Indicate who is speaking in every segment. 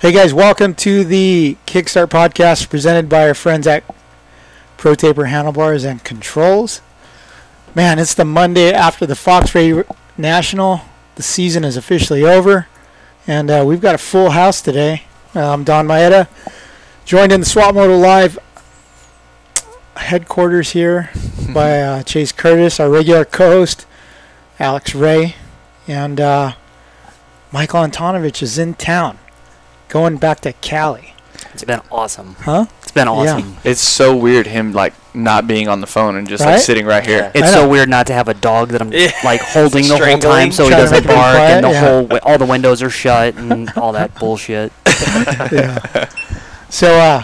Speaker 1: Hey guys, welcome to the Kickstart podcast presented by our friends at Pro Taper Handlebars and Controls. Man, it's the Monday after the Fox Ray National. The season is officially over, and uh, we've got a full house today. Um, Don Maeda joined in the Swap Moto Live headquarters here by uh, Chase Curtis, our regular co host, Alex Ray, and uh, Michael Antonovich is in town going back to Cali.
Speaker 2: It's been awesome.
Speaker 1: Huh?
Speaker 2: It's been
Speaker 1: Yeah.
Speaker 2: awesome.
Speaker 3: It's so weird him like not being on the phone and just
Speaker 1: Right?
Speaker 3: like sitting right here.
Speaker 1: I
Speaker 2: It's
Speaker 1: know.
Speaker 2: so weird not to have a dog that I'm
Speaker 3: Yeah.
Speaker 2: like holding the whole
Speaker 3: Strangling.
Speaker 2: time, so he
Speaker 1: Trying to
Speaker 2: doesn't
Speaker 1: make him
Speaker 2: bark, and the
Speaker 1: quiet, yeah.
Speaker 2: whole wi- all the windows are shut and all that bullshit.
Speaker 1: yeah. So, uh,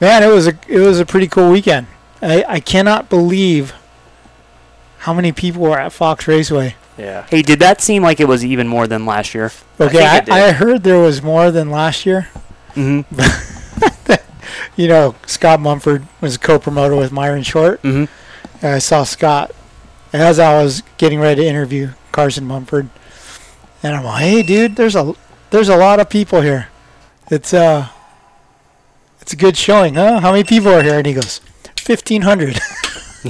Speaker 1: man, it was a it was a pretty cool weekend. I, I cannot believe how many people were at Fox Raceway.
Speaker 3: Yeah.
Speaker 2: Hey, did that seem like it was even more than last year?
Speaker 1: Okay,
Speaker 3: think
Speaker 1: I,
Speaker 3: it did.
Speaker 1: I, heard there was more than last year.
Speaker 2: Mm-hmm.
Speaker 1: You know, Scott Mumford was a co-promoter with Myron Short.
Speaker 2: Mm-hmm.
Speaker 1: And I saw Scott as I was getting ready to interview Carson Mumford, and I'm like, "Hey, dude, there's a there's a lot of people here. It's uh, it's a good showing, huh? How many people are here?" And he goes, "1500."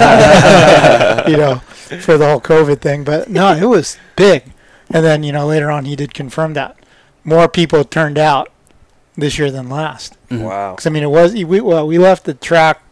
Speaker 1: you know, for the whole COVID thing. But no, it was big. And then, you know, later on, he did confirm that more people turned out this year than last.
Speaker 3: Wow.
Speaker 1: 'Cause, I mean, it was, we, well, we left the track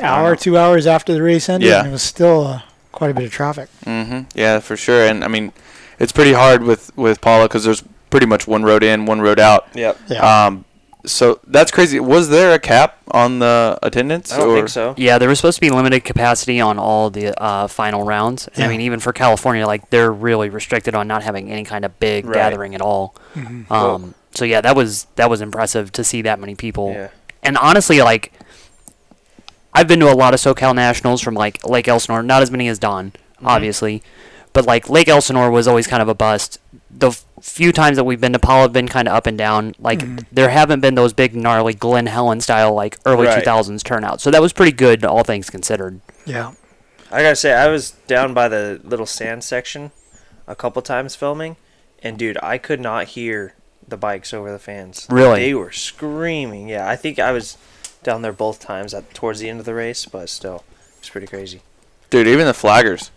Speaker 1: hour, two hours after the race ended,
Speaker 3: Yeah.
Speaker 1: and it was still uh, quite a bit of traffic.
Speaker 3: hmm Yeah, for sure. And I mean, it's pretty hard with with Paula because there's pretty much one road in, one road out.
Speaker 4: Yep.
Speaker 1: Yeah.
Speaker 3: Um, so that's crazy. Was there a cap on the attendance?
Speaker 4: I don't
Speaker 3: or?
Speaker 4: think so.
Speaker 2: Yeah, there was supposed to be limited capacity on all the uh, final rounds. And
Speaker 1: Yeah.
Speaker 2: I mean, even for California, like they're really restricted on not having any kind of big
Speaker 4: Right.
Speaker 2: gathering at all.
Speaker 1: Mm-hmm.
Speaker 2: Um, so yeah, that was that was impressive to see that many people.
Speaker 4: Yeah.
Speaker 2: And honestly, like I've been to a lot of SoCal Nationals from like Lake Elsinore, not as many as Don,
Speaker 3: Mm-hmm.
Speaker 2: obviously, but like Lake Elsinore was always kind of a bust. The f- few times that we've been to Paul have been kind of up and down. Like
Speaker 3: Mm-hmm.
Speaker 2: there haven't been those big gnarly Glen Helen style like early
Speaker 4: Right.
Speaker 2: 2000s turnout. So that was pretty good, all things considered.
Speaker 1: yeah.
Speaker 4: I gotta say, I was down by the little sand section a couple times filming, and dude, I could not hear the bikes over the fans.
Speaker 2: Really?
Speaker 4: They were screaming. Yeah, I think I was down there both times at towards the end of the race, but still, it's pretty crazy.
Speaker 3: Dude, even the flaggers.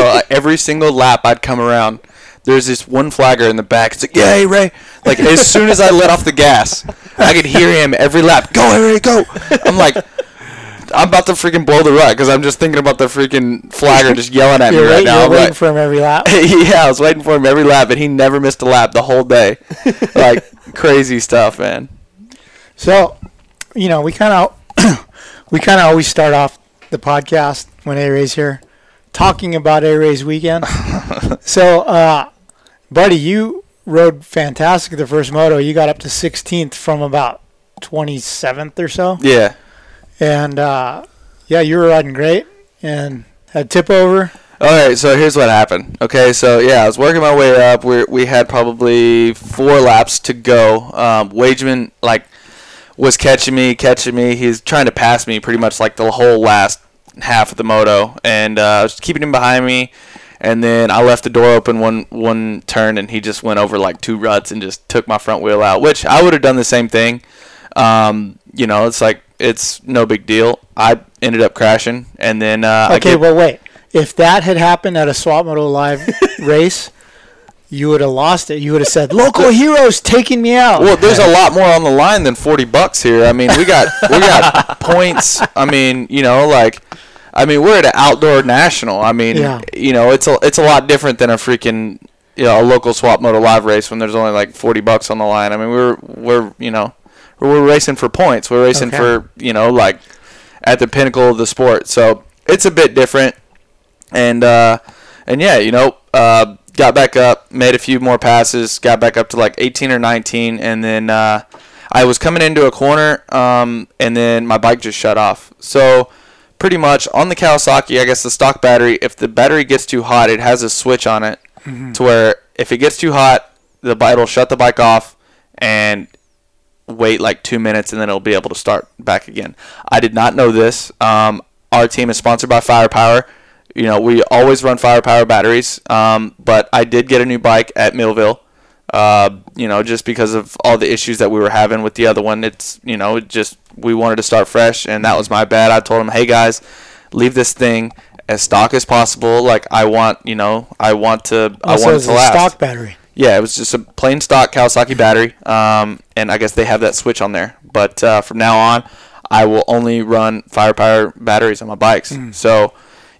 Speaker 3: I- every single lap I'd come around, there's this one flagger in the back. It's like, yay, Ray. Like, as soon as I let off the gas, I could hear him every lap. Go, Ray, Ray, go. I'm like, I'm about to freaking blow the rut because I'm just thinking about the freaking flagger just yelling at me
Speaker 1: You're,
Speaker 3: right
Speaker 1: wait,
Speaker 3: now.
Speaker 1: you're
Speaker 3: I'm
Speaker 1: waiting
Speaker 3: like-
Speaker 1: for him every lap.
Speaker 3: yeah, I was waiting for him every lap, and he never missed a lap the whole day. like, crazy stuff, man.
Speaker 1: So, you know, we kind of we kind of always start off the podcast when A Ray's here talking about A Ray's weekend. so, uh, buddy, you rode fantastic the first moto. You got up to 16th from about 27th or so,
Speaker 3: Yeah.
Speaker 1: and uh, yeah, you were riding great and had tip over.
Speaker 3: All right, so here's what happened. Okay, so yeah, I was working my way up. We we had probably four laps to go. Um, Wageman like was catching me, catching me. He's trying to pass me pretty much like the whole last half of the moto, and uh, I was keeping him behind me. And then I left the door open one one turn, and he just went over like two ruts and just took my front wheel out, which I would have done the same thing. Um, you know, it's like it's no big deal. I ended up crashing, and then uh, I
Speaker 1: Okay,
Speaker 3: get-
Speaker 1: well, wait. If that had happened at a Swap Moto Live race, you would have lost it. You would have said, "Local heroes taking me out."
Speaker 3: Well, there's a lot more on the line than forty bucks here. I mean, we got we got points. I mean, you know, like, I mean, we're at an outdoor national. I mean,
Speaker 1: Yeah.
Speaker 3: you know, it's a it's a lot different than a freaking you know a local swap moto live race when there's only like forty bucks on the line. I mean, we're we're you know we're racing for points. We're racing
Speaker 1: Okay.
Speaker 3: for you know like at the pinnacle of the sport. So it's a bit different and uh, and yeah, you know, uh, got back up, made a few more passes, got back up to like 18 or 19, and then uh, I was coming into a corner, um, and then my bike just shut off. So pretty much on the Kawasaki, I guess the stock battery, if the battery gets too hot, it has a switch on it to where if it gets too hot, the bi- it'll shut the bike off and wait like two minutes and then it'll be able to start back again. I did not know this. Um, our team is sponsored by Firepower. You know, we always run Firepower batteries, um, but I did get a new bike at Millville. Uh, you know, just because of all the issues that we were having with the other one, it's you know, it just we wanted to start fresh, and that was my bad. I told them, hey guys, leave this thing as stock as possible. Like I want, you know, I want to, I
Speaker 1: Also,
Speaker 3: want it
Speaker 1: it's
Speaker 3: to
Speaker 1: a
Speaker 3: last.
Speaker 1: stock battery.
Speaker 3: Yeah, it was just a plain stock Kawasaki battery, um, and I guess they have that switch on there. But uh, from now on, I will only run firepower batteries on my bikes. So,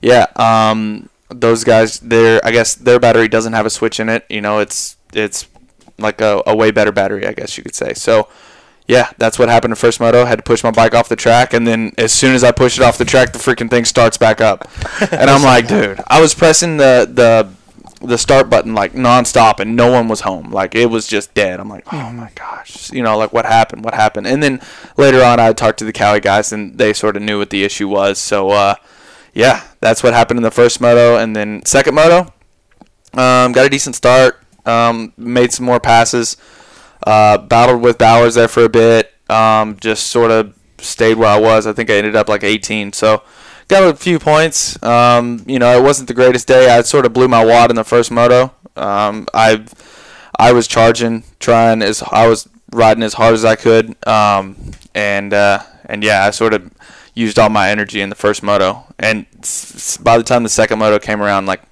Speaker 3: yeah, um, those guys, their I guess their battery doesn't have a switch in it. You know, it's it's like a, a way better battery, I guess you could say. So, yeah, that's what happened to first moto. Had to push my bike off the track, and then as soon as I push it off the track, the freaking thing starts back up. And I'm like, dude, I was pressing the the the start button like nonstop, and no one was home. Like it was just dead. I'm like, oh my gosh, you know, like what happened? What happened? And then later on, I talked to the Cali guys, and they sort of knew what the issue was. So, uh, yeah, that's what happened in the first moto, and then second moto, um, got a decent start. Um, made some more passes. Uh, battled with Bowers there for a bit. Um, just sort of stayed where I was. I think I ended up like 18. So got a few points. Um, you know, it wasn't the greatest day. I sort of blew my wad in the first moto. Um, I I was charging, trying as I was riding as hard as I could. Um, and uh, and yeah, I sort of used all my energy in the first moto. And s- s- by the time the second moto came around, like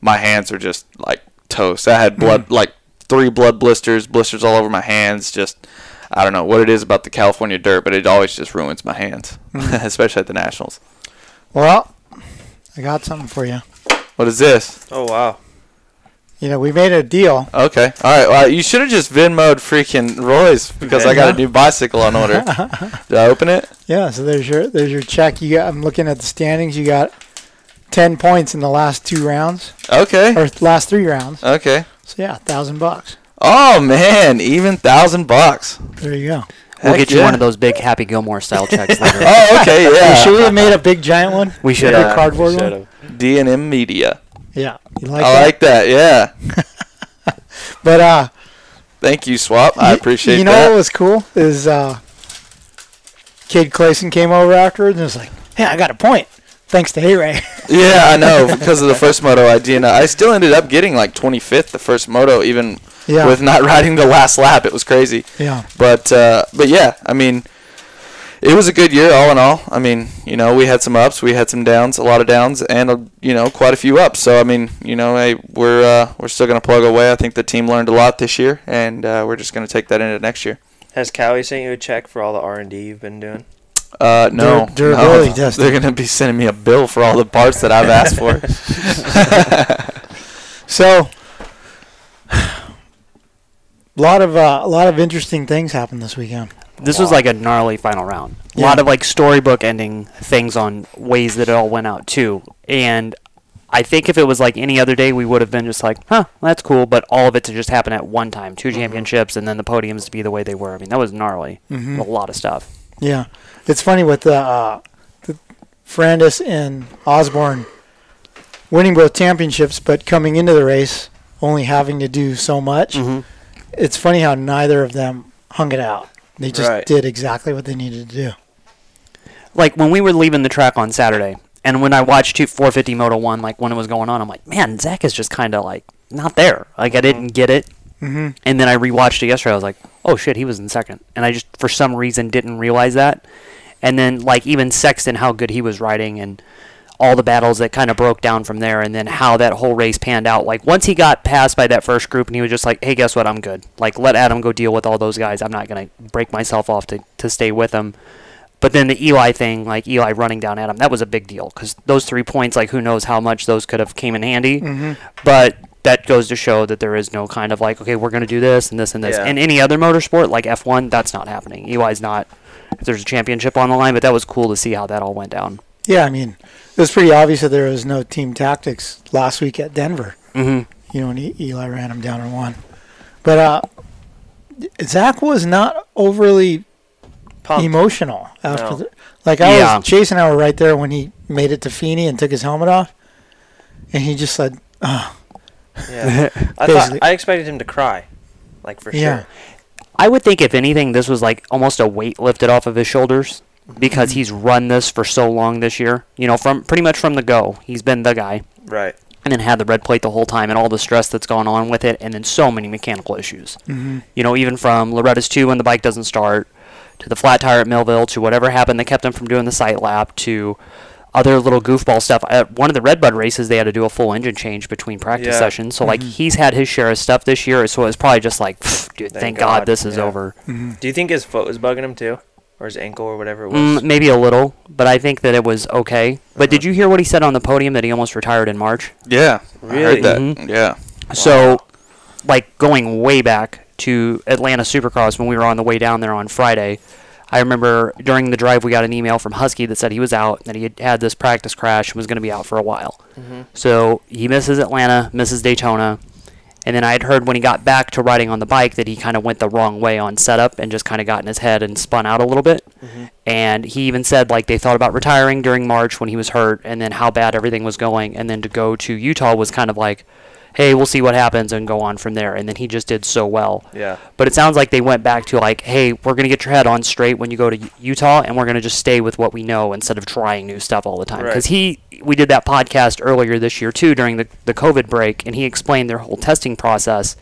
Speaker 3: my hands are just like toast. I had blood,
Speaker 1: Hmm.
Speaker 3: like three blood blisters, blisters all over my hands. Just, I don't know what it is about the California dirt, but it always just ruins my hands,
Speaker 1: Hmm.
Speaker 3: especially at the nationals.
Speaker 1: Well, I got something for you.
Speaker 3: What is this?
Speaker 4: Oh wow.
Speaker 1: You know, we made a deal.
Speaker 3: Okay, all right. Well, you should have just Venmoed freaking Roy's because I got a new bicycle on order. Did I open it?
Speaker 1: Yeah, so there's your there's your check. You got. I'm looking at the standings. You got ten points in the last two rounds
Speaker 3: Okay.
Speaker 1: or last three rounds.
Speaker 3: Okay.
Speaker 1: So yeah, thousand bucks.
Speaker 3: Oh man, even thousand bucks.
Speaker 1: There you go.
Speaker 2: We'll
Speaker 3: Heck
Speaker 2: get you
Speaker 3: yeah.
Speaker 2: one of those big Happy Gilmore style checks later.
Speaker 3: Oh, okay,
Speaker 1: Hey, should
Speaker 3: yeah.
Speaker 1: we have made a big giant one?
Speaker 2: We should
Speaker 1: Big
Speaker 3: Yeah.
Speaker 1: cardboard one.
Speaker 3: D and M Media.
Speaker 1: Yeah, you like
Speaker 3: I
Speaker 1: that?
Speaker 3: like that. Yeah.
Speaker 1: but uh,
Speaker 3: Thank you, Swap. I
Speaker 1: y-
Speaker 3: appreciate
Speaker 1: You know
Speaker 3: that.
Speaker 1: what was cool is uh, Kid Clayson came over afterwards and was like, "Hey, I got a point, thanks to Hey Ray."
Speaker 3: Yeah, I know because of the first moto idea. I still ended up getting like 25th the first moto, even
Speaker 1: Yeah.
Speaker 3: with not riding the last lap. It was crazy.
Speaker 1: yeah,
Speaker 3: But uh, but yeah, I mean, it was a good year all in all. I mean, you know, we had some ups, we had some downs, a lot of downs, and uh, you know, quite a few ups. So I mean, you know, hey, we're uh, we're still gonna plug away. I think the team learned a lot this year, and uh, we're just gonna take that into next year.
Speaker 4: Has Cowie sent you a check for all the R and D you've been doing?
Speaker 3: Uh, no,
Speaker 1: Dur-
Speaker 3: no.
Speaker 1: durability testing.
Speaker 3: they're gonna be sending me a bill for all the parts that I've asked for.
Speaker 1: so a lot of uh, a lot of interesting things happened this weekend.
Speaker 2: this was like a gnarly final round. A
Speaker 1: Yeah.
Speaker 2: lot of like storybook ending things on ways that it all went out too. And I think if it was like any other day, we would have been just like, huh, that's cool. But all of it to just happen at one time, 2 championships, and then the podiums to be the way they were. I mean, that was gnarly. A lot of stuff.
Speaker 1: Yeah, it's funny with the, uh, the Ferrandis and Osborne winning both championships, but coming into the race only having to do so much. It's funny how neither of them hung it out. They just
Speaker 4: Right.
Speaker 1: did exactly what they needed to do.
Speaker 2: like when we were leaving the track on Saturday, and when I watched two, 450 Moto One, like when it was going on, I'm like, man, Zach is just kind of like not there. Like I didn't get it. Mm-hmm. And then I rewatched it yesterday. I was like, oh shit, he was in second, and I just for some reason didn't realize that. And then like even Sexton, how good he was riding, and all the battles that kind of broke down from there, and then how that whole race panned out. Like once he got passed by that first group, and he was just like, hey, guess what? I'm good. Like let Adam go deal with all those guys. I'm not gonna break myself off to to stay with him. But then the Eli thing, like Eli running down at him, that was a big deal because those three points, like who knows how much those could have came in handy. But that goes to show that there is no kind of like, okay, we're going to do this and this and this.
Speaker 4: Yeah.
Speaker 2: And any other motorsport like F1, that's not happening. Eli's not. If there's a championship on the line, but that was cool to see how that all went down.
Speaker 1: Yeah, I mean, it was pretty obvious that there was no team tactics last week at Denver. Mm-hmm. you know, and E- Eli ran him down in one. But uh, Zach was not overly
Speaker 4: Pumped.
Speaker 1: emotional after.
Speaker 4: No.
Speaker 1: The, like I
Speaker 2: Yeah.
Speaker 1: was, Chase and I were right there when he made it to Feeney and took his helmet off, and he just said,
Speaker 4: yeah. I
Speaker 1: Basically.
Speaker 4: thought I expected him to cry, like for
Speaker 1: "Yeah,
Speaker 4: sure.
Speaker 2: I would think if anything, this was like almost a weight lifted off of his shoulders because he's run this for so long this year. You know, from pretty much from the go, he's been the guy,
Speaker 4: Right.
Speaker 2: and then had the red plate the whole time, and all the stress that's gone on with it, and then so many mechanical issues.
Speaker 4: Mm-hmm.
Speaker 1: Mhm.
Speaker 2: You know, even from Loretta's two when the bike doesn't start, to the flat tire at Millville, to whatever happened that kept him from doing the site lap, to other little goofball stuff. At one of the Red Bud races, they had to do a full engine change between practice
Speaker 4: Yeah. Mm-hmm.
Speaker 2: sessions. So like he's had his share of stuff this year, so it's probably just like, "Pfft, dude, thank,
Speaker 4: Thank
Speaker 2: God,
Speaker 4: God,
Speaker 2: this is
Speaker 4: yeah. Mm-hmm.
Speaker 2: over.
Speaker 4: Do you think his foot was bugging him too, or his ankle, or whatever it was?
Speaker 2: Mm, maybe a little, but I think that it was okay. But
Speaker 4: Mm-hmm.
Speaker 2: did you hear what he said on the podium that he almost retired in March?
Speaker 3: Yeah, I
Speaker 4: Really?
Speaker 3: heard that.
Speaker 2: Mhm.
Speaker 3: Yeah,
Speaker 2: So, like going way back to Atlanta Supercross when we were on the way down there on Friday, I remember during the drive we got an email from Husky that said he was out, that he had had this practice crash and was going to be out for a while. So he misses Atlanta, misses Daytona, and then I had heard when he got back to riding on the bike that he kind of went the wrong way on setup and just kind of got in his head and spun out a little bit. And he even said like they thought about retiring during March when he was hurt and then how bad everything was going and then to go to Utah was kind of like, hey, we'll see what happens and go on from there. And then he just did so well.
Speaker 4: Yeah.
Speaker 2: But it sounds like they went back to like, hey, we're gonna get your head on straight when you go to U- Utah, and we're gonna just stay with what we know instead of trying new stuff all the time.
Speaker 4: Right.
Speaker 2: Because he, we did that podcast earlier this year too during the the COVID break, and he explained their whole testing process.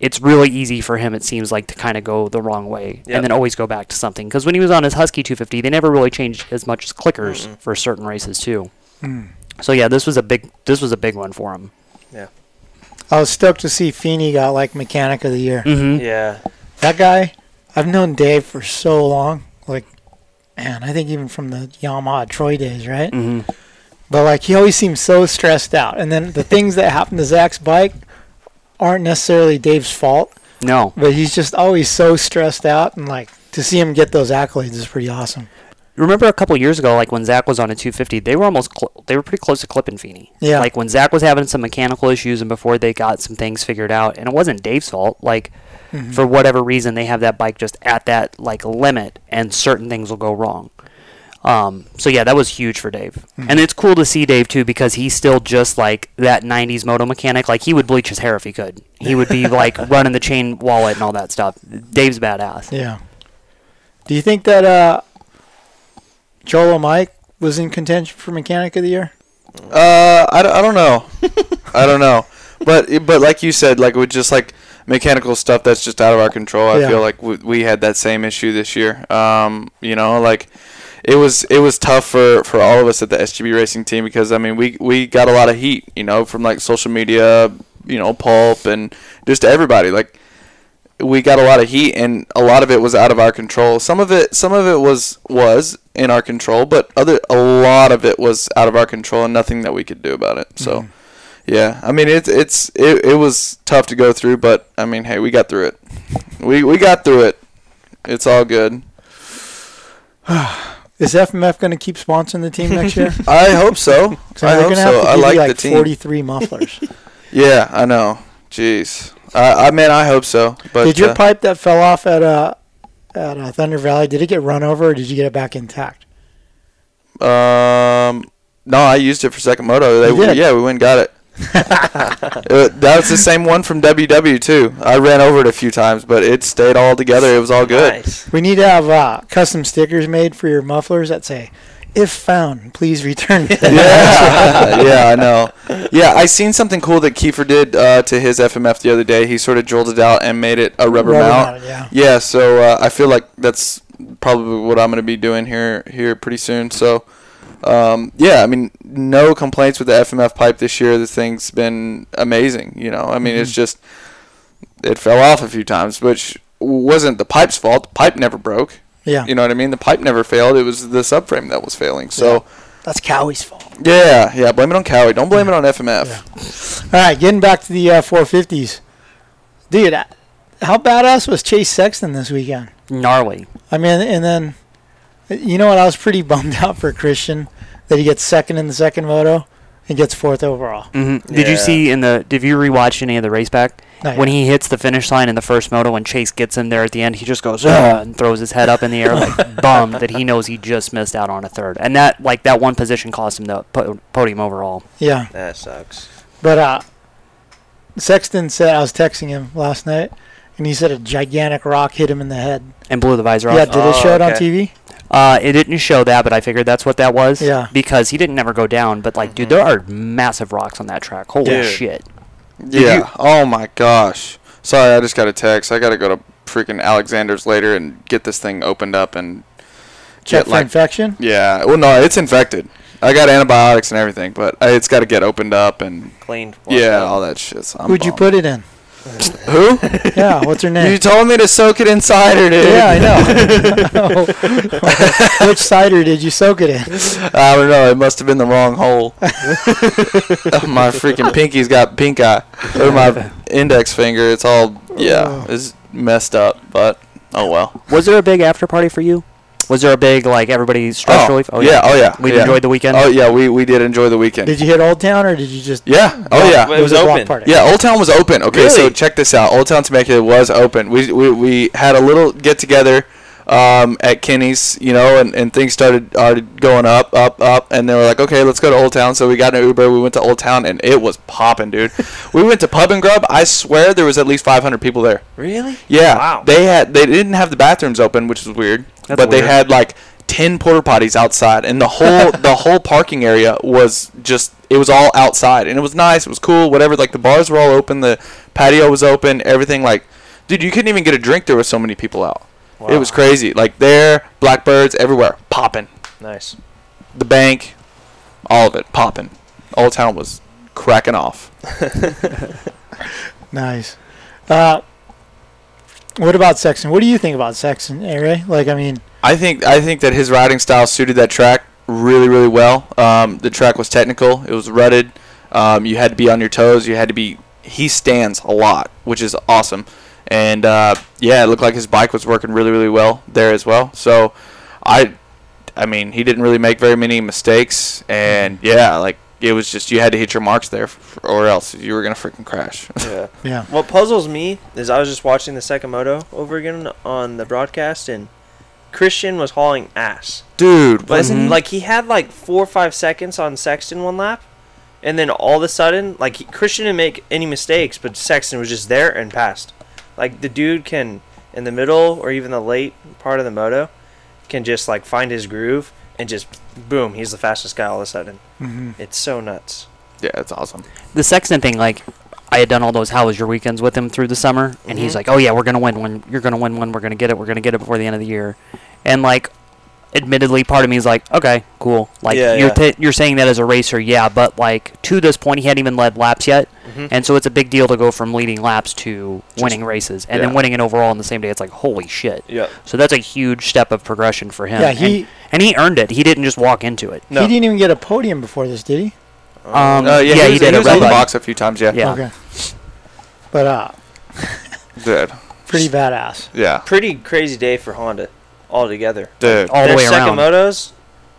Speaker 2: It's really easy for him, it seems like, to kind of go the wrong way
Speaker 4: Yep.
Speaker 2: and then always go back to something. Because when he was on his Husky 250, they never really changed as much as clickers for certain races too. So yeah, this was a big this was a big one for him.
Speaker 3: Mm-hmm.
Speaker 4: Yeah.
Speaker 1: I was stoked to see Feeney got like mechanic of the
Speaker 2: Mm.
Speaker 1: year.
Speaker 3: Mm-hmm.
Speaker 4: Yeah.
Speaker 1: That guy, I've known Dave for so long. Like, man, I think even from the Yamaha Troy days, right?
Speaker 2: Mhm.
Speaker 1: But like, he always seems so stressed out. And then the things that happen to Zach's bike aren't necessarily Dave's fault,
Speaker 2: No,
Speaker 1: but he's just always so stressed out. And like, to see him get those accolades is pretty awesome.
Speaker 2: remember a couple years ago, like when Zach was on a 250, they were almost cl- they were pretty close to clipping Feeney.
Speaker 1: Yeah.
Speaker 2: Like when Zach was having some mechanical issues and before they got some things figured out, and it wasn't Dave's fault. Like for whatever reason, they have that bike just at that like limit, and certain things will go wrong. Um, so yeah, that was huge for Dave, and it's cool to see Dave too because he's still just like that '90s moto mechanic. Like he would bleach his hair if he could. He would be like running the chain wallet and all that stuff. Dave's badass.
Speaker 1: Yeah. Do you think that uh, Joel Mike was in contention for mechanic of the year?
Speaker 3: Uh, I, don't- I don't know. I don't know. But but like you said, like with just like mechanical stuff that's just out of our control. I
Speaker 1: Yeah.
Speaker 3: feel like we, we had that same issue this year. Um, you know, like it was it was tough for, for all of us at the SGB racing team because I mean we we got a lot of heat, you know, from like social media, you know, pulp and just everybody. Like we got a lot of heat and a lot of it was out of our control. Some of it some of it was was in our control, but other a lot of it was out of our control and nothing that we could do about it. So
Speaker 1: Mm-hmm.
Speaker 3: yeah, I mean it's it's it, it was tough to go through, but I mean hey, we got through it. We we got through it. It's all good.
Speaker 1: Is FMF going to keep sponsoring the team next year?
Speaker 3: I hope so.
Speaker 1: 'Cause
Speaker 3: I
Speaker 1: they're
Speaker 3: hope
Speaker 1: gonna
Speaker 3: so. I
Speaker 1: give you,
Speaker 3: like, the team.
Speaker 1: 43 mufflers.
Speaker 3: Yeah, I know. Jeez. I I mean I hope so. But
Speaker 1: did your
Speaker 3: uh,
Speaker 1: pipe that fell off at uh, at uh, Thunder Valley? Did it get run over, or did you get it back intact?
Speaker 3: Um, no, I used it for second moto. They,
Speaker 1: You did?
Speaker 3: Yeah, we went and got it. Uh, that was the same one from WW too. I ran over it a few times, but it stayed all together. It was all good.
Speaker 4: Nice.
Speaker 1: We need to have uh, custom stickers made for your mufflers that say, "If found, please return." it."
Speaker 3: Yeah, yeah, I know. Yeah, I seen something cool that Kiefer did uh, to his FMF the other day. He sort of drilled it out and made it a rubber,
Speaker 1: Rubber
Speaker 3: mount.
Speaker 1: mounted, yeah.
Speaker 3: so uh, I feel like that's probably what I'm gonna be doing here here pretty soon. So. Um, yeah, I mean, no complaints with the FMF pipe this year. The thing's been amazing. You know, I mean, it's just it fell off a few times, which wasn't the pipe's fault. The pipe never broke.
Speaker 1: yeah,
Speaker 3: You know what I mean? The pipe never failed. It was the subframe that was failing. So
Speaker 1: that's Cowie's fault.
Speaker 3: yeah, yeah. Blame it on Cowie. Don't blame it on FMF.
Speaker 1: All right, getting back to the uh, 450s, dude. uh, How badass was Chase Sexton this weekend?
Speaker 2: Gnarly.
Speaker 1: I mean, and then, you know what? I was pretty bummed out for Christian that he gets second in the second moto, and gets fourth overall.
Speaker 2: hmm Did you
Speaker 4: Yeah.
Speaker 2: see in the? Did you rewatch any of the race back?
Speaker 3: Oh,
Speaker 1: Not
Speaker 2: When
Speaker 1: yet.
Speaker 2: he hits the finish line in the first moto, when Chase gets him there at the end, he just goes "Ugh," and throws his head up in the air, like bummed that he knows he just missed out on a third, and that like that one position cost him the po- podium overall.
Speaker 1: yeah,
Speaker 4: That sucks.
Speaker 1: but uh, Sexton said I was texting him last night, and he said a gigantic rock hit him in the head.
Speaker 2: and blew the visor
Speaker 1: Yeah,
Speaker 2: off.
Speaker 1: did it
Speaker 4: Oh,
Speaker 1: show it on
Speaker 4: okay.
Speaker 1: TV?
Speaker 2: Uh, it didn't show that, but I figured that's what that was.
Speaker 1: Yeah.
Speaker 2: Because he didn't never go down, but like, dude, there are massive rocks on that track. Holy
Speaker 4: Dude.
Speaker 2: shit!
Speaker 3: Yeah. oh my gosh. Sorry, I just got a text. I got to go to freaking Alexander's later and get this thing opened up and
Speaker 1: Check
Speaker 3: get
Speaker 1: for
Speaker 3: like
Speaker 1: infection.
Speaker 3: yeah. Well, no, it's infected. I got antibiotics and everything, but uh, it's got to get opened up and
Speaker 4: Cleaned. washed
Speaker 3: yeah,
Speaker 4: up.
Speaker 3: all that shit. So I'm
Speaker 1: Who'd you
Speaker 3: bummed.
Speaker 1: put it in?
Speaker 3: Who?
Speaker 1: Yeah, what's her
Speaker 3: you
Speaker 1: name?
Speaker 3: told me to soak it in cider, dude.
Speaker 1: yeah, I know. Which cider did you soak it in?
Speaker 3: I don't know. It must have been the wrong hole. my freaking pinky's got pink eye, or my index finger. It's all yeah, it's messed up. But oh well.
Speaker 2: Was there a big after party for you? Was there a big like everybody stress relief?
Speaker 3: yeah, oh yeah.
Speaker 2: We
Speaker 3: yeah.
Speaker 2: enjoyed the weekend.
Speaker 3: Oh yeah, we we did enjoy the weekend.
Speaker 1: Did you hit Old Town or did you just?
Speaker 3: yeah. Oh yeah.
Speaker 4: It was
Speaker 1: a block
Speaker 4: open.
Speaker 1: party.
Speaker 3: Yeah, Old Town was open. Okay, so
Speaker 4: Really?
Speaker 3: check this out. Old Town Temecula was open. We we, we had a little get together um, at Kenny's, you know, and, and things started already going up, up, up, and they were like, okay, let's go to Old Town. So we got an Uber. We went to Old Town, and it was popping, dude. we went to Pub and Grub. I swear there was at least 500 people there.
Speaker 4: Really?
Speaker 3: Yeah.
Speaker 4: Wow.
Speaker 3: They had they didn't have the bathrooms open, which was weird.
Speaker 2: That's
Speaker 3: but they
Speaker 2: weird.
Speaker 3: had like ten porta potties outside, and the whole the whole parking area was just it was all outside, and it was nice. It was cool. Whatever. Like the bars were all open, the patio was open, everything. Like, dude, you couldn't even get a drink. There was so many people out. It
Speaker 4: Wow.
Speaker 3: was crazy. Like there, blackbirds everywhere, popping.
Speaker 4: Nice.
Speaker 3: The bank, all of it popping. Old town was cracking off.
Speaker 1: Nice. Uh, what about Sexton? What do you think about Sexton, eh, Ray? Like, I mean,
Speaker 3: I think I think that his riding style suited that track really really well. Um, the track was technical. It was rutted. Um, you had to be on your toes. You had to be. He stands a lot, which is awesome. And uh, yeah, it looked like his bike was working really really well there as well. So I I mean he didn't really make very many mistakes. And
Speaker 2: Mm-hmm.
Speaker 3: yeah, like it was just you had to hit your marks there, f- or else you were gonna freaking crash.
Speaker 4: Yeah.
Speaker 1: yeah,
Speaker 4: What puzzles me is I was just watching the second moto over again on the broadcast, and Christian was hauling ass.
Speaker 3: Dude,
Speaker 4: But
Speaker 2: Mhm.
Speaker 4: like he had like four or five seconds on Sexton one lap, and then all of a sudden, like he, Christian didn't make any mistakes, but Sexton was just there and passed. Like the dude can in the middle or even the late part of the moto can just like find his groove and just boom, he's the fastest guy all of a sudden.
Speaker 1: hmm
Speaker 4: It's so nuts.
Speaker 3: yeah, it's awesome.
Speaker 2: The Sexton thing, like, I had done all those "How was your weekends?" with him through the summer, and he's
Speaker 4: Mhm.
Speaker 2: like, "Oh yeah, we're gonna win one. You're gonna win one. We're gonna get it. We're gonna get it before the end of the year," and like. Admittedly, part of me is like, okay, cool. Like
Speaker 4: Yeah,
Speaker 2: you're
Speaker 4: yeah.
Speaker 2: T- you're saying that as a racer, yeah. But like to this point, he hadn't even led laps yet,
Speaker 4: Mhm.
Speaker 2: and so it's a big deal to go from leading laps to winning races, and then
Speaker 3: yeah.
Speaker 2: winning an overall on the same day. It's like holy shit.
Speaker 4: Yeah.
Speaker 2: So that's a huge step of progression for him.
Speaker 1: yeah. He
Speaker 2: and, and he earned it. He didn't just walk into it.
Speaker 3: No.
Speaker 1: he didn't even get a podium before this, did he?
Speaker 4: Oh,
Speaker 2: Um,
Speaker 3: Uh,
Speaker 2: yeah,
Speaker 3: yeah, he,
Speaker 2: he did
Speaker 3: was, He
Speaker 2: a
Speaker 3: was
Speaker 2: red
Speaker 3: on the
Speaker 2: light.
Speaker 3: box a few times. Yeah,
Speaker 2: Yeah.
Speaker 1: Okay. But uh,
Speaker 3: dude.
Speaker 1: pretty badass.
Speaker 3: Yeah,
Speaker 4: Pretty crazy day for Honda altogether.
Speaker 3: dude.
Speaker 2: All the
Speaker 4: Their
Speaker 2: way
Speaker 4: second
Speaker 2: around.
Speaker 4: motos,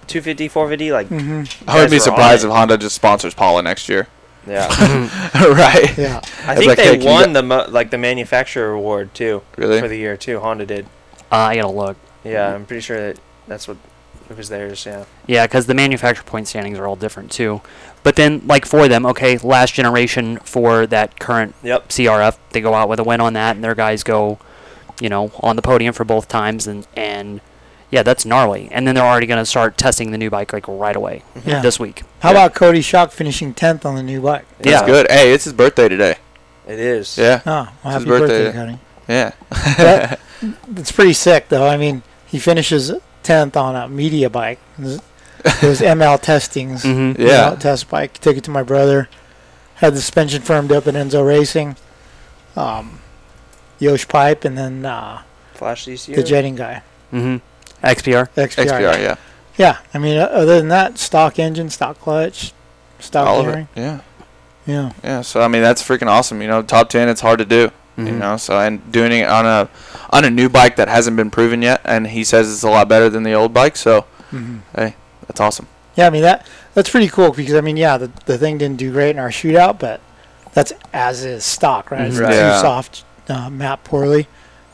Speaker 4: 250, 450, like
Speaker 1: hmm
Speaker 3: I would
Speaker 4: guys
Speaker 3: be
Speaker 4: were on
Speaker 3: surprised
Speaker 4: it.
Speaker 3: if Honda just sponsors Paula next year.
Speaker 4: yeah.
Speaker 3: right?
Speaker 1: Yeah.
Speaker 4: I
Speaker 3: It's
Speaker 4: think
Speaker 3: like, hey,
Speaker 4: they
Speaker 3: can you
Speaker 4: won
Speaker 3: gu-
Speaker 4: the mo- like the manufacturer award too for
Speaker 3: Really?
Speaker 4: the year too. Honda did.
Speaker 2: Uh, I gotta look.
Speaker 4: Yeah, I'm pretty sure that that's what it was theirs. Yeah.
Speaker 2: Yeah, because the manufacturer point standings are all different too. But then, like for them, okay, last generation for that current
Speaker 4: Yep.
Speaker 2: CRF, they go out with a win on that, and their guys go, you know, on the podium for both times, and and yeah, that's gnarly. And then they're already gonna start testing the new bike like right away
Speaker 1: Yeah.
Speaker 2: this week.
Speaker 1: How
Speaker 3: Yeah.
Speaker 1: about Cody Shock finishing tenth on the new bike?
Speaker 3: That's good. Hey, it's his birthday today.
Speaker 4: It is.
Speaker 3: Yeah,
Speaker 1: Oh, well,
Speaker 3: It's his
Speaker 1: happy birthday,
Speaker 3: birthday.
Speaker 1: Cody!
Speaker 3: yeah.
Speaker 1: That, it's pretty sick, though. I mean, he finishes tenth on a media bike. It was ML testings.
Speaker 2: Mm-hmm.
Speaker 3: Yeah.
Speaker 1: Out test bike. Took it to my brother. Had the suspension firmed up at Enzo Racing. Um, Yosh Pipe and then uh,
Speaker 4: Flash these years.
Speaker 1: the jetting guy,
Speaker 2: Mm-hmm. XPR.
Speaker 1: XPR.
Speaker 3: XPR, yeah.
Speaker 1: Yeah, I mean, uh, other than that, stock engine, stock clutch, stock
Speaker 3: All of it.
Speaker 1: bearing.
Speaker 3: Yeah,
Speaker 1: Yeah.
Speaker 3: yeah. So I mean, that's freaking awesome. You know, top ten, it's hard to do. You
Speaker 2: Mhm.
Speaker 3: know, so and doing it on a on a new bike that hasn't been proven yet, and he says it's a lot better than the old bike. So
Speaker 1: hmm
Speaker 3: that's awesome.
Speaker 1: Yeah, I mean that that's pretty cool because I mean, yeah, the, the thing didn't do great in our shootout, but that's as is stock, right? It's
Speaker 2: Mhm.
Speaker 3: Right.
Speaker 1: too
Speaker 3: Mm-hmm. Yeah.
Speaker 1: soft, uh, map poorly,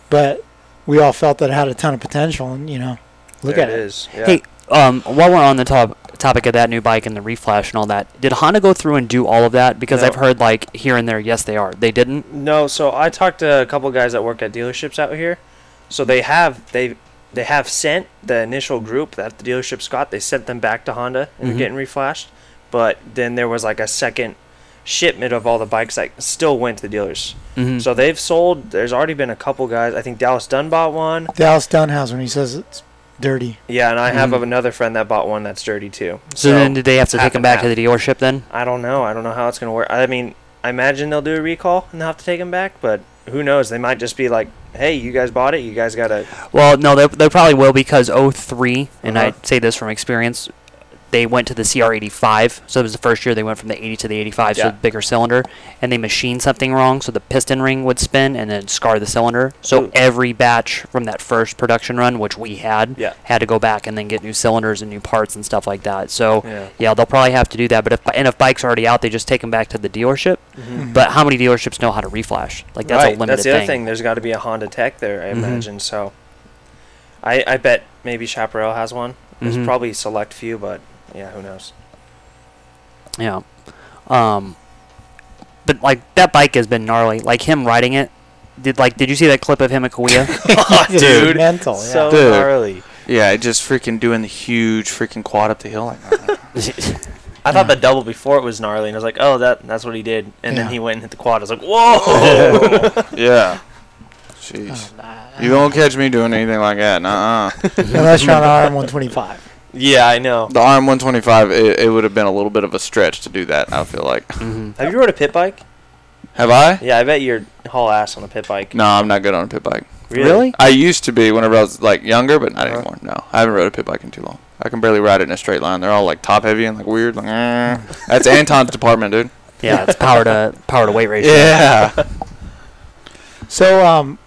Speaker 1: but we all felt that it had a ton of potential, and you know, look
Speaker 4: There
Speaker 1: at
Speaker 4: it
Speaker 1: it.
Speaker 4: is. Yeah.
Speaker 2: Hey, um, while we're on the top topic of that new bike and the reflash and all that, did Honda go through and do all of that? Because
Speaker 4: No.
Speaker 2: I've heard like here and there, yes, they are. They didn't.
Speaker 4: No, so I talked to a couple guys that work at dealerships out here. So they have they they have sent the initial group that the dealerships got. They sent them back to Honda and
Speaker 3: Mm-hmm.
Speaker 2: Mhm.
Speaker 4: they're getting reflashed. But then there was like a second shipment of all the bikes that still went to the dealers.
Speaker 2: Mm-hmm.
Speaker 4: So they've sold. There's already been a couple guys. I think Dallas Dunn bought one.
Speaker 1: Dallas Dunhouse when he says it's dirty.
Speaker 4: Yeah, and I have
Speaker 2: Mhm.
Speaker 4: another friend that bought one that's dirty too.
Speaker 2: So, then did they have to
Speaker 4: half
Speaker 2: take them
Speaker 4: and
Speaker 2: back to
Speaker 4: half.
Speaker 2: the dealership then?
Speaker 4: I don't know. I don't know how it's gonna work. I mean, I imagine they'll do a recall and they'll have to take them back, but who knows? They might just be like, "Hey, you guys bought it. You guys gotta."
Speaker 2: Well, no, they, they probably will because 03, and
Speaker 4: Uh-huh.
Speaker 2: I say this from experience, they went to the CR85. So it was the first year they went from the 80 to the 85, so
Speaker 4: Yeah.
Speaker 2: the bigger cylinder, and they machined something wrong, so the piston ring would spin and then scar the cylinder. So
Speaker 4: Ooh.
Speaker 2: every batch from that first production run, which we had,
Speaker 4: Yeah.
Speaker 2: had to go back and then get new cylinders and new parts and stuff like that. So
Speaker 4: Yeah.
Speaker 2: yeah, they'll probably have to do that. But if and if bikes are already out, they just take them back to the dealership. But how many dealerships know how to reflash? Like that's
Speaker 4: Mm-hmm. right.
Speaker 2: a limited
Speaker 4: that's the other
Speaker 2: thing.
Speaker 4: thing. Mm-hmm. There's got to be a Honda Tech there, I
Speaker 2: Mhm.
Speaker 4: imagine. So, I I bet maybe Chaparral has one. There's
Speaker 2: Mhm.
Speaker 4: probably a select few, but yeah, who knows?
Speaker 2: Yeah. Um but like that bike has been gnarly. Like him riding it. Did like did you see that clip of him at Kawea?
Speaker 1: It's
Speaker 3: Oh, dude.
Speaker 1: mental. Yeah.
Speaker 4: so
Speaker 3: Dude.
Speaker 4: Oh, gnarly.
Speaker 3: Yeah, just freaking doing the huge freaking quad up the hill. Like,
Speaker 4: I thought the double before it was gnarly, and I was like, "Oh, that that's what he did." And
Speaker 1: Yeah.
Speaker 4: then he went and hit the quad. I was like, "Whoa!"
Speaker 3: Oh. yeah. Jeez. You won't catch me doing anything like that. Nuh-uh.
Speaker 1: Unless you're on RM 125.
Speaker 4: yeah, I know.
Speaker 3: The RM 125, it, it would have been a little bit of a stretch to do that, I feel like.
Speaker 2: Mhm.
Speaker 4: Have you rode a pit bike?
Speaker 3: Have I?
Speaker 4: Yeah, I bet you're haul ass on a pit bike.
Speaker 3: No, I'm not good on a pit bike.
Speaker 2: Really?
Speaker 3: I used to be whenever I was like younger, but not
Speaker 4: Uh-huh.
Speaker 3: anymore. No, I haven't rode a pit bike in too long. I can barely ride it in a straight line. They're all like top heavy and like weird. Like, eh. that's Anton's department, dude.
Speaker 2: Yeah, it's power to power to weight ratio.
Speaker 3: Yeah.
Speaker 1: So, um,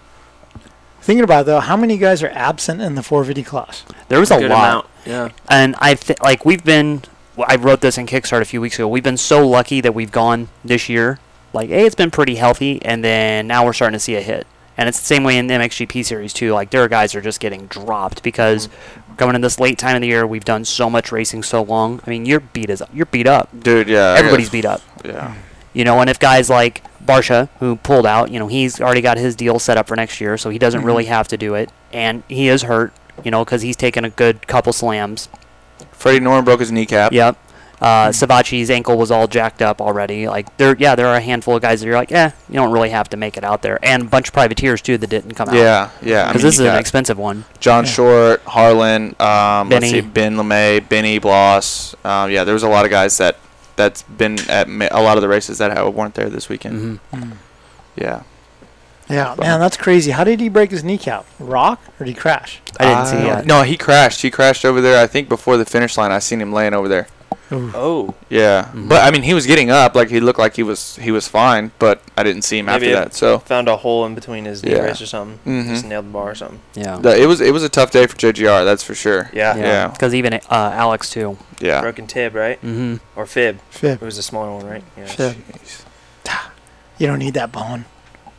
Speaker 1: thinking about it, though, how many guys are absent in the 450 class?
Speaker 2: There was a lot.
Speaker 4: Yeah.
Speaker 2: And I th- like we've been well, I wrote this in Kickstart a few weeks ago. We've been so lucky that we've gone this year. Like, hey, it's been pretty healthy and then now we're starting to see a hit. And it's the same way in the MXGP series too. Like there are guys that are just getting dropped because coming in this late time of the year, we've done so much racing so long. I mean, you're beat as you're beat up.
Speaker 3: Dude, yeah. I
Speaker 2: Everybody's
Speaker 3: guess-
Speaker 2: beat up.
Speaker 3: Yeah.
Speaker 2: You know, and if guys like Barsha, who pulled out, you know, he's already got his deal set up for next year, so he doesn't
Speaker 3: Mm-hmm.
Speaker 2: really have to do it. And he is hurt, you know, because he's taken a good couple slams.
Speaker 3: Freddie Norman broke his kneecap.
Speaker 2: Yep. Uh, Savachi's ankle was all jacked up already. Like there, yeah, there are a handful of guys that you're like, eh, you don't really have to make it out there, and a bunch of privateers too that didn't come out.
Speaker 3: Yeah, yeah. I
Speaker 2: because
Speaker 3: mean,
Speaker 2: this is
Speaker 3: you
Speaker 2: an
Speaker 3: got
Speaker 2: expensive one.
Speaker 3: John
Speaker 1: Yeah.
Speaker 3: Short, Harlan, um, let's
Speaker 2: Benny.
Speaker 3: see, Ben LeMay, Benny Bloss. Um, yeah, there was a lot of guys that that's been at ma- a lot of the races that ha- weren't there this weekend.
Speaker 2: hmm
Speaker 3: Yeah,
Speaker 1: Yeah, man, that's crazy. How did he break his kneecap? Rock or did he crash?
Speaker 2: I didn't see
Speaker 3: Uh,
Speaker 2: that.
Speaker 3: No, he crashed. He crashed over there. I think before the finish line, I seen him laying over there.
Speaker 4: Oh,
Speaker 3: Yeah,
Speaker 2: Mhm.
Speaker 3: but I mean, he was getting up. Like he looked like he was he was fine, but I didn't see him
Speaker 4: Maybe
Speaker 3: after
Speaker 4: it-
Speaker 3: that. So
Speaker 4: found a hole in between his knee
Speaker 3: Yeah.
Speaker 4: brace or something.
Speaker 3: Mhm.
Speaker 4: Just nailed the bar or something.
Speaker 2: Yeah,
Speaker 3: the- it was it was a tough day for JGR. That's for sure.
Speaker 4: Yeah.
Speaker 3: yeah.
Speaker 2: Because even uh, Alex too.
Speaker 3: Yeah.
Speaker 4: Broken tib, right?
Speaker 2: Mm-hmm.
Speaker 4: Or fib.
Speaker 1: Fib.
Speaker 4: It was the smaller one, right? Yeah.
Speaker 1: Fib. You don't need that bone.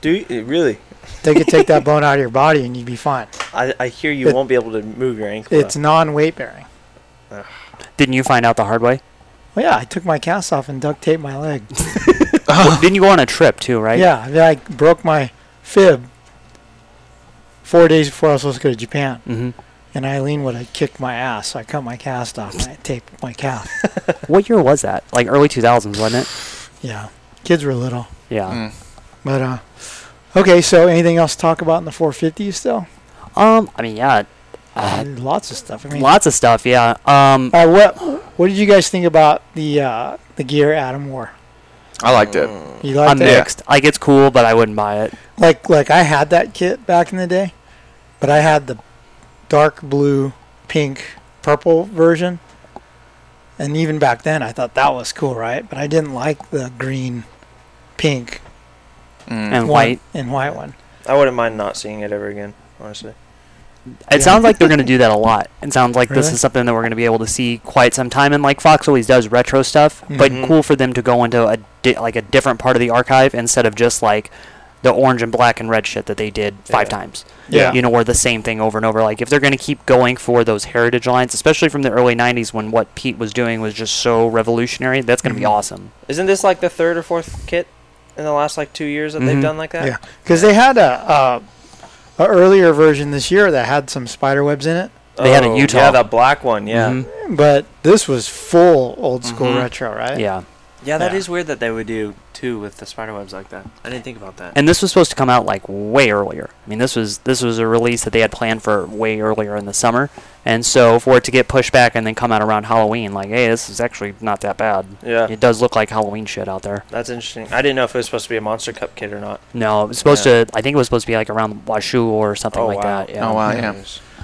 Speaker 4: Do you, eh, really?
Speaker 1: They could take that bone out of your body and you'd be fine.
Speaker 4: I, I hear you
Speaker 1: It-
Speaker 4: won't be able to move your ankle.
Speaker 1: It's non weight bearing.
Speaker 2: Didn't you find out the hard way?
Speaker 1: Well, yeah, I took my cast off and duct taped my leg.
Speaker 2: Well, didn't you go on a trip too, right?
Speaker 1: Yeah, then I broke my fib four days before I was supposed to go to Japan.
Speaker 2: hmm
Speaker 1: And Eileen would have kicked my ass, so I cut my cast off and I taped my calf.
Speaker 2: What year was that? Like early 2000s, wasn't it?
Speaker 1: yeah, kids were little.
Speaker 2: Yeah.
Speaker 3: Mm.
Speaker 1: But, uh, okay, so anything else to talk about in the 450 still?
Speaker 2: Um, I mean, yeah, Uh,
Speaker 1: Lots of stuff. I mean,
Speaker 2: lots of stuff. Yeah. Um,
Speaker 1: All right, what what did you guys think about the uh, the gear Adam wore?
Speaker 3: I liked it.
Speaker 4: Mm.
Speaker 1: You
Speaker 2: I'm
Speaker 1: liked it?
Speaker 3: Yeah.
Speaker 2: mixed. Like it's cool, but I wouldn't buy it.
Speaker 1: Like like I had that kit back in the day, but I had the dark blue, pink, purple version. And even back then, I thought that was cool, right? But I didn't like the green, pink,
Speaker 3: Mm.
Speaker 2: And
Speaker 1: one
Speaker 2: white.
Speaker 1: and white one.
Speaker 4: I wouldn't mind not seeing it ever again, honestly.
Speaker 2: It sounds like they're going to do that a lot. It sounds like this
Speaker 1: Really?
Speaker 2: is something that we're going to be able to see quite some time. And like Fox always does retro stuff, but
Speaker 3: Mhm.
Speaker 2: cool for them to go into a di- like a different part of the archive instead of just like the orange and black and red shit that they did five
Speaker 4: Yeah.
Speaker 2: times.
Speaker 3: Yeah.
Speaker 2: you know, or the same thing over and over. Like if they're going to keep going for those heritage lines, especially from the early '90s when what Pete was doing was just so revolutionary, that's going to be
Speaker 4: Mm-hmm.
Speaker 1: Mhm.
Speaker 2: awesome.
Speaker 4: Isn't this like the third or fourth kit in the last like two years that
Speaker 2: Mhm.
Speaker 4: they've done like that?
Speaker 1: Yeah, because they had a, uh, a earlier version this year that had some spider webs in it,
Speaker 2: They had a
Speaker 3: Oh,
Speaker 2: Utah.
Speaker 4: Yeah, that black one. Yeah.
Speaker 2: Mhm.
Speaker 1: but this was full old school
Speaker 4: Mhm.
Speaker 1: retro, right?
Speaker 2: Mm-hmm. yeah.
Speaker 4: Yeah, that is
Speaker 1: Yeah.
Speaker 4: weird that they would do two with the spider webs like that. I didn't think about that.
Speaker 2: And this was supposed to come out like way earlier. I mean, this was this was a release that they had planned for way earlier in the summer, and so for it to get pushed back and then come out around Halloween, like, hey, this is actually not that bad.
Speaker 4: yeah.
Speaker 2: It does look like Halloween shit out there.
Speaker 4: That's interesting. I didn't know if it was supposed to be a monster cup kit or not.
Speaker 2: No, it was supposed
Speaker 4: Yeah.
Speaker 2: to. I think it was supposed to be like around Washu or something
Speaker 4: Oh,
Speaker 2: like
Speaker 4: wow.
Speaker 2: that. Yeah.
Speaker 3: Oh, wow.
Speaker 1: Yeah.
Speaker 3: yeah.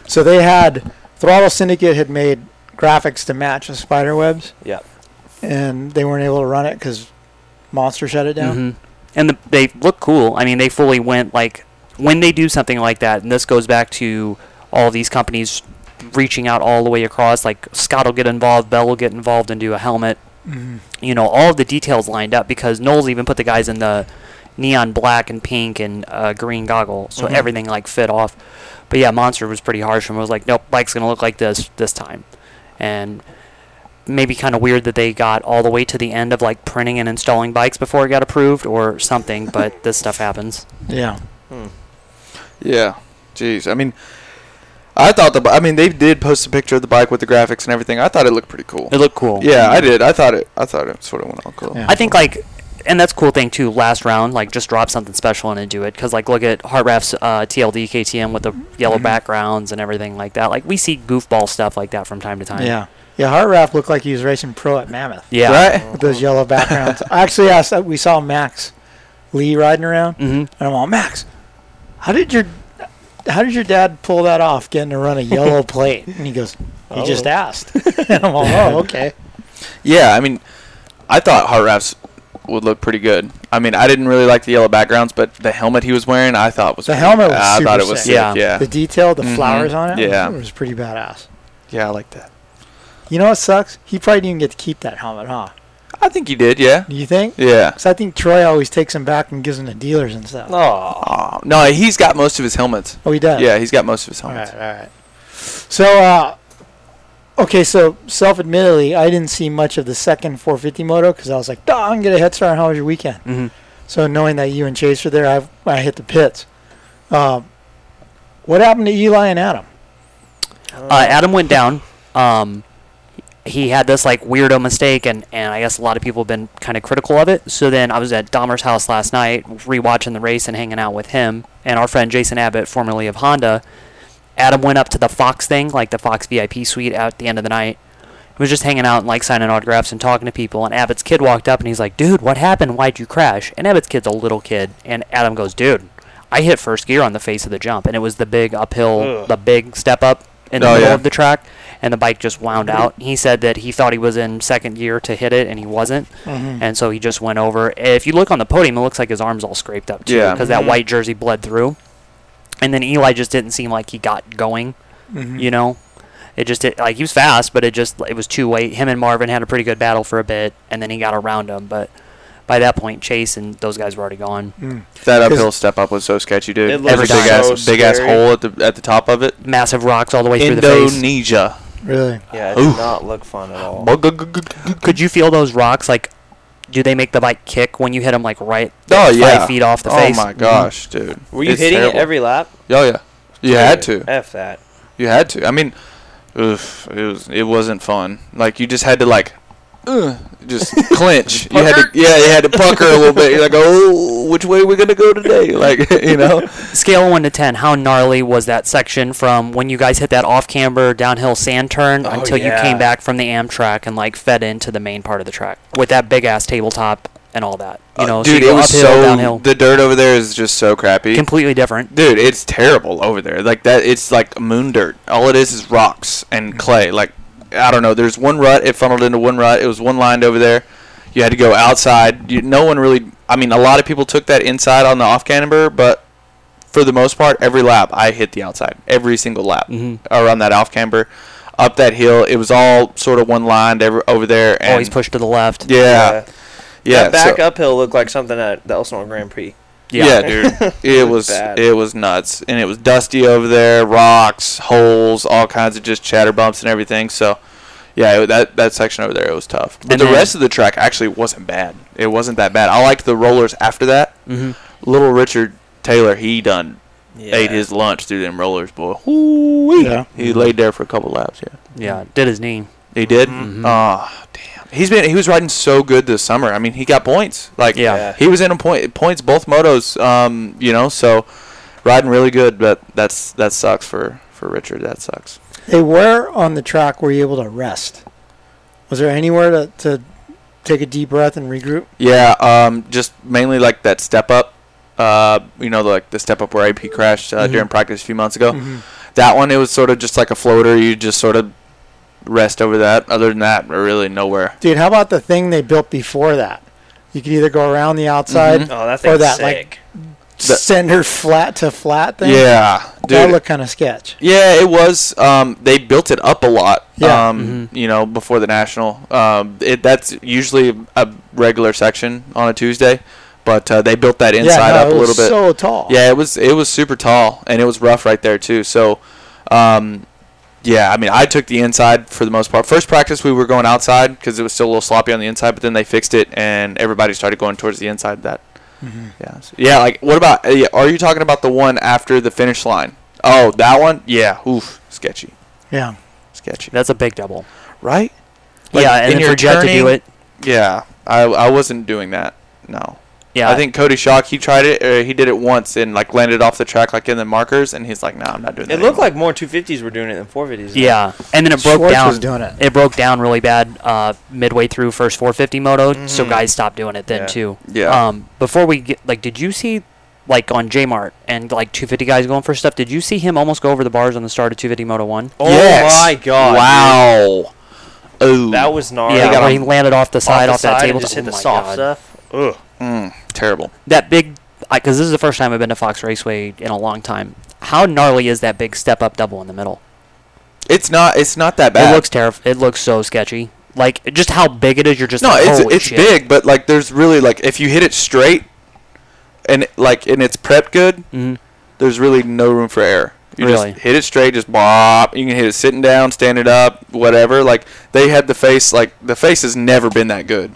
Speaker 1: So they had Throttle Syndicate had made graphics to match the spider webs.
Speaker 4: Yeah.
Speaker 1: And they weren't able to run it because Monster shut it down.
Speaker 2: Mhm. And the, they look cool. I mean, they fully went like when they do something like that, and this goes back to all these companies reaching out all the way across. Like Scott will get involved, Bell will get involved and do a helmet.
Speaker 1: Mhm.
Speaker 2: you know all of the details lined up because Knowles even put the guys in the neon black and pink and uh, green goggle, so
Speaker 1: Mhm.
Speaker 2: everything like fit off. But yeah, Monster was pretty harsh and was like, nope, bike's gonna look like this this time, and maybe kind of weird that they got all the way to the end of like printing and installing bikes before it got approved or something. but this stuff happens.
Speaker 1: Yeah.
Speaker 3: Yeah. Jeez. I mean, I thought the. bi- I mean, they did post a picture of the bike with the graphics and everything. I thought it looked pretty cool.
Speaker 2: It looked cool.
Speaker 3: yeah, I did. I thought it. I thought it sort of went all cool.
Speaker 1: Yeah.
Speaker 2: I think like, and that's a cool thing too. Last round, like just drop something special and then do it. Cause like look at Heartraff's uh, TLD KTM with the yellow
Speaker 1: Mhm.
Speaker 2: backgrounds and everything like that. Like we see goofball stuff like that from time to time.
Speaker 1: Yeah. Yeah. Hart Raff looked like he was racing pro at Mammoth
Speaker 2: Yeah.
Speaker 3: Right.
Speaker 1: with those yellow backgrounds. Actually, I saw, we saw Max Lee riding around,
Speaker 2: hmm
Speaker 1: and I'm all Max. How did your How did your dad pull that off? Getting to run a yellow plate, and he goes, "He
Speaker 4: Oh.
Speaker 1: just asked." and I'm all, "Oh, okay."
Speaker 3: Yeah, I mean, I thought heart wraps would look pretty good. I mean, I didn't really like the yellow backgrounds, but the helmet he was wearing, I thought was
Speaker 1: The
Speaker 3: pretty-
Speaker 1: helmet was
Speaker 3: I
Speaker 1: super
Speaker 3: thought it
Speaker 1: sick.
Speaker 3: was sick.
Speaker 2: Yeah.
Speaker 3: Yeah, yeah,
Speaker 1: The detail, the
Speaker 3: Mhm.
Speaker 1: flowers on it,
Speaker 3: Yeah.
Speaker 1: it was pretty badass.
Speaker 3: I like that.
Speaker 1: You know what sucks? He probably didn't get to keep that helmet, huh?
Speaker 3: I think he did. Yeah,
Speaker 1: Do you think?
Speaker 3: yeah.
Speaker 1: Because I think Troy always takes them back and gives them to dealers and stuff.
Speaker 4: Oh.
Speaker 3: Oh, no, he's got most of his helmets.
Speaker 1: Oh, he does.
Speaker 3: Yeah, he's got most of his
Speaker 1: All
Speaker 3: helmets.
Speaker 1: right, all right. So, uh, okay, so self-admittedly, I didn't see much of the second 450 moto because I was like, "Duh, I'm gonna get a head start. on How was your weekend?
Speaker 2: hmm
Speaker 1: So knowing that you and Chase were there, I I hit the pits. Um, what happened to Eli and Adam?
Speaker 2: Uh, Adam went down. Um, he had this like weirdo mistake, and, and I guess a lot of people have been kind of critical of it. So then I was at Dahmer's house last night, rewatching the race and hanging out with him and our friend Jason Abbott, formerly of Honda. Adam went up to the Fox thing, like the Fox VIP suite, at the end of the night. He was just hanging out and like signing autographs and talking to people. And Abbott's kid walked up and he's like, "Dude, what happened? Why'd you crash?" And Abbott's kid's a little kid, and Adam goes, "Dude, I hit first gear on the face of the jump, and it was the big uphill,
Speaker 4: Ugh.
Speaker 2: the big step up in the
Speaker 3: Oh,
Speaker 2: middle
Speaker 3: yeah.
Speaker 2: of the track, and the bike just wound out. He said that he thought he was in second gear to hit it, and he wasn't,
Speaker 1: Mm-hmm.
Speaker 3: Mm-hmm.
Speaker 2: and so he just went over. If you look on the podium, it looks like his arm's all scraped up too,
Speaker 3: Yeah.
Speaker 2: because
Speaker 4: Mhm.
Speaker 2: that white jersey bled through. And then Eli just didn't seem like he got going.
Speaker 1: Mhm.
Speaker 2: You know, it just it, like he was fast, but it just it was too late. Him and Marvin had a pretty good battle for a bit, and then he got around him, but. By that point, Chase and those guys were already gone.
Speaker 1: Mm.
Speaker 3: That
Speaker 1: 'Cause-
Speaker 3: uphill step up was so sketchy, dude.
Speaker 4: It
Speaker 3: It was a
Speaker 2: looks
Speaker 3: big
Speaker 4: so
Speaker 3: ass, big ass
Speaker 4: scary.
Speaker 3: hole at the at the top of it.
Speaker 2: Massive rocks all the way through the face.
Speaker 3: Indonesia. Oh,
Speaker 1: Really?
Speaker 4: Yeah, it
Speaker 3: Oof.
Speaker 4: did not look fun at all.
Speaker 2: Could you feel those rocks? Like, do they make the bike kick when you hit them like right
Speaker 3: Oh,
Speaker 2: like,
Speaker 3: yeah.
Speaker 2: five feet off the
Speaker 3: oh
Speaker 2: face? Mm-hmm.
Speaker 3: my gosh, dude.
Speaker 4: Were you
Speaker 3: It's
Speaker 4: hitting
Speaker 3: terrible.
Speaker 4: it every lap?
Speaker 3: Oh yeah. You had to.
Speaker 4: Dude, F that.
Speaker 3: You had to. I mean, oof, it was it wasn't fun. Like you just had to like, ugh, just clinch. you had to yeah, you had to pucker a little bit. You're like, oh, which way are we gonna go today? Like you know.
Speaker 2: Scale of one to ten, how gnarly was that section from when you guys hit that off camber downhill sand turn
Speaker 4: Oh,
Speaker 2: until you
Speaker 4: yeah.
Speaker 2: came back from the Amtrak and like fed into the main part of the track with that big ass tabletop and all that? You know, so
Speaker 3: Uh, dude,
Speaker 2: you
Speaker 3: it
Speaker 2: go
Speaker 3: was
Speaker 2: uphill,
Speaker 3: so
Speaker 2: downhill,
Speaker 3: the dirt over there is just so crappy.
Speaker 2: completely different.
Speaker 3: Dude, it's terrible over there. Like that, it's like moon dirt. All it is is rocks and clay. Like I don't know. There's one rut. It funneled into one rut. It was one lined over there. You had to go outside. You, no one really. I mean, a lot of people took that inside on the off camber, but for the most part, every lap I hit the outside, every single lap
Speaker 2: Mhm.
Speaker 3: around that off camber, up that hill. It was all sort of one lined ever, over there. And
Speaker 2: Always pushed to the left.
Speaker 3: Yeah, yeah.
Speaker 4: that back
Speaker 3: so-
Speaker 4: uphill looked like something at the Elsinore Grand Prix.
Speaker 3: Yeah, dude. It was
Speaker 4: Bad.
Speaker 3: it was nuts, and it was dusty over there, rocks, holes, all kinds of just chatter bumps and everything. So, yeah, it, that that section over there it was tough. But
Speaker 2: And
Speaker 3: the
Speaker 2: then-
Speaker 3: rest of the track actually wasn't bad. It wasn't that bad. I liked the rollers after that.
Speaker 2: Mhm.
Speaker 3: Little Richard Taylor, he done
Speaker 4: Yeah.
Speaker 3: ate his lunch through them rollers, boy.
Speaker 1: Yeah.
Speaker 3: He laid there for a couple laps. Yeah,
Speaker 2: Yeah, did his knee.
Speaker 3: he did.
Speaker 2: Mhm.
Speaker 3: Ah, damn. He's been he was riding so good this summer. I mean, he got points. Like
Speaker 2: Yeah.
Speaker 4: Yeah.
Speaker 3: he was in a point points both motos. Um, you know, so riding really good, but that's that sucks for for Richard. That sucks.
Speaker 1: Hey, where on the track were you able to rest? Was there anywhere to, to take a deep breath and regroup?
Speaker 3: Yeah. Um, just mainly like that step up. Uh, you know, like the step up where AP crashed uh,
Speaker 1: Mhm.
Speaker 3: during practice a few months
Speaker 1: Mm-hmm.
Speaker 3: ago. That one, it was sort of just like a floater. You just sort of rest over that. Other than that, really nowhere.
Speaker 1: Dude, how about the thing they built before that? You could either go around the outside,
Speaker 3: Mhm.
Speaker 4: Oh, that thing's
Speaker 1: that, like,
Speaker 4: sick.
Speaker 3: The-
Speaker 1: send her flat to flat thing.
Speaker 3: Yeah, dude.
Speaker 1: that looked kind of sketch.
Speaker 3: Yeah, it was. Um, they built it up a lot.
Speaker 1: Yeah. Mm-hmm.
Speaker 3: Um, You know, before the national. Um, it, that's usually a regular section on a Tuesday, but uh, they built that inside
Speaker 1: yeah, no,
Speaker 3: up
Speaker 1: it
Speaker 3: a little
Speaker 1: was
Speaker 3: bit.
Speaker 1: So tall.
Speaker 3: yeah, it was. It was super tall, and it was rough right there too. So, um, yeah, I mean, I took the inside for the most part. First practice, we were going outside because it was still a little sloppy on the inside, but then they fixed it, and everybody started going towards the inside. That.
Speaker 4: Mm-hmm.
Speaker 3: Yeah. so- yeah. Like, what about? uh, Yeah, are you talking about the one after the finish line? Oh, that one. Yeah. Oof. Sketchy.
Speaker 1: Yeah.
Speaker 3: Sketchy.
Speaker 2: That's a big double.
Speaker 3: Right.
Speaker 2: yeah, and, then
Speaker 3: you're
Speaker 2: for Jet to do
Speaker 3: turning-
Speaker 2: it.
Speaker 3: Yeah. I I wasn't doing that. No.
Speaker 2: Yeah,
Speaker 3: I think Cody Shock he tried it. Or he did it once and like landed off the track like in the markers, and he's like, "No, I'm not doing that."
Speaker 4: It looked
Speaker 3: anymore."
Speaker 4: like more 250s were doing it than 450s.
Speaker 2: Yeah, and then it broke
Speaker 1: Schwartz
Speaker 2: down.
Speaker 1: was doing it.
Speaker 2: It broke down really bad uh, midway through first 450 moto, so
Speaker 4: Mhm.
Speaker 2: guys stopped doing it then
Speaker 4: Yeah.
Speaker 2: too.
Speaker 3: Yeah.
Speaker 2: Um, before we get like, did you see like on J Mart and like 250 guys going for stuff? Did you see him almost go over the bars on the start of 250 Moto One?
Speaker 4: Oh
Speaker 3: Yes.
Speaker 4: my god.
Speaker 3: Wow. Oh.
Speaker 4: dude. That was gnarly.
Speaker 2: yeah,
Speaker 3: got
Speaker 2: where
Speaker 3: on-
Speaker 2: he landed off the side off, that
Speaker 4: side
Speaker 2: table.
Speaker 4: and Just
Speaker 2: oh
Speaker 4: hit the
Speaker 2: my
Speaker 4: soft
Speaker 2: God.
Speaker 4: stuff. Ugh.
Speaker 3: Mm, terrible.
Speaker 2: That big, because this is the first time I've been to Fox Raceway in a long time. How gnarly is that big step up double in the middle?
Speaker 3: It's not. It's not that bad.
Speaker 2: It looks terrif. It looks so sketchy. Like just how big it is. You're just
Speaker 3: No,
Speaker 2: like,
Speaker 3: it's
Speaker 2: "Holy
Speaker 3: it's
Speaker 2: shit."
Speaker 3: big, but like there's really like if you hit it straight, and it- like and it's prepped good,
Speaker 2: Mhm.
Speaker 3: there's really no room for error. You
Speaker 2: Really?
Speaker 3: just hit it straight, just bop. You can hit it sitting down, standing up, whatever. Like they had the face, like the face has never been that good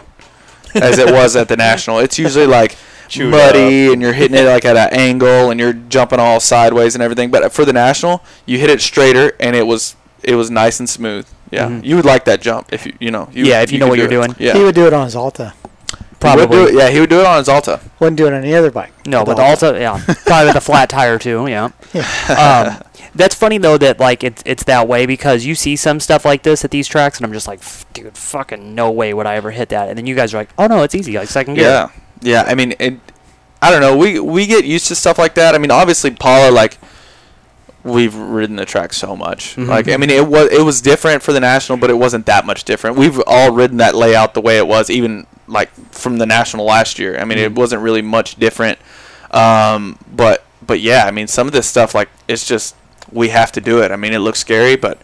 Speaker 3: as it was at the national. It's usually like
Speaker 4: Chewed
Speaker 3: muddy, and you're hitting it like at an angle, and you're jumping all sideways and everything. But for the national, you hit it straighter, and it was it was nice and smooth. Yeah,
Speaker 2: Mhm.
Speaker 3: you would like that jump if you you know you,
Speaker 2: Yeah, if you know
Speaker 3: could
Speaker 2: what
Speaker 3: do
Speaker 2: you're
Speaker 3: it.
Speaker 2: doing.
Speaker 3: Yeah,
Speaker 1: He would do it on his Alta.
Speaker 3: he would
Speaker 2: Probably.
Speaker 3: do it, yeah, he would do it on his Alta.
Speaker 1: Wouldn't do it on any other bike.
Speaker 2: No, but the Alta, yeah, probably with a flat tire too. Yeah, um, that's funny though that like it's it's that way because you see some stuff like this at these tracks, and I'm just like, "F- dude, fucking no way would I ever hit that. And then you guys are like, oh no, it's easy, like second gear.
Speaker 3: Yeah, yeah. I mean, it, I don't know. We we get used to stuff like that. I mean, obviously, Paula like we've ridden the track so much.
Speaker 2: Mhm.
Speaker 3: Like, I mean, it was it was different for the national, but it wasn't that much different. We've all ridden that layout the way it was, even like from the national last year. I mean, it wasn't really much different. Um, but but yeah, I mean, some of this stuff like it's just we have to do it. I mean, it looks scary, but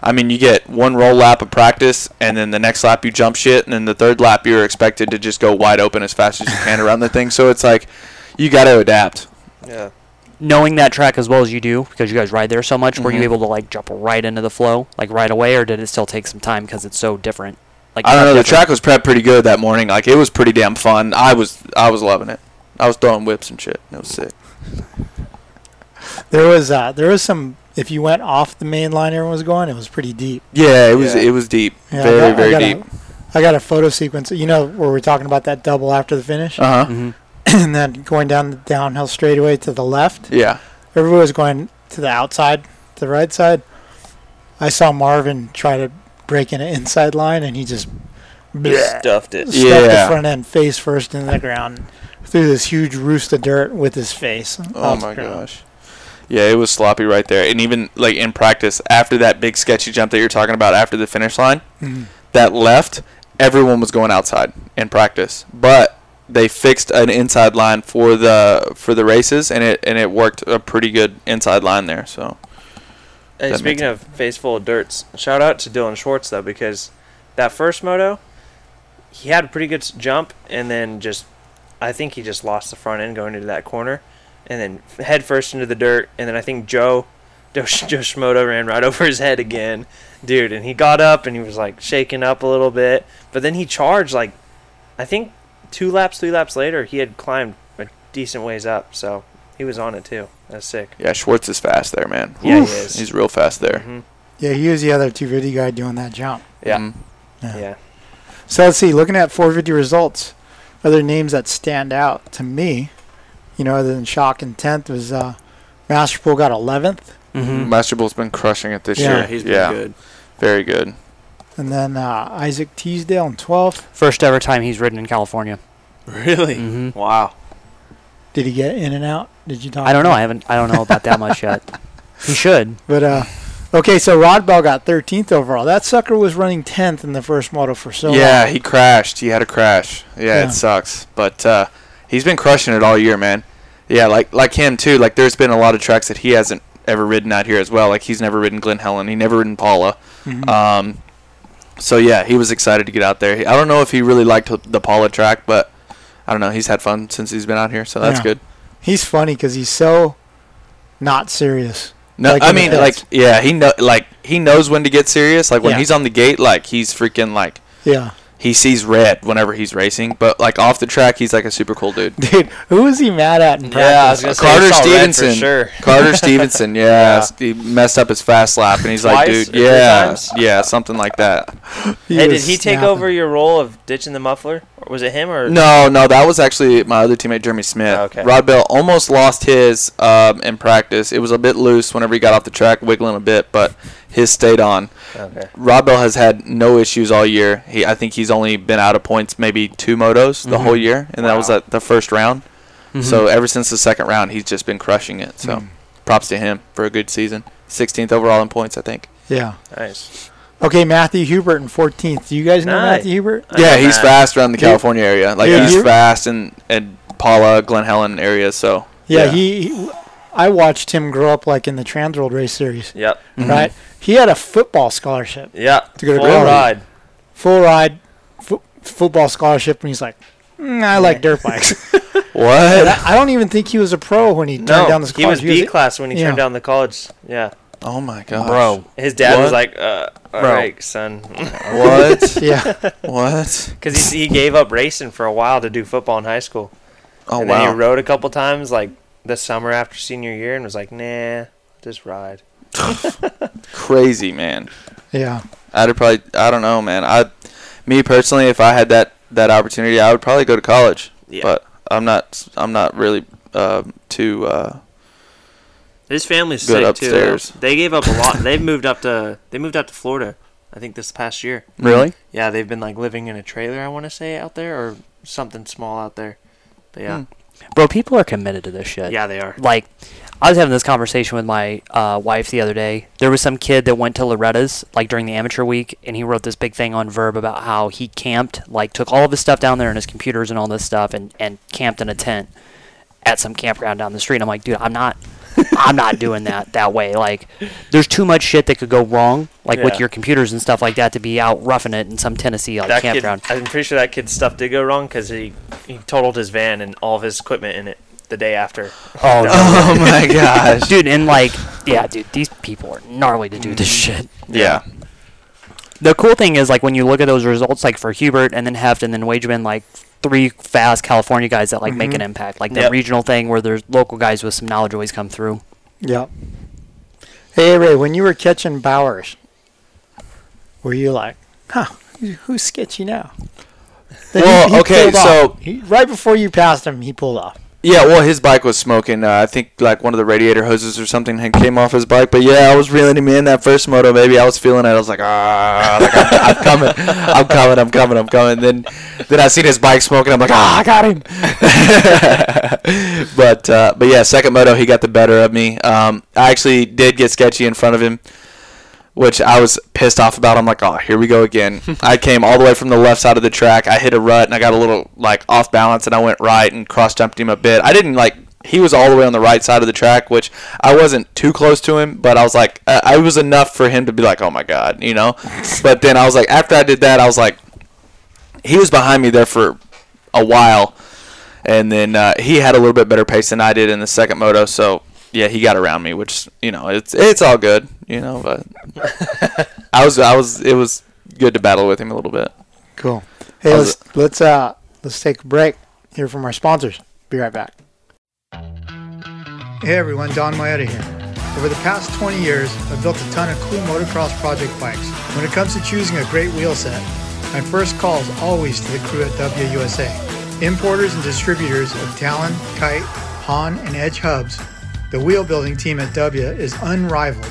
Speaker 3: I mean, you get one roll lap of practice, and then the next lap you jump shit, and then the third lap you're expected to just go wide open as fast as you can around the thing. So it's like you got to adapt.
Speaker 4: Yeah.
Speaker 2: Knowing that track as well as you do because you guys ride there so much, were you
Speaker 3: Mhm.
Speaker 2: able to like jump right into the flow like right away, or did it still take some time because it's so different? Like
Speaker 3: I don't know. The
Speaker 2: different-
Speaker 3: track was prepped pretty good that morning. Like it was pretty damn fun. I was I was loving it. I was throwing whips and shit. It was sick.
Speaker 1: There was uh, there was some. If you went off the main line, everyone was going. It was pretty deep.
Speaker 3: Yeah, it was
Speaker 4: Yeah.
Speaker 3: it was deep.
Speaker 1: Yeah, I
Speaker 3: very
Speaker 1: got- I
Speaker 3: very
Speaker 1: got
Speaker 3: deep.
Speaker 1: A, I got a photo sequence. You know where we're talking about that double after the finish,
Speaker 3: Uh huh.
Speaker 2: Mhm.
Speaker 1: and then going down the downhill straightaway to the left.
Speaker 3: Yeah.
Speaker 1: Everybody was going to the outside, to the right side. I saw Marvin try to break in an inside line, and he just bleh,
Speaker 4: Stuffed it.
Speaker 1: stuck
Speaker 3: Yeah.
Speaker 1: the front end face first into the ground through this huge roost of dirt with his face.
Speaker 3: Oh
Speaker 1: off the
Speaker 3: my
Speaker 1: ground.
Speaker 3: gosh. Yeah, it was sloppy right there. And even like in practice, after that big sketchy jump that you're talking about after the finish line,
Speaker 1: Mhm.
Speaker 3: that left, everyone was going outside in practice. But they fixed an inside line for the for the races, and it and it worked a pretty good inside line there. So
Speaker 4: Hey,
Speaker 3: That
Speaker 4: speaking of face full of dirts, shout out to Dylan Schwartz though because that first moto, he had a pretty good s- jump and then just, I think he just lost the front end going into that corner, and then f- head first into the dirt, and then I think Joe, Joe, Sh- Joe Schmodo ran right over his head again, dude, and he got up and he was like shaking up a little bit, but then he charged like, I think two laps, three laps later, he had climbed a decent ways up, so he was on it too. That's sick.
Speaker 3: yeah, Schwartz is fast there, man.
Speaker 4: Yeah, he
Speaker 3: Oof,
Speaker 4: is.
Speaker 3: He's real fast there.
Speaker 4: hmm
Speaker 1: Yeah, he was the other 250 guy doing that jump.
Speaker 4: Yeah.
Speaker 3: Mhm.
Speaker 4: Yeah.
Speaker 1: So let's see, looking at 450 results, other names that stand out to me, you know, other than Shock and 10th, was uh, Masterpool got 11th.
Speaker 2: Mm-hmm.
Speaker 3: Master Bull's been crushing it this
Speaker 1: Yeah.
Speaker 3: year.
Speaker 1: Yeah,
Speaker 5: he's been
Speaker 3: yeah,
Speaker 5: good.
Speaker 3: very good.
Speaker 1: And then uh, Isaac Teasdale in 12th.
Speaker 2: First ever time he's ridden in California.
Speaker 5: Really?
Speaker 2: Mhm.
Speaker 5: Wow.
Speaker 1: Did he get in and out? Did you talk?
Speaker 2: I don't know.
Speaker 1: about
Speaker 2: I haven't. I don't know about that much yet. He should.
Speaker 1: But uh, okay, so Rod Bell got 13th overall. That sucker was running 10th in the first moto for so
Speaker 3: yeah,
Speaker 1: long.
Speaker 3: he crashed. He had a crash. Yeah,
Speaker 1: Yeah.
Speaker 3: it sucks, but uh, he's been crushing it all year, man. Yeah, like like him too. Like there's been a lot of tracks that he hasn't ever ridden out here as well. Like he's never ridden Glen Helen. He never ridden Paula.
Speaker 1: Mhm.
Speaker 3: Um, so yeah, he was excited to get out there. He- I don't know if he really liked the Paula track, but I don't know. He's had fun since he's been out here, so that's
Speaker 1: Yeah.
Speaker 3: good.
Speaker 1: He's funny because he's so not serious.
Speaker 3: No,
Speaker 1: Like
Speaker 3: I
Speaker 1: in the
Speaker 3: mean,
Speaker 1: pits.
Speaker 3: like, yeah, he know, like, he knows when to get serious. Like when
Speaker 1: Yeah.
Speaker 3: he's on the gate, like he's freaking like
Speaker 1: Yeah.
Speaker 3: he sees red whenever he's racing. But like off the track, he's like a super cool dude.
Speaker 1: Dude, who was he mad at in practice?
Speaker 4: I was gonna say,
Speaker 3: Carter
Speaker 4: it's all red for
Speaker 3: Stevenson.
Speaker 4: sure.
Speaker 3: Carter Stevenson, yeah, s- he messed up his fast lap, and he's like,
Speaker 4: Twice
Speaker 3: dude,
Speaker 4: or three
Speaker 3: yeah,
Speaker 4: times?
Speaker 3: yeah, something like that.
Speaker 4: hey, did
Speaker 1: was
Speaker 4: he take
Speaker 1: snapping.
Speaker 4: over your role of ditching the muffler? Or was it him or
Speaker 3: No, no, that was actually my other teammate, Jeremy Smith.
Speaker 4: Oh, okay.
Speaker 3: Rod Bell almost lost his um, in practice. It was a bit loose whenever he got off the track, wiggling a bit, but his stayed on.
Speaker 4: Okay.
Speaker 3: Rod Bell has had no issues all year. He, I think he's only been out of points maybe two motos the
Speaker 2: Mhm.
Speaker 1: Mm-hmm.
Speaker 3: whole year, and that was
Speaker 4: Wow.
Speaker 3: at the first round.
Speaker 2: Mhm.
Speaker 3: So ever since the second round, he's just been crushing it. So
Speaker 4: Mm.
Speaker 3: props to him for a good season. 16th overall in points, I think.
Speaker 1: Yeah.
Speaker 4: Nice.
Speaker 1: Okay, Matthew Hubert in 14th. Do you guys know
Speaker 4: Nice.
Speaker 1: Matthew Hubert?
Speaker 4: I
Speaker 3: Yeah,
Speaker 4: know
Speaker 3: he's
Speaker 4: that.
Speaker 3: fast around the
Speaker 1: Dude-
Speaker 3: California area. Like
Speaker 1: Dude,
Speaker 3: he's
Speaker 1: you-
Speaker 3: fast in and Paula, Glen Helen area. So
Speaker 1: Yeah, He, he. I watched him grow up like in the Trans World Race Series,
Speaker 4: Yep.
Speaker 1: right? He had a football scholarship,
Speaker 4: Yep.
Speaker 1: To go to
Speaker 4: Full
Speaker 1: college.
Speaker 4: ride.
Speaker 1: full ride, fo- football scholarship, and he's like, "Mm, I like dirt bikes.
Speaker 3: what?
Speaker 1: And I I don't even think he was a pro when he turned
Speaker 4: No,
Speaker 1: down this
Speaker 4: he was
Speaker 1: college.
Speaker 4: B class when he
Speaker 1: Yeah.
Speaker 4: turned down the college. Yeah.
Speaker 3: Oh my god,
Speaker 2: Bro,
Speaker 4: His dad
Speaker 3: What?
Speaker 4: was like, uh, all
Speaker 2: Bro.
Speaker 4: right, son.
Speaker 3: What?
Speaker 1: yeah,
Speaker 3: what?
Speaker 4: Because he, he gave up racing for a while to do football in high school.
Speaker 3: Oh
Speaker 4: and then he
Speaker 3: wow.
Speaker 4: rode a couple times, like, the summer after senior year and was like, nah, just ride.
Speaker 3: Crazy man.
Speaker 1: yeah.
Speaker 3: I'd probably I don't know, man. I me personally if I had that that opportunity, I would probably go to college.
Speaker 4: Yeah.
Speaker 3: But I'm not I'm not really uh, too uh,
Speaker 4: His family's
Speaker 3: Good
Speaker 4: sick
Speaker 3: upstairs.
Speaker 4: too. They gave up a lot. They've moved up to they moved out to Florida. I think this past year.
Speaker 2: really?
Speaker 4: Yeah, they've been like living in a trailer. I want to say out there or something small out there. But yeah,
Speaker 2: Bro, people are committed to this shit.
Speaker 4: yeah, they are.
Speaker 2: like I was having this conversation with my uh, wife the other day. There was some kid that went to Loretta's like during the amateur week, and he wrote this big thing on Verb about how he camped, like took all of his stuff down there and his computers and all this stuff, and and camped in a tent at some campground down the street. I'm like, dude, I'm not, I'm not doing that that way. Like, there's too much shit that could go wrong, like
Speaker 4: Yeah.
Speaker 2: with your computers and stuff like that, to be out roughing it in some Tennessee like
Speaker 4: That kid,
Speaker 2: campground.
Speaker 4: I'm pretty sure that kid's stuff did go wrong because he he totaled his van and all of his equipment in it the day after.
Speaker 2: Oh, no.
Speaker 3: Oh my gosh.
Speaker 2: dude, and like, yeah, dude, these people are gnarly to do this shit.
Speaker 3: Yeah.
Speaker 2: the cool thing is like when you look at those results like for Hubert and then Heft and then Wageman like three fast California guys that like make an impact like the
Speaker 4: Yep.
Speaker 2: regional thing where there's local guys with some knowledge always come through
Speaker 1: Yeah. Hey Ray, when you were catching Bowers, were you like, huh, who- who's sketchy now? Then
Speaker 3: Well, okay,
Speaker 1: pulled off.
Speaker 3: so-
Speaker 1: He- right before you passed him, he pulled off.
Speaker 3: Yeah, well, his bike was smoking. Uh, I think like one of the radiator hoses or something had came off his bike. But yeah, I was reeling him in that first moto. Maybe I was feeling it. I was like, ah, like, I'm, I'm coming, I'm coming, I'm coming, I'm coming. Then, then I seen his bike smoking. I'm like, ah, I got him. but uh, but yeah, second moto he got the better of me. Um, I actually did get sketchy in front of him which I was pissed off about. I'm like, oh, here we go again. I came all the way from the left side of the track. I hit a rut and I got a little like off balance and I went right and cross jumped him a bit. I didn't like. He was all the way on the right side of the track, which I wasn't too close to him, but I was like, uh, I was enough for him to be like, oh my god, you know. but then I was like, after I did that, I was like, he was behind me there for a while, and then uh, he had a little bit better pace than I did in the second moto. So yeah, he got around me, which you know it's it's all good, you know. But I was I was it was good to battle with him a little bit.
Speaker 1: Cool. Hey,
Speaker 3: How's
Speaker 1: let's let's uh let's take a break. Hear from our sponsors. Be right back. Hey everyone, Don Maeda here. Over the past 20 years, I've built a ton of cool motocross project bikes. When it comes to choosing a great wheel set, my first call is always to the crew at WUSA. Importers and distributors of Talon, Kite, Hahn, and Edge hubs, the wheel building team at W is unrivaled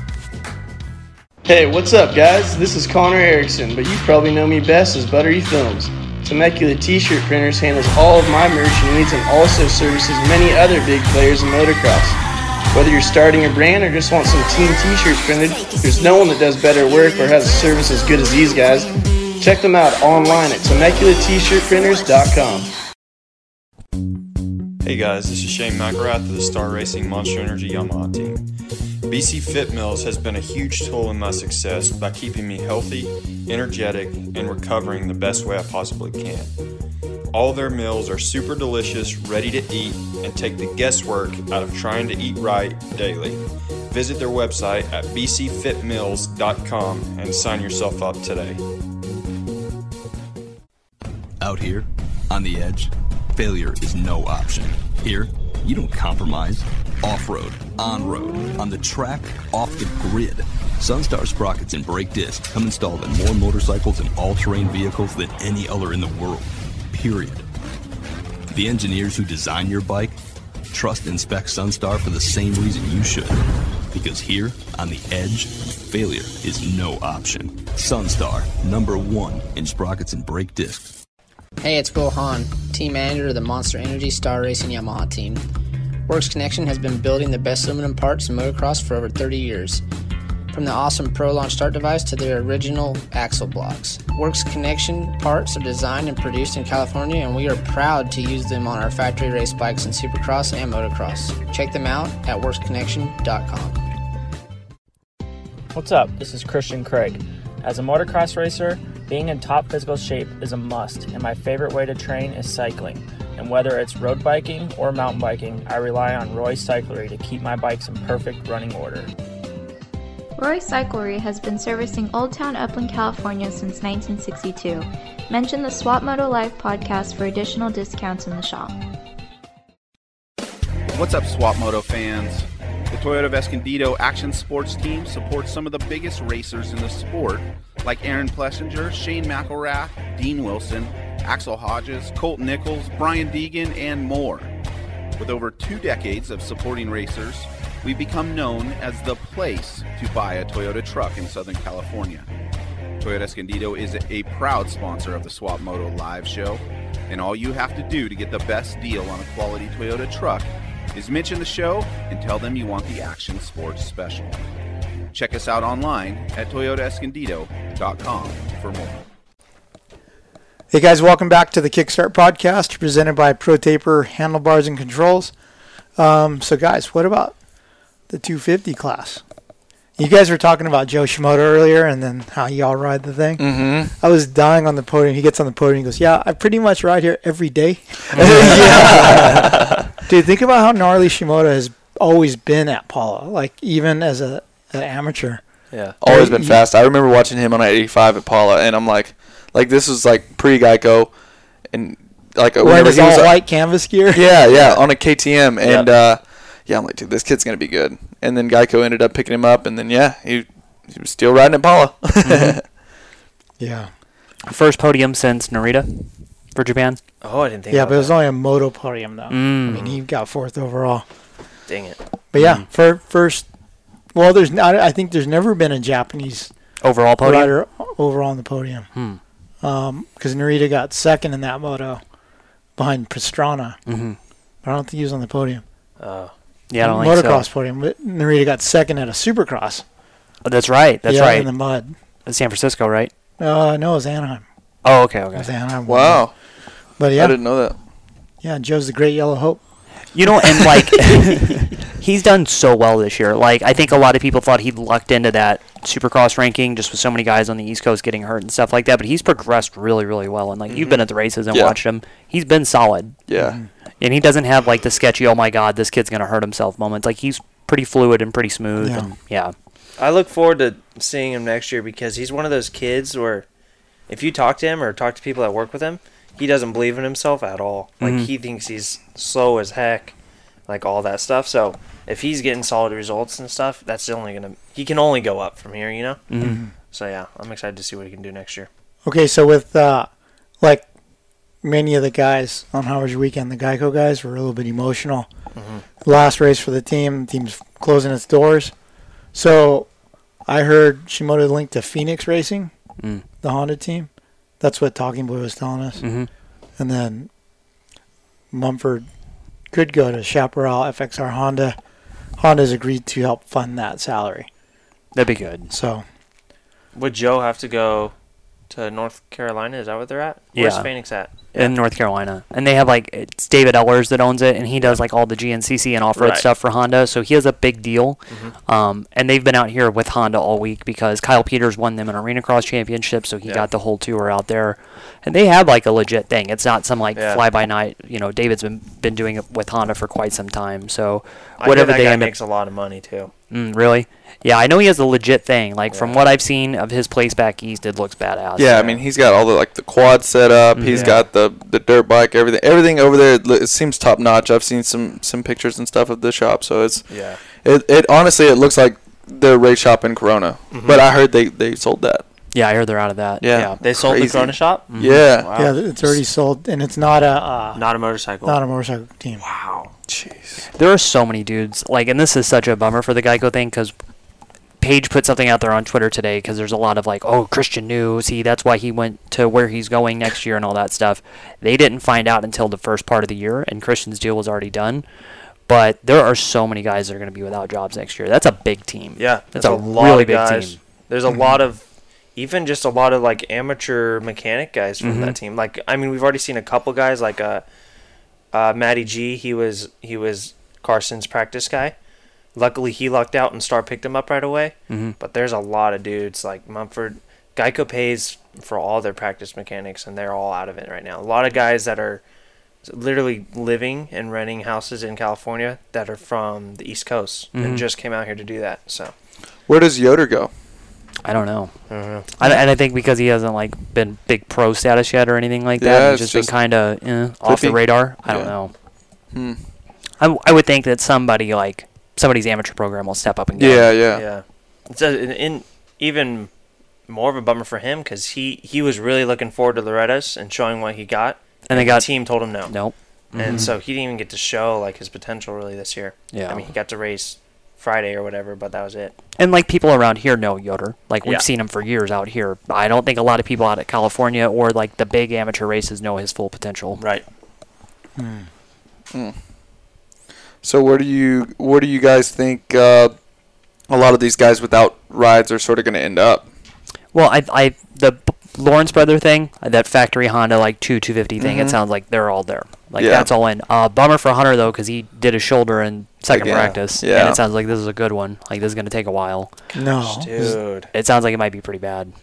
Speaker 5: Hey, what's up, guys? This is Connor Erickson, but you probably know me best as Buttery Films. Temecula T-shirt printers handles all of my merch needs and also services many other big players in motocross. Whether you're starting a brand or just want some team T-shirts printed, there's no one that does better work or has a service as good as these guys. Check them out online at TemeculaT-shirtprinters.com.
Speaker 6: Hey guys, this is Shane McGrath of the Star Racing Monster Energy Yamaha team. BC Fit Mills has been a huge tool in my success by keeping me healthy, energetic, and recovering the best way I possibly can. All their meals are super delicious, ready to eat, and take the guesswork out of trying to eat right daily. Visit their website at bcfitmills.com and sign yourself up today.
Speaker 7: Out here, on the edge, failure is no option. Here, you don't compromise. Off road, on road, on the track, off the grid. Sunstar sprockets and brake discs come installed in more motorcycles and all terrain vehicles than any other in the world. Period. The engineers who design your bike trust and spec Sunstar for the same reason you should. Because here, on the edge, failure is no option. Sunstar, number one in sprockets and brake discs.
Speaker 8: Hey, it's Will Hahn, team manager of the Monster Energy Star Racing Yamaha team. Works Connection has been building the best aluminum parts in motocross for over 30 years. From the awesome Pro Launch start device to their original axle blocks. Works Connection parts are designed and produced in California, and we are proud to use them on our factory race bikes in supercross and motocross. Check them out at worksconnection.com.
Speaker 9: What's up? This is Christian Craig. As a motocross racer, being in top physical shape is a must, and my favorite way to train is cycling. And whether it's road biking or mountain biking, I rely on Roy Cyclery to keep my bikes in perfect running order.
Speaker 10: Roy Cyclery has been servicing Old Town Upland, California since 1962. Mention the Swap Moto Live podcast for additional discounts in the shop.
Speaker 11: What's up, Swap Moto fans? The Toyota of Escondido Action Sports team supports some of the biggest racers in the sport, like Aaron Plessinger, Shane McElrath, Dean Wilson, Axel Hodges, Colt Nichols, Brian Deegan, and more. With over two decades of supporting racers, we've become known as the place to buy a Toyota truck in Southern California. Toyota Escondido is a proud sponsor of the Swap Moto Live Show, and all you have to do to get the best deal on a quality Toyota truck is mention the show and tell them you want the Action Sports Special. Check us out online at toyotaescondido.com for more.
Speaker 1: Hey guys, welcome back to the Kickstart Podcast presented by Pro Taper Handlebars and Controls. Um, so, guys, what about the 250 class? You guys were talking about Joe Shimoda earlier and then how y'all ride the thing. Mm-hmm. I was dying on the podium. He gets on the podium and goes, Yeah, I pretty much ride here every day. Dude, think about how gnarly Shimoda has always been at Paula, like even as a, an amateur.
Speaker 3: Yeah, always been
Speaker 1: you-
Speaker 3: fast. I remember watching him on an 85 at Paula, and I'm like, like this was like pre Geico, and like
Speaker 1: Wearing
Speaker 3: whenever
Speaker 1: his
Speaker 3: he was
Speaker 1: all
Speaker 3: up-
Speaker 1: white canvas gear.
Speaker 3: Yeah, yeah, on a KTM, and uh, yeah, I'm like, dude, this kid's gonna be good. And then Geico ended up picking him up, and then yeah, he he was still riding at Paula.
Speaker 1: Yeah.
Speaker 2: First podium since Narita for Japan.
Speaker 4: Oh, I didn't think.
Speaker 1: Yeah,
Speaker 4: about
Speaker 1: but it was
Speaker 4: that.
Speaker 1: only a moto podium though. I
Speaker 2: Mm.
Speaker 1: mean, he got fourth overall.
Speaker 4: Dang it.
Speaker 1: But yeah, for first, well, there's not. I think there's never been a Japanese
Speaker 2: Overall podium.
Speaker 1: rider overall on the podium.
Speaker 2: Hmm.
Speaker 1: Because Narita got second in that moto behind Pastrana.
Speaker 2: Mm-hmm.
Speaker 1: But I don't think he was on the podium.
Speaker 4: Oh,
Speaker 2: Yeah, I don't think
Speaker 1: Motocross
Speaker 2: so.
Speaker 1: podium. But Narita got second at a Supercross.
Speaker 2: Oh, That's right. That's
Speaker 1: yeah,
Speaker 2: right.
Speaker 1: In the mud.
Speaker 2: That's San Francisco, right?
Speaker 1: Uh, no, it was Anaheim.
Speaker 2: Oh, okay,
Speaker 1: It was
Speaker 2: okay.
Speaker 1: Anaheim.
Speaker 3: Wow.
Speaker 1: But
Speaker 3: I
Speaker 1: yeah,
Speaker 3: didn't know that.
Speaker 1: yeah, Joe's the Great Yellow Hope.
Speaker 2: You know, and like he's done so well this year. Like I think a lot of people thought he lucked into that Supercross ranking just with so many guys on the East Coast getting hurt and stuff like that. But he's progressed really, really well. And like you've been at the races and
Speaker 3: Yeah.
Speaker 2: watched him, he's been solid.
Speaker 3: Yeah.
Speaker 2: And he doesn't have like the sketchy "Oh my God, this kid's gonna hurt himself" moments. Like he's pretty fluid and pretty smooth.
Speaker 1: Yeah.
Speaker 2: And yeah.
Speaker 4: I look forward to seeing him next year because he's one of those kids where, if you talk to him or talk to people that work with him, he doesn't believe in himself at all. Like
Speaker 2: Mm-hmm.
Speaker 4: he thinks he's slow as heck, like all that stuff. So if he's getting solid results and stuff, that's only gonna he can only go up from here, you know. Mm-hmm. So yeah, I'm excited to see what he can do next year.
Speaker 1: Okay, so with uh, like many of the guys on Howard's weekend, the Geico guys were a little bit emotional. Last race for the team, team's closing its doors. So I heard Shimoda linked to Phoenix Racing,
Speaker 2: Mm.
Speaker 1: the Honda team. That's what Talking Boy was telling us.
Speaker 2: Mhm.
Speaker 1: And then Mumford could go to Chaparral FXR Honda. Honda's agreed to help fund that salary.
Speaker 2: That'd be good.
Speaker 1: So
Speaker 4: Would Joe have to go to North Carolina? Is that what they're at? Where's
Speaker 2: Yeah.
Speaker 4: Phoenix at?
Speaker 2: in North Carolina, and they have like it's David Ellers that owns it, and he does like all the GNCC and off-road
Speaker 4: Right. Mm-hmm.
Speaker 2: stuff for Honda. So he has a big deal, um, and they've been out here with Honda all week because Kyle Peters won them an Arena Cross Championship, so he
Speaker 4: Yeah.
Speaker 2: got the whole tour out there, and they have like a legit thing. It's not some like
Speaker 4: Yeah.
Speaker 2: fly-by-night. You know, David's been been doing it with Honda for quite some time, so
Speaker 4: I hear
Speaker 2: whatever
Speaker 4: that
Speaker 2: they
Speaker 4: guy
Speaker 2: end up
Speaker 4: makes a lot of money too.
Speaker 2: Mm, really? Yeah, I know he has a legit thing. Like from what I've seen of his place back east, it looks badass.
Speaker 3: Yeah, I mean he's got all the like the quad set up. He's got the the dirt bike, everything. Everything over there it, lo- it seems top notch. I've seen some some pictures and stuff of the shop, so it's
Speaker 4: Yeah.
Speaker 3: It it honestly it looks like the race shop in Corona, but I heard they they sold that.
Speaker 2: yeah, I heard they're out of that.
Speaker 3: Yeah.
Speaker 2: yeah.
Speaker 4: They sold
Speaker 3: Crazy.
Speaker 4: the Corona shop.
Speaker 2: Mm.
Speaker 3: Yeah.
Speaker 4: Wow.
Speaker 1: yeah, it's already sold, and it's not a uh,
Speaker 4: Not a motorcycle.
Speaker 1: not a motorcycle team.
Speaker 4: wow.
Speaker 2: there are so many dudes like and this is such a bummer for the geico thing because paige put something out there on twitter today because there's a lot of like oh christian news he that's why he went to where he's going next year and all that stuff they didn't find out until the first part of the year and christian's deal was already done but there are so many guys that are going to be without jobs next year that's a big team
Speaker 4: Yeah,
Speaker 2: that's, a, really big team Mm-hmm.
Speaker 4: There's a lot of even just a lot of like amateur mechanic guys from
Speaker 2: Mm-hmm.
Speaker 4: that team. Like I mean, we've already seen a couple guys like uh, uh Matty G. He was he was Carson's practice guy. Luckily, he lucked out and Star picked him up right away.
Speaker 2: Mm-hmm.
Speaker 4: But there's a lot of dudes like Mumford. Geico pays for all their practice mechanics, and they're all out of it right now. A lot of guys that are literally living and renting houses in California that are from the East Coast
Speaker 2: Mm-hmm.
Speaker 4: and just came out here to do that. So
Speaker 3: Where does Yoder go?
Speaker 2: i don't know
Speaker 4: I don't know.
Speaker 3: Mm-hmm.
Speaker 2: I, and i think because he hasn't like been big pro status yet or anything like that
Speaker 3: Yeah,
Speaker 2: he's
Speaker 3: it's
Speaker 2: just,
Speaker 3: just
Speaker 2: been kind of eh, off the
Speaker 3: clippy.
Speaker 2: radar i don't
Speaker 3: Yeah.
Speaker 2: know
Speaker 3: Hmm.
Speaker 2: I, w- I would think that somebody like somebody's amateur program will step up and go.
Speaker 3: Yeah, yeah.
Speaker 4: Yeah, it's a, in, in even more of a bummer for him because he he was really looking forward to Loretta's and showing what he got,
Speaker 2: And they got
Speaker 4: the team told him no,
Speaker 2: nope.
Speaker 4: and so he didn't even get to show like his potential really this year.
Speaker 2: Yeah.
Speaker 4: I mean he got to race Friday or whatever, but that was it.
Speaker 2: And like people around here know Yoder. Like we've
Speaker 4: Yeah.
Speaker 2: seen him for years out here. I don't think a lot of people out at California or like the big amateur races know his full potential.
Speaker 4: Right.
Speaker 3: So where do you where do you guys think uh, a lot of these guys without rides are sort of going to end up?
Speaker 2: Well, I I the B- Lawrence brother thing, uh, that factory Honda like two two fifty thing. It sounds like they're all there. Like
Speaker 3: Mm-hmm. Yeah.
Speaker 2: that's all in. Uh, bummer for Hunter though, because he did a shoulder in second
Speaker 3: Again.
Speaker 2: practice, and
Speaker 3: Yeah.
Speaker 2: it sounds like this is a good one. Like this is gonna take a while.
Speaker 1: No,
Speaker 4: Dude.
Speaker 2: It sounds like it might be pretty bad.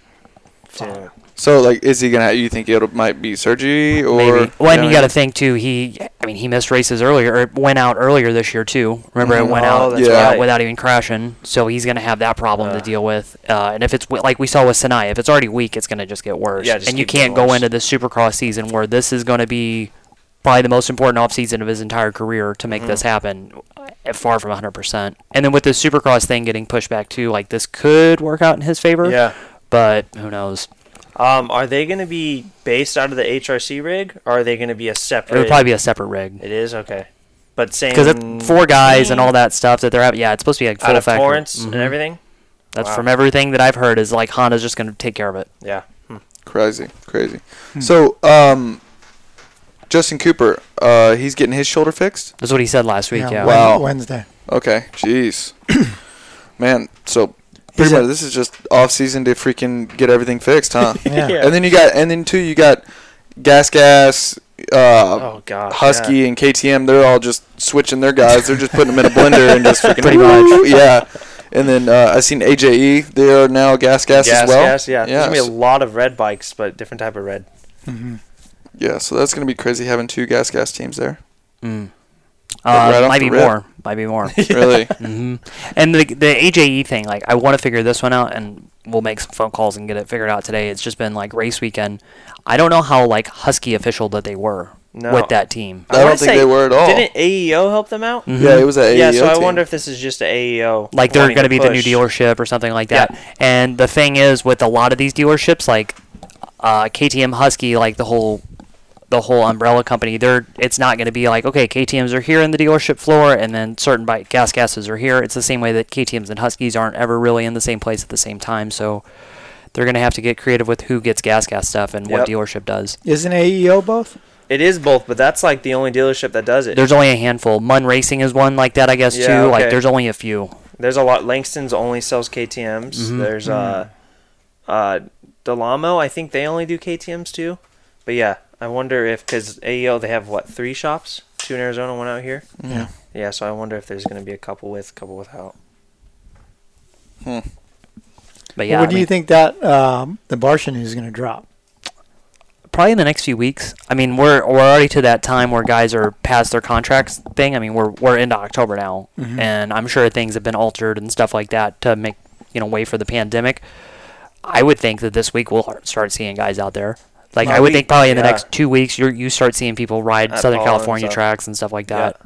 Speaker 4: Dude.
Speaker 3: So like, is he gonna? You think it might be surgery or?
Speaker 2: Maybe. Well, and you
Speaker 3: know what
Speaker 2: got
Speaker 3: I
Speaker 2: to think too. He, I mean, he missed races earlier. Or went out earlier this year too. Remember,
Speaker 3: Mm-hmm.
Speaker 2: it went
Speaker 4: Oh,
Speaker 2: out,
Speaker 4: that's
Speaker 3: Yeah.
Speaker 2: went out
Speaker 4: right.
Speaker 2: without even crashing. So he's gonna have that problem to deal with. Uh, and if it's wi- like we saw with Sinai, if it's already weak, it's gonna just get worse.
Speaker 4: Yeah, just
Speaker 2: and you
Speaker 4: keep getting
Speaker 2: can't go
Speaker 4: worse.
Speaker 2: into the Supercross season where this is gonna be probably the most important offseason of his entire career to make
Speaker 4: Mm-hmm.
Speaker 2: this happen. uh, Far from 100%. And then with the Supercross thing getting pushed back too, like this could work out in his favor.
Speaker 4: Yeah.
Speaker 2: But who knows?
Speaker 4: Um, are they going to be based out of the HRC rig, or are they going to be a separate?
Speaker 2: It would probably be a separate rig
Speaker 4: It is okay, but same
Speaker 2: because it's four guys and all that stuff that they're having. Yeah, it's supposed to be like full
Speaker 4: out of
Speaker 2: factory.
Speaker 4: Torrance
Speaker 2: Mhm.
Speaker 4: and everything.
Speaker 2: That's
Speaker 4: Wow.
Speaker 2: from everything that I've heard is like Honda's just going to take care of it.
Speaker 4: Yeah.
Speaker 3: Crazy, crazy.
Speaker 4: Hmm.
Speaker 3: So, um, Justin Cooper, uh, he's getting his shoulder fixed.
Speaker 2: That's what he said last week. Yeah.
Speaker 3: Wow.
Speaker 1: Wed- Wednesday.
Speaker 3: Okay, jeez, man. So,
Speaker 1: He's
Speaker 3: pretty
Speaker 1: a-
Speaker 3: much this is just off season to freaking get everything fixed, huh?
Speaker 1: Yeah.
Speaker 4: Yeah.
Speaker 3: And then you got, and then too, you got Gas Gas, uh,
Speaker 4: Oh God.
Speaker 3: Husky,
Speaker 4: yeah.
Speaker 3: and KTM. They're all just switching their guys. They're just putting them in a blender and just freaking
Speaker 2: Pretty much.
Speaker 3: yeah. And then uh, I seen AJE. They are now Gas Gas,
Speaker 4: Gas,
Speaker 3: as well.
Speaker 4: gas, yeah. There's
Speaker 3: yeah.
Speaker 4: gonna be a
Speaker 3: so-
Speaker 4: lot of red bikes, but different type of red.
Speaker 3: yeah. So that's gonna be crazy having two Gas Gas teams there.
Speaker 2: Mm.
Speaker 3: But
Speaker 2: Uh,
Speaker 3: right off
Speaker 2: might
Speaker 3: the
Speaker 2: be
Speaker 3: rip.
Speaker 2: more. Might be more.
Speaker 3: Really.
Speaker 2: hmm And the the AJE thing, like I want to figure this one out, and we'll make some phone calls and get it figured out today. It's just been like race weekend. I don't know how like husky official that they were
Speaker 4: No.
Speaker 2: with that team.
Speaker 3: I
Speaker 4: wanna
Speaker 3: don't think
Speaker 4: say-
Speaker 3: they were at all. Mm-hmm.
Speaker 4: Didn't AEO help them out?
Speaker 2: Mhm.
Speaker 3: Yeah, it was at AEO
Speaker 4: Yeah, so I
Speaker 3: team.
Speaker 4: wonder if this is just a AEO.
Speaker 2: like they're
Speaker 4: wanting
Speaker 2: going to be the new
Speaker 4: push.
Speaker 2: dealership or something like
Speaker 4: Yeah.
Speaker 2: that. And the thing is, with a lot of these dealerships, like uh, KTM Husky, like the whole the whole umbrella company, they're it's not going to be like okay, KTM's are here in the dealership floor, and then certain bike gas gases are here. It's the same way that KTM's and Huskies aren't ever really in the same place at the same time. So they're going to have to get creative with who gets gas gas stuff and
Speaker 4: Yep.
Speaker 2: what dealership does.
Speaker 1: Isn't AEO both?
Speaker 4: It is both, but that's like the only dealership that does it.
Speaker 2: There's only a handful. Mun Racing is one like that, I guess
Speaker 4: Yeah,
Speaker 2: too. Like
Speaker 4: okay.
Speaker 2: there's only a few.
Speaker 4: There's a lot. Langston's only sells KTM's.
Speaker 3: Mm-hmm.
Speaker 4: There's uh, uh, Delamo. I think they only do KTM's too. But yeah, I wonder if because AEO they have what three shops, two in Arizona, one out here.
Speaker 3: Yeah.
Speaker 4: Yeah. So I wonder if there's gonna be a couple with, couple without.
Speaker 2: But yeah,
Speaker 1: what
Speaker 2: I
Speaker 1: do
Speaker 2: mean-
Speaker 1: you think that um, the Barsha news is going to drop?
Speaker 2: probably in the next few weeks. I mean, we're we're already to that time where guys are past their contracts thing. I mean, we're we're into October now,
Speaker 4: Mm-hmm.
Speaker 2: and I'm sure things have been altered and stuff like that to make you know way for the pandemic. I would think that this week we'll har- start seeing guys out there. Like I
Speaker 4: Well,
Speaker 2: would
Speaker 4: we-
Speaker 2: think probably in the
Speaker 4: yeah.
Speaker 2: next two weeks you you start seeing people ride
Speaker 4: At
Speaker 2: Southern
Speaker 4: Paul and
Speaker 2: California
Speaker 4: stuff.
Speaker 2: tracks and stuff like that.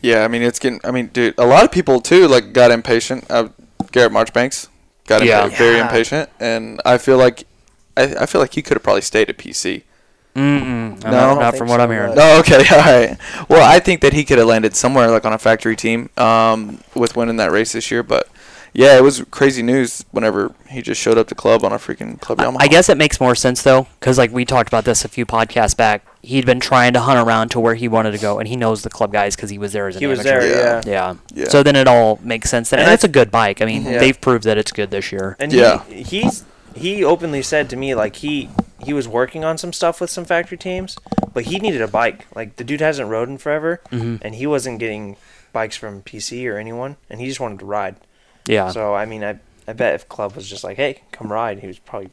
Speaker 3: Yeah, I mean it's getting. I mean, dude, a lot of people too like got impatient. Uh, Garrett Marchbanks got
Speaker 2: Yeah.
Speaker 3: impa- very
Speaker 4: Yeah.
Speaker 3: impatient, and I feel like I, I feel like he could have probably stayed at PC.
Speaker 2: Mm-mm.
Speaker 3: No. I
Speaker 2: not,
Speaker 3: don't
Speaker 2: not
Speaker 4: think
Speaker 2: from what
Speaker 4: so,
Speaker 2: I'm hearing.
Speaker 4: but-
Speaker 3: No, okay, all right. Well, I think that he could have landed somewhere like on a factory team um, with winning that race this year. But yeah, it was crazy news whenever he just showed up to club on a freaking club Yamaha.
Speaker 2: I guess it makes more sense though, because like we talked about this a few podcasts back. He'd been trying to hunt around to where he wanted to go, and he knows the club guys because he was there as an
Speaker 4: He was
Speaker 2: amateur.
Speaker 4: there.
Speaker 3: Yeah.
Speaker 4: Yeah.
Speaker 2: Yeah.
Speaker 3: Yeah.
Speaker 2: So then it all makes sense. Then.
Speaker 4: And
Speaker 2: And,
Speaker 4: I-
Speaker 2: it's a good bike. I mean,
Speaker 4: Mhm. Yeah.
Speaker 2: they've proved that it's good this year.
Speaker 4: And
Speaker 3: Yeah.
Speaker 4: he, he's he openly said to me like he he was working on some stuff with some factory teams, but he needed a bike. Like the dude hasn't rode in forever,
Speaker 2: Mm-hmm.
Speaker 4: and he wasn't getting bikes from PC or anyone, and he just wanted to ride.
Speaker 2: Yeah.
Speaker 4: So I mean, I I bet if Club was just like, hey, come ride, he was probably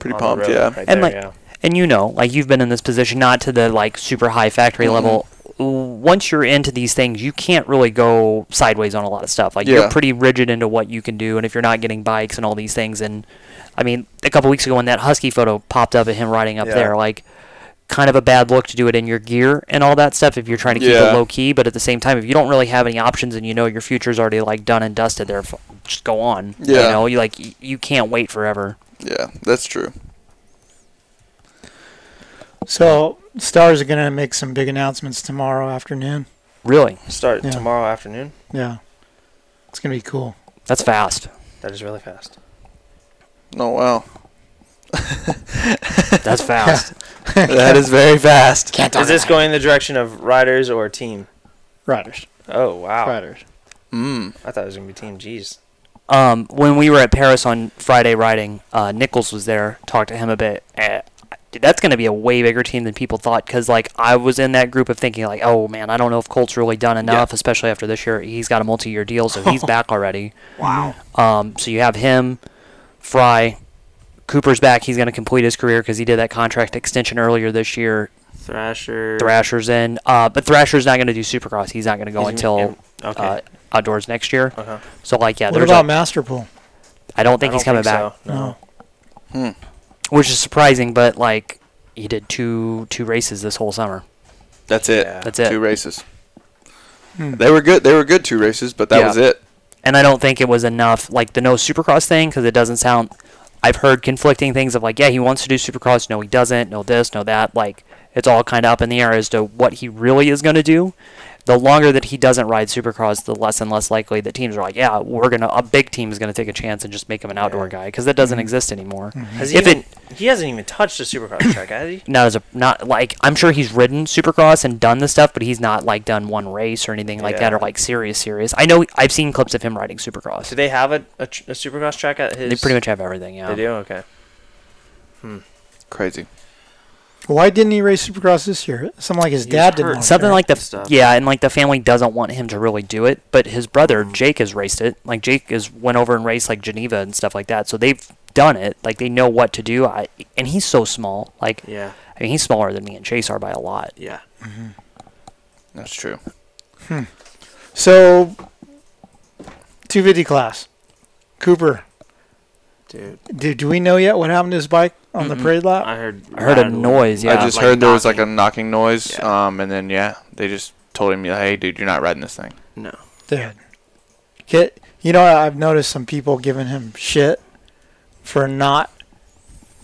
Speaker 3: pretty
Speaker 4: on the
Speaker 3: pumped.
Speaker 4: road
Speaker 3: Yeah,
Speaker 4: right
Speaker 2: and
Speaker 4: there,
Speaker 2: like,
Speaker 4: yeah.
Speaker 2: and you know, like you've been in this position, not to the like super high factory
Speaker 3: Mm-hmm.
Speaker 2: level. Once you're into these things, you can't really go sideways on a lot of stuff. Like
Speaker 3: Yeah.
Speaker 2: you're pretty rigid into what you can do, and if you're not getting bikes and all these things, and I mean, a couple weeks ago when that husky photo popped up of him riding up
Speaker 4: Yeah.
Speaker 2: there, like kind of a bad look to do it in your gear and all that stuff if you're trying to keep
Speaker 3: Yeah.
Speaker 2: it low key. But at the same time, if you don't really have any options and you know your future's already like done and dusted, there, f- just go on.
Speaker 3: Yeah.
Speaker 2: You know, you like y- you can't wait forever.
Speaker 3: yeah, that's true.
Speaker 1: So Stars are going to make some big announcements tomorrow afternoon.
Speaker 2: Really,
Speaker 4: Start
Speaker 1: Yeah.
Speaker 4: tomorrow afternoon.
Speaker 1: Yeah, it's going to be cool.
Speaker 2: that's fast.
Speaker 4: That is really fast.
Speaker 3: Oh wow,
Speaker 2: That's fast.
Speaker 3: that is very fast.
Speaker 8: Can't
Speaker 4: Is this going in the direction of riders or team?
Speaker 1: Riders,
Speaker 4: Oh wow!
Speaker 1: riders.
Speaker 3: Mm.
Speaker 4: I thought it was gonna be team. Jeez.
Speaker 2: um, when we were at Paris on Friday riding, uh, Nichols was there. Talked to him a bit. Eh, dude, that's going to be a way bigger team than people thought. Because like I was in that group of thinking like, oh man, I don't know if Colt's really done enough, especially after this year. He's got a multi-year deal, so he's back already.
Speaker 1: Mm-hmm.
Speaker 2: Wow. Um, so you have him, Fry, Cooper's back. He's going to complete his career because he did that contract extension earlier this year.
Speaker 4: Thrasher.
Speaker 2: Thrasher's in, uh, but Thrasher's not going to do Supercross. He's not going to go
Speaker 4: He's-
Speaker 2: until
Speaker 4: okay.
Speaker 2: uh, outdoors next year.
Speaker 4: Uh-huh.
Speaker 2: So like, yeah,
Speaker 1: what
Speaker 2: there's
Speaker 1: about
Speaker 2: a,
Speaker 1: Masterpool?
Speaker 2: I don't think
Speaker 4: I
Speaker 2: he's
Speaker 4: don't
Speaker 2: coming back
Speaker 4: so, No.
Speaker 2: which is surprising, but like he did two two races this whole summer.
Speaker 3: That's it.
Speaker 4: Yeah.
Speaker 2: That's it.
Speaker 3: Two races.
Speaker 1: Hmm.
Speaker 3: They were good. They were good two races, but that
Speaker 2: Yeah.
Speaker 3: was it.
Speaker 2: And I don't think it was enough, like the no supercross thing, because it doesn't sound. I've heard conflicting things of like, yeah, he wants to do Supercross, no, he doesn't, no this, no that. Like, it's all kind of up in the air as to what he really is going to do. The longer that he doesn't ride Supercross, the less and less likely that teams are like, yeah, we're gonna a big team is gonna take a chance and just make him an outdoor guy because that doesn't exist anymore.
Speaker 4: Has he,
Speaker 2: If
Speaker 4: even,
Speaker 2: it
Speaker 4: he hasn't even touched a supercross track, has he?
Speaker 2: not as a not like I'm sure he's ridden Supercross and done the stuff, but he's not like done one race or anything like that or
Speaker 4: Yeah.
Speaker 2: like serious serious. I know I've seen clips of him riding Supercross.
Speaker 4: Do they have a, a, tr- a supercross track at his?
Speaker 2: They pretty much have everything. Yeah.
Speaker 4: They do. Okay.
Speaker 3: Crazy.
Speaker 1: Why didn't he race Supercross this year? Something like his dad didn't.
Speaker 4: hurt.
Speaker 1: want him
Speaker 2: Something
Speaker 1: to.
Speaker 2: like the
Speaker 4: Stuff.
Speaker 2: yeah, and like the family doesn't want him to really do it, but his
Speaker 4: Mm.
Speaker 2: brother Jake has raced it. Like Jake has went over and raced like Geneva and stuff like that. So they've done it. Like they know what to do. I and he's so small. Like
Speaker 4: Yeah.
Speaker 2: I mean, he's smaller than me and Chase are by a lot.
Speaker 4: Yeah.
Speaker 3: That's true.
Speaker 1: So, 250 class. Cooper,
Speaker 4: Dude,
Speaker 1: do, do we know yet what happened to his bike on the parade lap?
Speaker 4: I heard.
Speaker 2: Uh, I heard a
Speaker 4: loud-
Speaker 2: noise. Yeah,
Speaker 3: I just
Speaker 4: like
Speaker 3: heard there was like a knocking
Speaker 4: knocking.
Speaker 3: noise,
Speaker 4: Yeah.
Speaker 3: um, and then yeah, they just told him, "Hey, dude, you're not riding this thing."
Speaker 4: No.
Speaker 1: Dude. Get, you know, I've noticed some people giving him shit for not.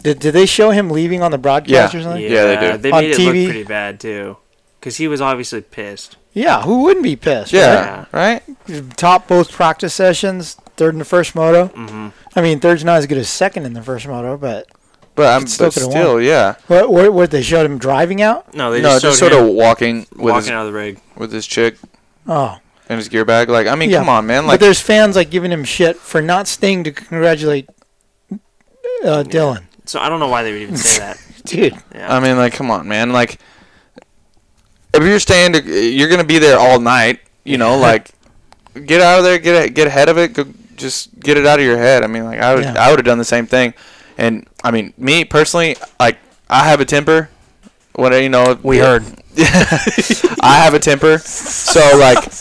Speaker 1: Did, did they show him leaving on the broadcast or
Speaker 3: Yeah,
Speaker 1: something?
Speaker 3: they do.
Speaker 4: They
Speaker 1: On
Speaker 4: made it
Speaker 1: TV.
Speaker 4: look pretty bad too, because he was obviously pissed.
Speaker 1: Yeah, who wouldn't be pissed?
Speaker 3: Yeah, right.
Speaker 1: right? Top both practice sessions, third in the first moto.
Speaker 4: Mm-hmm.
Speaker 1: I mean, third's not as good as second in the first moto, but
Speaker 3: But I'm
Speaker 1: Still
Speaker 3: but
Speaker 1: could've
Speaker 3: still, yeah.
Speaker 1: what what, what they showed him driving out?
Speaker 4: No, they
Speaker 3: no,
Speaker 4: just,
Speaker 3: just
Speaker 4: showed
Speaker 3: sort of
Speaker 4: him
Speaker 3: walking with
Speaker 4: walking
Speaker 3: his,
Speaker 4: out of the rig.
Speaker 3: with his chick
Speaker 1: Oh,
Speaker 3: and his gear bag. Like, I mean,
Speaker 1: Yeah,
Speaker 3: come on, man.
Speaker 1: but
Speaker 3: Like,
Speaker 1: there's fans like giving him shit for not staying to congratulate uh, Dylan,
Speaker 4: So I don't know why they would even say that.
Speaker 1: dude.
Speaker 4: Yeah.
Speaker 3: I mean, like, come on, man. Like, if you're staying, to, you're gonna be there all night. You know, like, get out of there, get a- get ahead of it, go, just get it out of your head. I mean, like, I would
Speaker 1: Yeah.
Speaker 3: I would have done the same thing. And I mean, me personally, like, I have a temper. What you know,
Speaker 2: We heard.
Speaker 3: I have a temper, so like,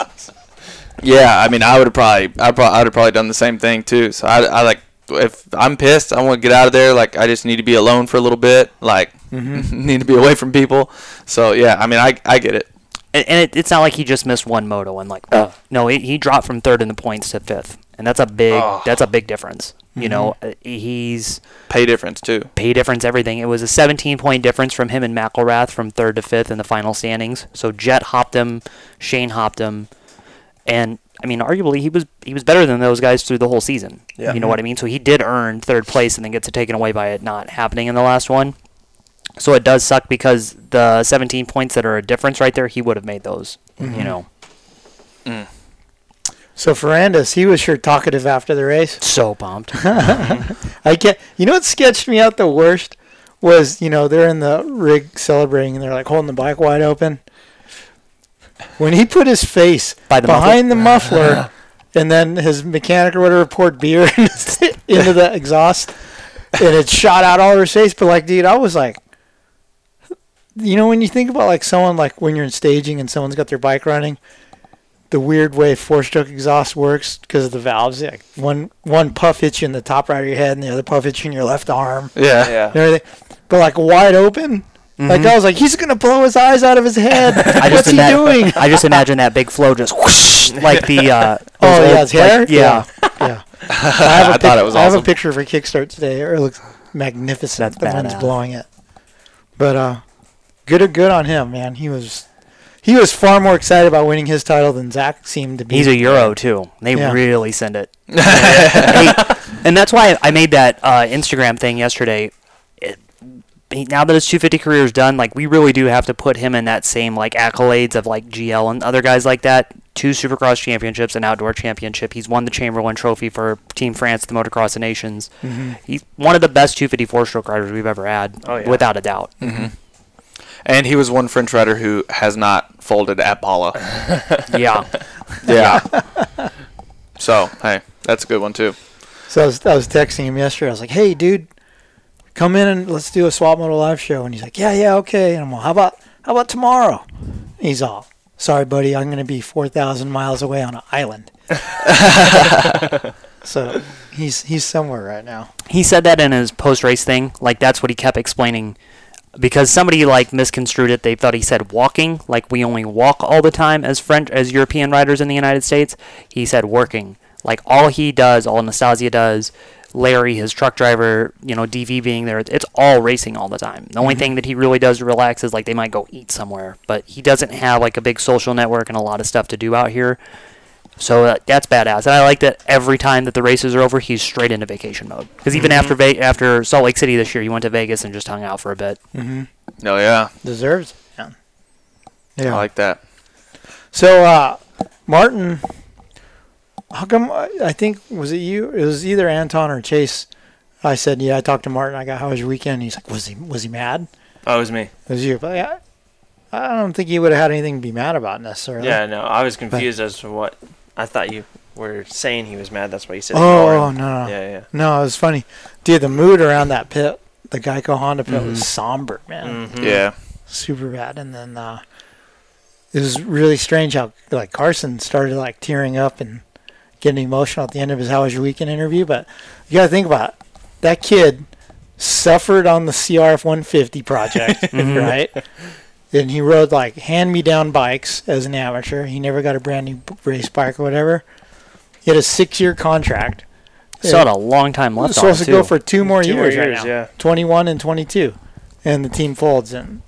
Speaker 3: yeah. I mean, I would have probably, I probably, I'd have probably done the same thing too. So I, I like, if I'm pissed, I want to get out of there. Like, I just need to be alone for a little bit. Like, need to be away from people. So yeah, I mean, I, I get it.
Speaker 2: And, and it, it's not like he just missed one moto and like no, he, he dropped from third in the points to fifth, and that's a big that's a big difference. You know, Uh, he's
Speaker 3: Pay difference too.
Speaker 2: pay difference, everything. It was a 17 point difference from him and McElrath from third to fifth in the final standings. So Jet hopped him, Shane hopped him, and I mean, arguably he was he was better than those guys through the whole season.
Speaker 4: Yeah.
Speaker 2: You know what I mean? So he did earn third place, and then gets it taken away by it not happening in the last one. So it does suck because the 17 points that are a difference right there, he would have made those.
Speaker 1: Mm-hmm.
Speaker 2: You know,
Speaker 1: So Ferrandis, he was sure talkative after the race.
Speaker 2: so pumped.
Speaker 1: I can't. You know what sketched me out the worst was you know they're in the rig celebrating and they're like holding the bike wide open. When he put his face
Speaker 2: By the
Speaker 1: behind the muffler, and then his mechanic or whatever poured beer into the exhaust, and it shot out all over his face. But like, dude, I was like, you know, when you think about like someone like when you're in staging and someone's got their bike running, the weird way four-stroke exhaust works because of the valves. Like one one puff hits you in the top right of your head, and the other puff hits you in your left arm
Speaker 3: Yeah.
Speaker 1: and everything. But like wide open. Like I was like, he's gonna blow his eyes out of his head.
Speaker 2: Mm-hmm. I just
Speaker 1: What's he
Speaker 2: imag-
Speaker 1: doing?
Speaker 2: I just imagine that big flow just whoosh, like the uh,
Speaker 1: Oh
Speaker 2: those
Speaker 1: yeah,
Speaker 2: old-
Speaker 1: his hair.
Speaker 2: like- yeah.
Speaker 1: yeah. I, have a
Speaker 3: I thought it was
Speaker 1: I have
Speaker 3: awesome.
Speaker 1: a picture for Kickstart today. It looks magnificent.
Speaker 2: That's
Speaker 1: the wind's
Speaker 2: badass.
Speaker 1: blowing it. But uh, good good on him, man. He was he was far more excited about winning his title than Zach seemed to be.
Speaker 2: He's a Euro too. They
Speaker 1: Yeah.
Speaker 2: really send it. Hey, and that's why I made that uh, Instagram thing yesterday. It, now that his 250 career is done, like we really do have to put him in that same like accolades of like GL and other guys like that. Two Supercross championships, an outdoor championship. He's won the Chamberlain Trophy for Team France, at the Motocross of Nations. He's one of the best 254 stroke riders we've ever had,
Speaker 4: Oh, yeah.
Speaker 2: without a doubt.
Speaker 3: And he was one French rider who has not folded at Paula.
Speaker 2: yeah,
Speaker 3: Yeah. so hey, that's a good one too.
Speaker 1: So I was, I was texting him yesterday. I was like, "Hey, dude, come in and let's do a Swap Moto live show." And he's like, "Yeah, yeah, okay." And I'm like, "How about how about tomorrow?" And he's all, "Sorry, buddy, I'm going to be four thousand miles away on an island." so he's he's somewhere right now.
Speaker 2: he said that in his post race thing. Like that's what he kept explaining because somebody like misconstrued it. They thought he said walking, like we only walk all the time as French as European riders in the United States. He said working. Like all he does, all Anastasia does, Larry, his truck driver, you know, DV being there, it's all racing all the time. The only thing that he really does to relax is like they might go eat somewhere, but he doesn't have like a big social network and a lot of stuff to do out here. So uh, that's badass, and I like that every time that the races are over, he's straight into vacation mode. Because even after Va- after Salt Lake City this year, he went to Vegas and just hung out for a bit.
Speaker 1: Mm-hmm.
Speaker 3: No, yeah.
Speaker 1: Deserves. it, man. Yeah.
Speaker 3: I like that.
Speaker 1: So, uh, Martin, how come? I think was it you? It was either Anton or Chase. I said, yeah, I talked to Martin. I got, how was your weekend? He's like, was he was he mad?
Speaker 4: Oh, it was me.
Speaker 1: It was you. But I, I don't think he would have had anything to be mad about necessarily.
Speaker 4: Yeah, no, I was confused as to what I thought you were saying. He was mad. That's why you said.
Speaker 1: Oh
Speaker 4: ignoring.
Speaker 1: no, no.
Speaker 4: Yeah, yeah.
Speaker 1: No, it was funny, dude. The mood around that pit, the Geico Honda pit, was somber, man.
Speaker 3: Yeah.
Speaker 1: Super bad. And then uh, it was really strange how like Carson started like tearing up and getting emotional at the end of his "How was your weekend?" interview. But you got to think about it. that kid suffered on the CRF 150 project, right? And he rode like hand me down bikes as an amateur. He never got a brand new b- race bike or whatever. He had a six year contract.
Speaker 2: Still had a long time left.
Speaker 1: It's
Speaker 2: on it,
Speaker 1: supposed to go
Speaker 2: too.
Speaker 1: for two more
Speaker 4: Two more
Speaker 1: years, right
Speaker 4: years,
Speaker 1: now.
Speaker 4: yeah.
Speaker 1: 21 and 22. And the team folds, and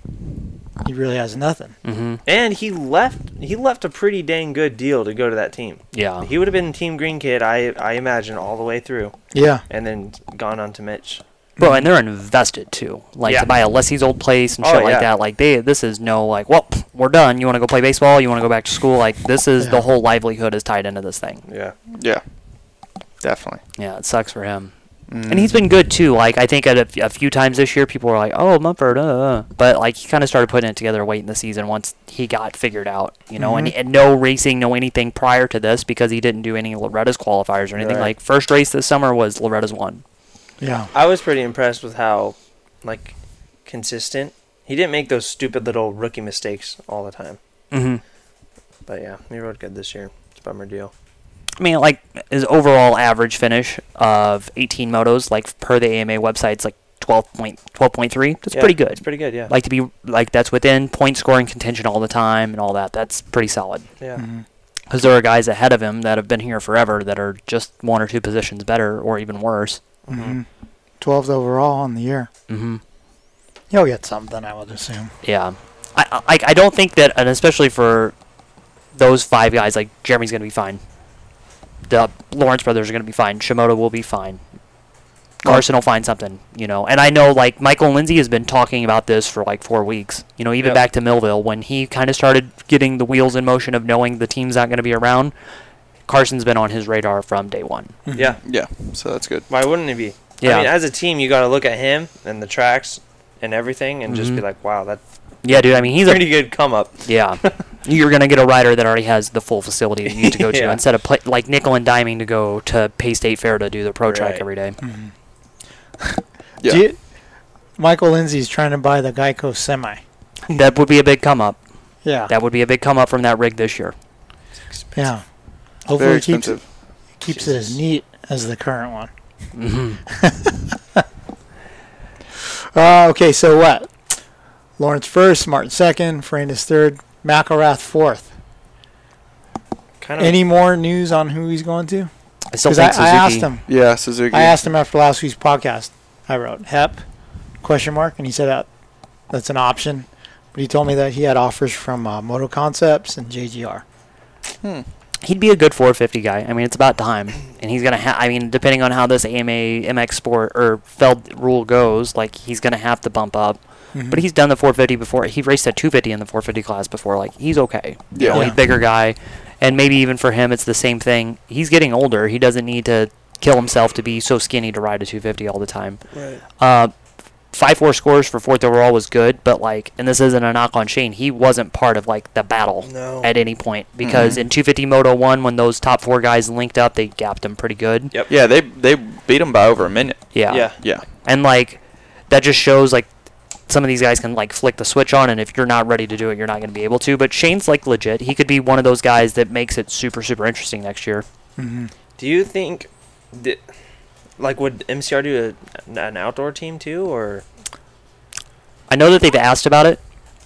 Speaker 1: he really has nothing.
Speaker 2: Mm-hmm.
Speaker 4: And he left. He left a pretty dang good deal to go to that team.
Speaker 2: Yeah.
Speaker 4: He would have been Team Green Kid, I I imagine, all the way through,
Speaker 1: Yeah.
Speaker 4: and then gone on to Mitch.
Speaker 2: Bro, and they're invested too. Like
Speaker 4: Yeah.
Speaker 2: to buy a Leslie's old place and
Speaker 4: Oh,
Speaker 2: shit like
Speaker 4: yeah.
Speaker 2: that. Like they, this is no like, well, pff, we're done. You want to go play baseball? You want to go back to school? Like this is
Speaker 1: Yeah.
Speaker 2: the whole livelihood is tied into this thing.
Speaker 4: Yeah.
Speaker 3: Yeah. Definitely.
Speaker 2: Yeah, it sucks for him. And he's been good too. Like I think at a, f- a few times this year, people were like, "Oh, Mumford," uh, uh," but like he kind of started putting it together late in the season once he got figured out, you know.
Speaker 4: Mm-hmm.
Speaker 2: And, and no racing, no anything prior to this because he didn't do any Loretta's qualifiers or anything.
Speaker 4: Right.
Speaker 2: Like first race this summer was Loretta's one.
Speaker 1: Yeah.
Speaker 4: I was pretty impressed with how, like, consistent. He didn't make those stupid little rookie mistakes all the time.
Speaker 2: Mm-hmm.
Speaker 4: But yeah, he rode good this year. It's a bummer deal.
Speaker 2: I mean, like his overall average finish of 18 motos, like per the AMA website, it's like 12 point, 12.3. That's
Speaker 4: Yeah,
Speaker 2: pretty good.
Speaker 4: It's pretty good. Yeah.
Speaker 2: like to be like that's within point scoring contention all the time and all that. That's pretty solid.
Speaker 4: yeah.
Speaker 1: Mm-hmm.
Speaker 2: Because there are guys ahead of him that have been here forever that are just one or two positions better or even worse.
Speaker 1: hmm 12th overall on the year.
Speaker 2: Mm-hmm.
Speaker 1: He'll get something, I would assume.
Speaker 2: Yeah, I I, I don't think that, and especially for those five guys, like Jeremy's gonna be fine. The Lawrence brothers are gonna be fine. Shimoda will be fine. Carson will find something, you know. And I know like Michael Lindsay has been talking about this for like four weeks. You know, even
Speaker 4: Yep.
Speaker 2: back to Millville when he kind of started getting the wheels in motion of knowing the team's not gonna be around. Carson's been on his radar from day one.
Speaker 4: Yeah.
Speaker 3: Mm. Yeah. So that's good.
Speaker 4: Why wouldn't he be?
Speaker 2: mm-hmm. Yeah.
Speaker 4: I mean, as a team, you got to look at him and the tracks and everything, and just be like, "Wow, that's
Speaker 2: Yeah, dude. I mean, Mm-hmm. he's a
Speaker 4: pretty good come up."
Speaker 2: Yeah. You're going to get a rider that already has the full facility that you need to go to
Speaker 4: Yeah.
Speaker 2: instead of pla like nickel and diming to go to Pay State Fair to do the pro track
Speaker 4: Right.
Speaker 2: every day.
Speaker 3: Yeah.
Speaker 1: Mm-hmm. Do you- Michael Lindsay's trying to buy the Geico semi.
Speaker 2: That would be a big come up.
Speaker 1: Yeah.
Speaker 2: That would be a big come up from that rig this year.
Speaker 1: yeah.
Speaker 3: Very
Speaker 1: Hopefully he keeps,
Speaker 3: expensive.
Speaker 1: keeps it as neat as the current one. Mm-hmm. uh, okay, so what? Lawrence first, Martin second, Ferrandis third, McElrath fourth.
Speaker 4: Kind of.
Speaker 1: Any more news on who he's going to?
Speaker 2: I still
Speaker 1: Because
Speaker 2: think
Speaker 1: I,
Speaker 2: Suzuki.
Speaker 1: I asked him.
Speaker 3: Yeah, Suzuki.
Speaker 1: I asked him after last week's podcast. I wrote Hep question mark, and he said that that's an option. But he told me that he had offers from uh, Moto Concepts and JGR.
Speaker 2: He'd be a good 450 guy. I mean, it's about time. And he's going to have, I mean, depending on how this AMA, MX Sport, or Feld rule goes, like, he's going to have to bump up. But he's done the 450 before. He raced a 250 in the 450 class before. Like, he's okay. You
Speaker 3: Yeah.
Speaker 2: know,
Speaker 1: Yeah.
Speaker 2: he's a bigger guy. And maybe even for him, it's the same thing. He's getting older. He doesn't need to kill himself to be so skinny to ride a 250 all the time.
Speaker 4: Right.
Speaker 2: Uh, five four scores for fourth overall was good, but like, and this isn't a knock on Shane. He wasn't part of like the battle
Speaker 4: No.
Speaker 2: at any point because in 250 Moto one, when those top four guys linked up, they gapped him pretty good.
Speaker 4: Yep.
Speaker 3: yeah, they they beat him by over a minute.
Speaker 2: Yeah.
Speaker 4: Yeah.
Speaker 3: Yeah.
Speaker 2: And like, that just shows like some of these guys can like flick the switch on, and if you're not ready to do it, you're not going to be able to. But Shane's like legit. He could be one of those guys that makes it super super interesting next year. Mm-hmm.
Speaker 4: Do you think, that, like, would MCR do a, an outdoor team too, or
Speaker 2: I know that they've asked about it,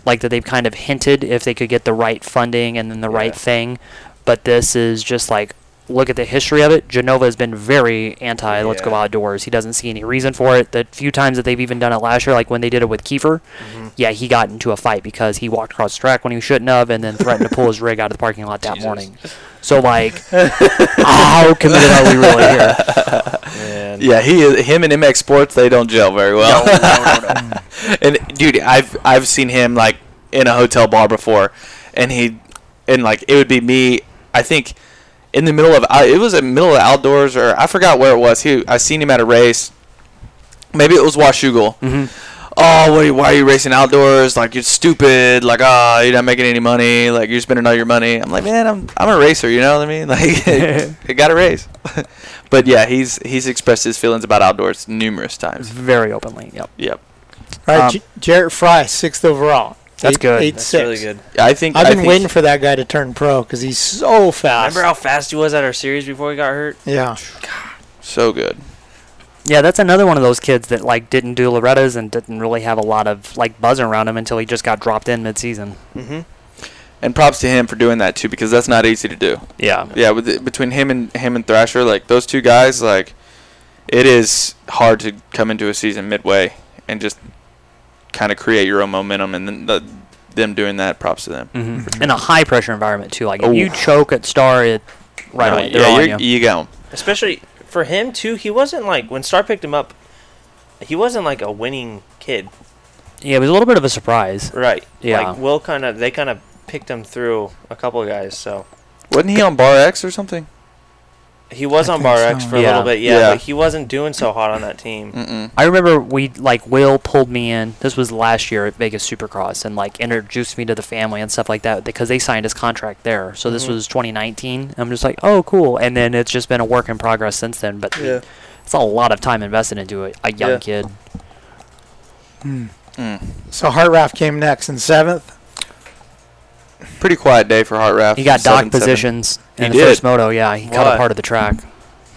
Speaker 2: like that they've kind of hinted if they could get the right funding and then the right
Speaker 4: Yeah.
Speaker 2: thing, but this is just like look at the history of it, Genova has been very anti let's go outdoors. He doesn't see any reason for it. The few times that they've even done it last year, like when they did it with Kiefer, yeah, he got into a fight because he walked across the track when he shouldn't have and then threatened to pull his rig out of the parking lot that morning. So, like, how committed are we really here?
Speaker 4: Man.
Speaker 3: Yeah, he is, him and MX Sports they don't gel very well. and dude, I've I've seen him like in a hotel bar before, and he and like it would be me. I think in the middle of I, it was in the middle of outdoors or I forgot where it was. He I seen him at a race. Maybe it was Washougal.
Speaker 1: Mm-hmm.
Speaker 3: Oh, what are you, why are you racing outdoors? Like you're stupid. Like ah, you're not making any money. Like you're spending all your money. I'm like, man, I'm I'm a racer. You know what I mean? Like, I got to race. But yeah, he's he's expressed his feelings about outdoors numerous times.
Speaker 1: Mm-hmm.
Speaker 2: Very openly. Yep.
Speaker 3: Yep.
Speaker 1: All right,
Speaker 2: Um,
Speaker 1: J- Jarrett Fry, sixth overall.
Speaker 2: That's
Speaker 1: Eight-
Speaker 2: good.
Speaker 1: Eight
Speaker 4: That's
Speaker 1: six.
Speaker 4: really good.
Speaker 3: I think
Speaker 1: I've
Speaker 3: I
Speaker 1: been
Speaker 3: think-
Speaker 1: waiting for that guy to turn pro because he's so fast.
Speaker 2: Ah,
Speaker 4: Remember how fast he was at our series before he got hurt?
Speaker 1: yeah,
Speaker 3: so good.
Speaker 2: Yeah, that's another one of those kids that like didn't do Loretta's and didn't really have a lot of like buzz around him until he just got dropped in mid-season.
Speaker 4: Mm-hmm.
Speaker 3: And props to him for doing that too because that's not easy to do.
Speaker 2: Yeah.
Speaker 3: Yeah, with the, between him and him and Thrasher, like those two guys, like it is hard to come into a season midway and just kind of create your own momentum. And then the, them doing that, props to them.
Speaker 2: Mm-hmm. In a high-pressure environment too. Like
Speaker 3: Oh.
Speaker 2: if you choke at Star, it right
Speaker 3: No,
Speaker 2: away they're
Speaker 3: yeah,
Speaker 2: on
Speaker 3: you're, e
Speaker 2: you.
Speaker 3: you got 'em.
Speaker 4: Especially for him too. He wasn't like when Star picked him up. He wasn't like a winning kid,
Speaker 2: Yeah, it was a little bit of a surprise.
Speaker 4: right?
Speaker 2: Yeah.
Speaker 4: Like Will kind of they kind of picked him through a couple of guys. So
Speaker 3: Wasn't he on Bar X or something?
Speaker 4: he was
Speaker 1: I
Speaker 4: on
Speaker 1: think
Speaker 4: Bar
Speaker 1: so.
Speaker 4: X for a
Speaker 2: Yeah. Mm.
Speaker 4: little bit, yeah,
Speaker 3: Yeah.
Speaker 4: But he wasn't doing so hot on that team.
Speaker 3: Mm-mm.
Speaker 2: I remember we like Will pulled me in. This was last year at Vegas Supercross and like introduced me to the family and stuff like that because they signed his contract there. So
Speaker 3: Mm-hmm.
Speaker 2: this was 2019. I'm just like, oh, cool. And then it's just been a work in progress since then. But
Speaker 4: Yeah.
Speaker 2: it's a lot of time invested into a, a young
Speaker 4: Yeah.
Speaker 2: kid.
Speaker 3: mm.
Speaker 1: so Hartraff came next in seventh.
Speaker 3: Pretty quiet day for Hart Raft.
Speaker 2: He got dock
Speaker 3: Seven, seven.
Speaker 2: positions
Speaker 3: He
Speaker 2: in the
Speaker 3: did.
Speaker 2: first moto. Yeah, he caught
Speaker 4: What?
Speaker 2: a part of the track.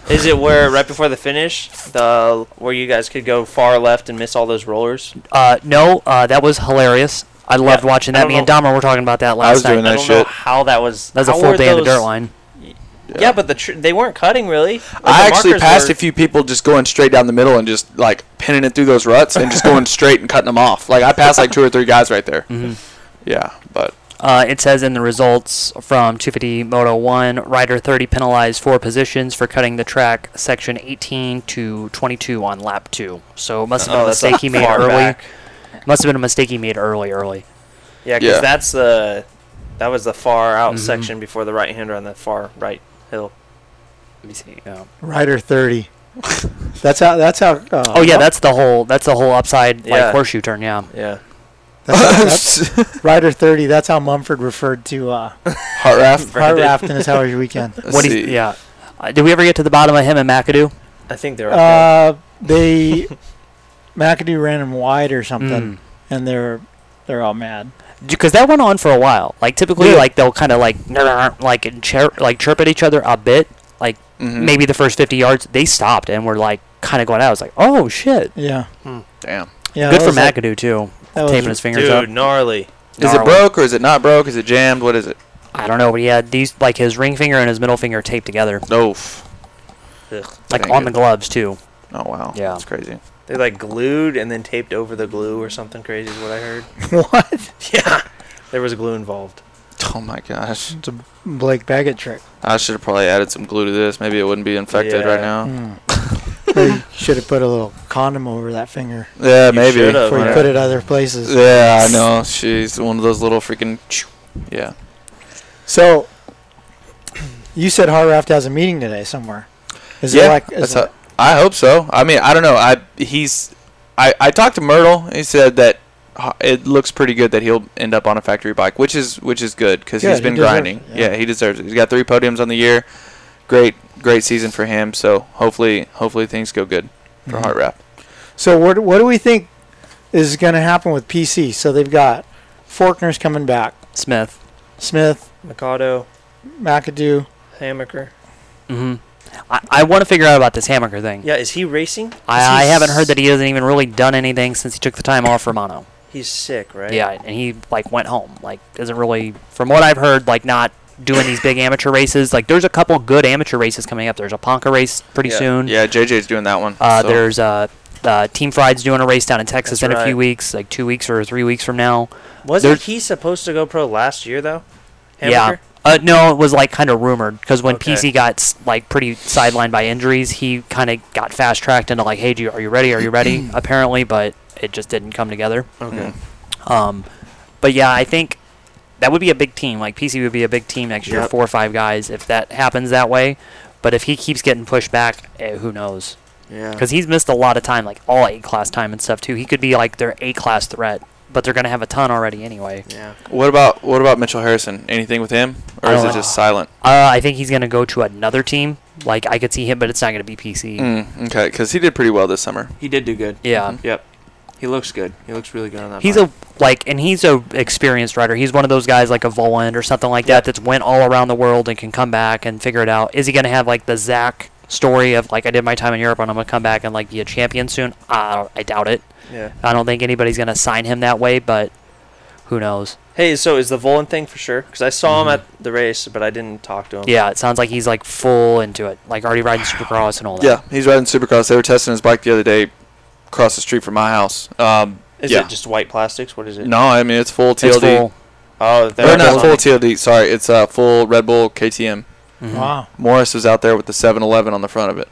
Speaker 4: Is it where right before the finish, the where you guys could go far left and miss all those rollers?
Speaker 2: Uh, no, uh, that was hilarious. I loved
Speaker 4: Yeah,
Speaker 2: watching
Speaker 4: I
Speaker 2: that.
Speaker 4: don't
Speaker 2: Me and Dahmer were talking about that last
Speaker 3: was
Speaker 2: night.
Speaker 3: doing
Speaker 4: I
Speaker 3: that
Speaker 4: don't know
Speaker 3: shit.
Speaker 4: how that was.
Speaker 2: That was a
Speaker 4: how
Speaker 2: full
Speaker 4: were
Speaker 2: day of the dirt
Speaker 4: those-
Speaker 2: line.
Speaker 4: Yeah, but the tr- they weren't cutting really. Like,
Speaker 3: I
Speaker 4: the
Speaker 3: actually
Speaker 4: markers
Speaker 3: passed
Speaker 4: were-
Speaker 3: a few people just going straight down the middle and just like pinning it through those ruts and just going straight and cutting them off. Like I passed like two or three guys right there. Yeah, but
Speaker 2: Mm-hmm. Uh, it says in the results from 250 Moto 1, rider 30 penalized four positions for cutting the track section 18 to 22 on lap 2. So it must have been
Speaker 4: Oh,
Speaker 2: a
Speaker 4: that's
Speaker 2: mistake he made
Speaker 4: far
Speaker 2: early.
Speaker 4: back.
Speaker 2: Must have been a mistake he made early, early.
Speaker 4: Yeah, because
Speaker 3: Yeah.
Speaker 4: that's the that was the far out
Speaker 2: Mm-hmm.
Speaker 4: section before the right hander on the far right hill.
Speaker 2: Let me see. Oh,
Speaker 1: Rider thirty. that's how. That's how. Uh,
Speaker 2: oh yeah, that's the whole that's the whole upside
Speaker 4: Yeah.
Speaker 2: like horseshoe turn. Yeah.
Speaker 4: Yeah,
Speaker 1: that's, that's, Rider thirty. That's how Mumford referred to uh,
Speaker 3: Hart Raft.
Speaker 1: Hartraff and his how was your weekend.
Speaker 3: let's
Speaker 2: What do you,
Speaker 3: see.
Speaker 2: yeah. Uh, did we ever get to the bottom of him and McAdoo?
Speaker 4: I think they were. okay.
Speaker 1: Uh, they McAdoo ran him wide or something,
Speaker 2: Mm.
Speaker 1: and they're they're all mad.
Speaker 2: because Mm. that went on for a while. Like typically,
Speaker 1: Yeah.
Speaker 2: like they'll kind of like like and chir- like chirp at each other a bit. Like
Speaker 3: Mhm.
Speaker 2: maybe the first 50 yards, they stopped and were like kind of going out. I was like, oh shit,
Speaker 1: Yeah,
Speaker 3: Damn.
Speaker 1: yeah.
Speaker 2: good
Speaker 1: that
Speaker 2: for
Speaker 1: was like-
Speaker 2: McAdoo too,
Speaker 1: that was-
Speaker 2: taping his fingers
Speaker 4: Dude,
Speaker 2: up.
Speaker 4: gnarly.
Speaker 3: Is it
Speaker 2: Gnarly.
Speaker 3: broke or is it not broke? Is it jammed? What is it?
Speaker 2: I don't know, but he had these like his ring finger and his middle finger taped together,
Speaker 3: Oof.
Speaker 4: Ugh.
Speaker 2: like
Speaker 3: Dang
Speaker 2: on
Speaker 3: it.
Speaker 2: the gloves too.
Speaker 3: Oh wow.
Speaker 2: Yeah.
Speaker 3: That's crazy.
Speaker 4: They like glued and then taped over the glue or something crazy is what I heard.
Speaker 1: what?
Speaker 4: Yeah, there was glue involved.
Speaker 3: Oh my gosh.
Speaker 1: It's a Blake Baggett trick.
Speaker 3: I should have probably added some glue to this. Maybe it wouldn't be infected
Speaker 4: Yeah.
Speaker 3: right
Speaker 2: Oh.
Speaker 3: now.
Speaker 1: Hmm. Should have put a little condom over that finger
Speaker 3: Yeah, maybe.
Speaker 2: Oh,
Speaker 4: should've.
Speaker 1: before you
Speaker 4: Yeah.
Speaker 1: put it other places.
Speaker 3: Yeah, I know. She's one of those little freaking. Yeah.
Speaker 1: So, you said Harraft has a meeting today somewhere. Is
Speaker 3: yeah.
Speaker 1: it like?
Speaker 3: that's
Speaker 1: Is
Speaker 3: how- I hope so. I mean, I don't know. I he's. I I talked to Myrtle. He said that h- it looks pretty good that he'll end up on a factory bike, which is which is good because
Speaker 1: Yeah,
Speaker 3: he's
Speaker 1: he
Speaker 3: been
Speaker 1: deserves
Speaker 3: grinding.
Speaker 1: it, yeah.
Speaker 3: yeah. he deserves it. He's got three podiums on the year. Great, great season for him. So hopefully, hopefully things go good for
Speaker 1: Mm-hmm.
Speaker 3: Heart Wrap.
Speaker 1: so what? What do we think is going to happen with PC? So they've got Faulkner's coming back,
Speaker 2: Smith.
Speaker 1: Smith,
Speaker 4: Mikado,
Speaker 1: McAdoo.
Speaker 4: Hammaker.
Speaker 2: hmm I, I want to figure out about this Hammaker thing.
Speaker 4: Yeah, is he racing?
Speaker 2: I, I
Speaker 4: He's-
Speaker 2: haven't heard that he hasn't even really done anything since he took the time off for mono.
Speaker 4: He's sick, right?
Speaker 2: Yeah, and he like went home. Like isn't really from what I've heard, like not doing these big amateur races. Like there's a couple good amateur races coming up. There's a Ponca race pretty
Speaker 3: yeah.
Speaker 2: soon.
Speaker 3: Yeah, JJ's doing that one.
Speaker 2: Uh,
Speaker 3: so-
Speaker 2: There's uh, uh, Team Fried's doing a race down in Texas
Speaker 4: That's
Speaker 2: in a few
Speaker 4: right.
Speaker 2: weeks, like two weeks or three weeks from now.
Speaker 4: Wasn't
Speaker 2: There's-
Speaker 4: he supposed to go pro last year though? Hammaker?
Speaker 2: Yeah. Uh, no, it was like kind of rumored because when
Speaker 4: Okay.
Speaker 2: PC got s- like pretty sidelined by injuries, he kind of got fast tracked into like, hey, do you, are you ready? Are you ready? Apparently, but it just didn't come together.
Speaker 3: Mm.
Speaker 4: Okay.
Speaker 2: Um, but yeah, I think that would be a big team. Like PC would be a big team next year,
Speaker 4: Yep.
Speaker 2: four or five guys if that happens that way. But if he keeps getting pushed back, eh, who knows?
Speaker 4: Yeah.
Speaker 2: Because he's missed a lot of time, like all A class time and stuff too. He could be like their A class threat, but they're gonna have a ton already anyway.
Speaker 4: Yeah.
Speaker 3: What about what about Mitchell Harrison? Anything with him, or
Speaker 2: I
Speaker 3: is
Speaker 2: don't
Speaker 3: it
Speaker 2: know.
Speaker 3: just silent?
Speaker 2: Uh, I think he's gonna go to another team. Like I could see him, but it's not gonna be PC.
Speaker 3: Mm, okay, because he did pretty well this summer.
Speaker 4: He did do good.
Speaker 2: Yeah,
Speaker 4: Yep. He looks good. He looks really good on that.
Speaker 2: he's
Speaker 4: bike.
Speaker 2: a like, and he's a experienced rider. He's one of those guys like a Voland or something like
Speaker 4: Yeah.
Speaker 2: that that's went all around the world and can come back and figure it out. Is he gonna have like the Zach story of like I did my time in Europe and I'm gonna come back and like be a champion soon? I don't- I doubt it.
Speaker 4: yeah.
Speaker 2: I don't think anybody's gonna sign him that way, but who knows?
Speaker 4: Hey, so is the Volan thing for sure? Because I saw him at the race, but I didn't talk to him.
Speaker 2: Mm-hmm. Yeah, it sounds like he's like full into it, like already riding Supercross and all that.
Speaker 3: Yeah, he's riding Supercross. They were testing his bike the other day, across the street from my house. Um,
Speaker 4: Is
Speaker 3: yeah.
Speaker 4: it just white plastics? What is it?
Speaker 3: no, I mean it's full TLD.
Speaker 2: It's full.
Speaker 4: Oh, that
Speaker 3: Or not
Speaker 4: was-
Speaker 3: full TLD. Sorry, it's uh, full Red Bull KTM.
Speaker 2: Mm-hmm.
Speaker 1: Wow.
Speaker 3: Morris was out there with the 7-Eleven on the front of it.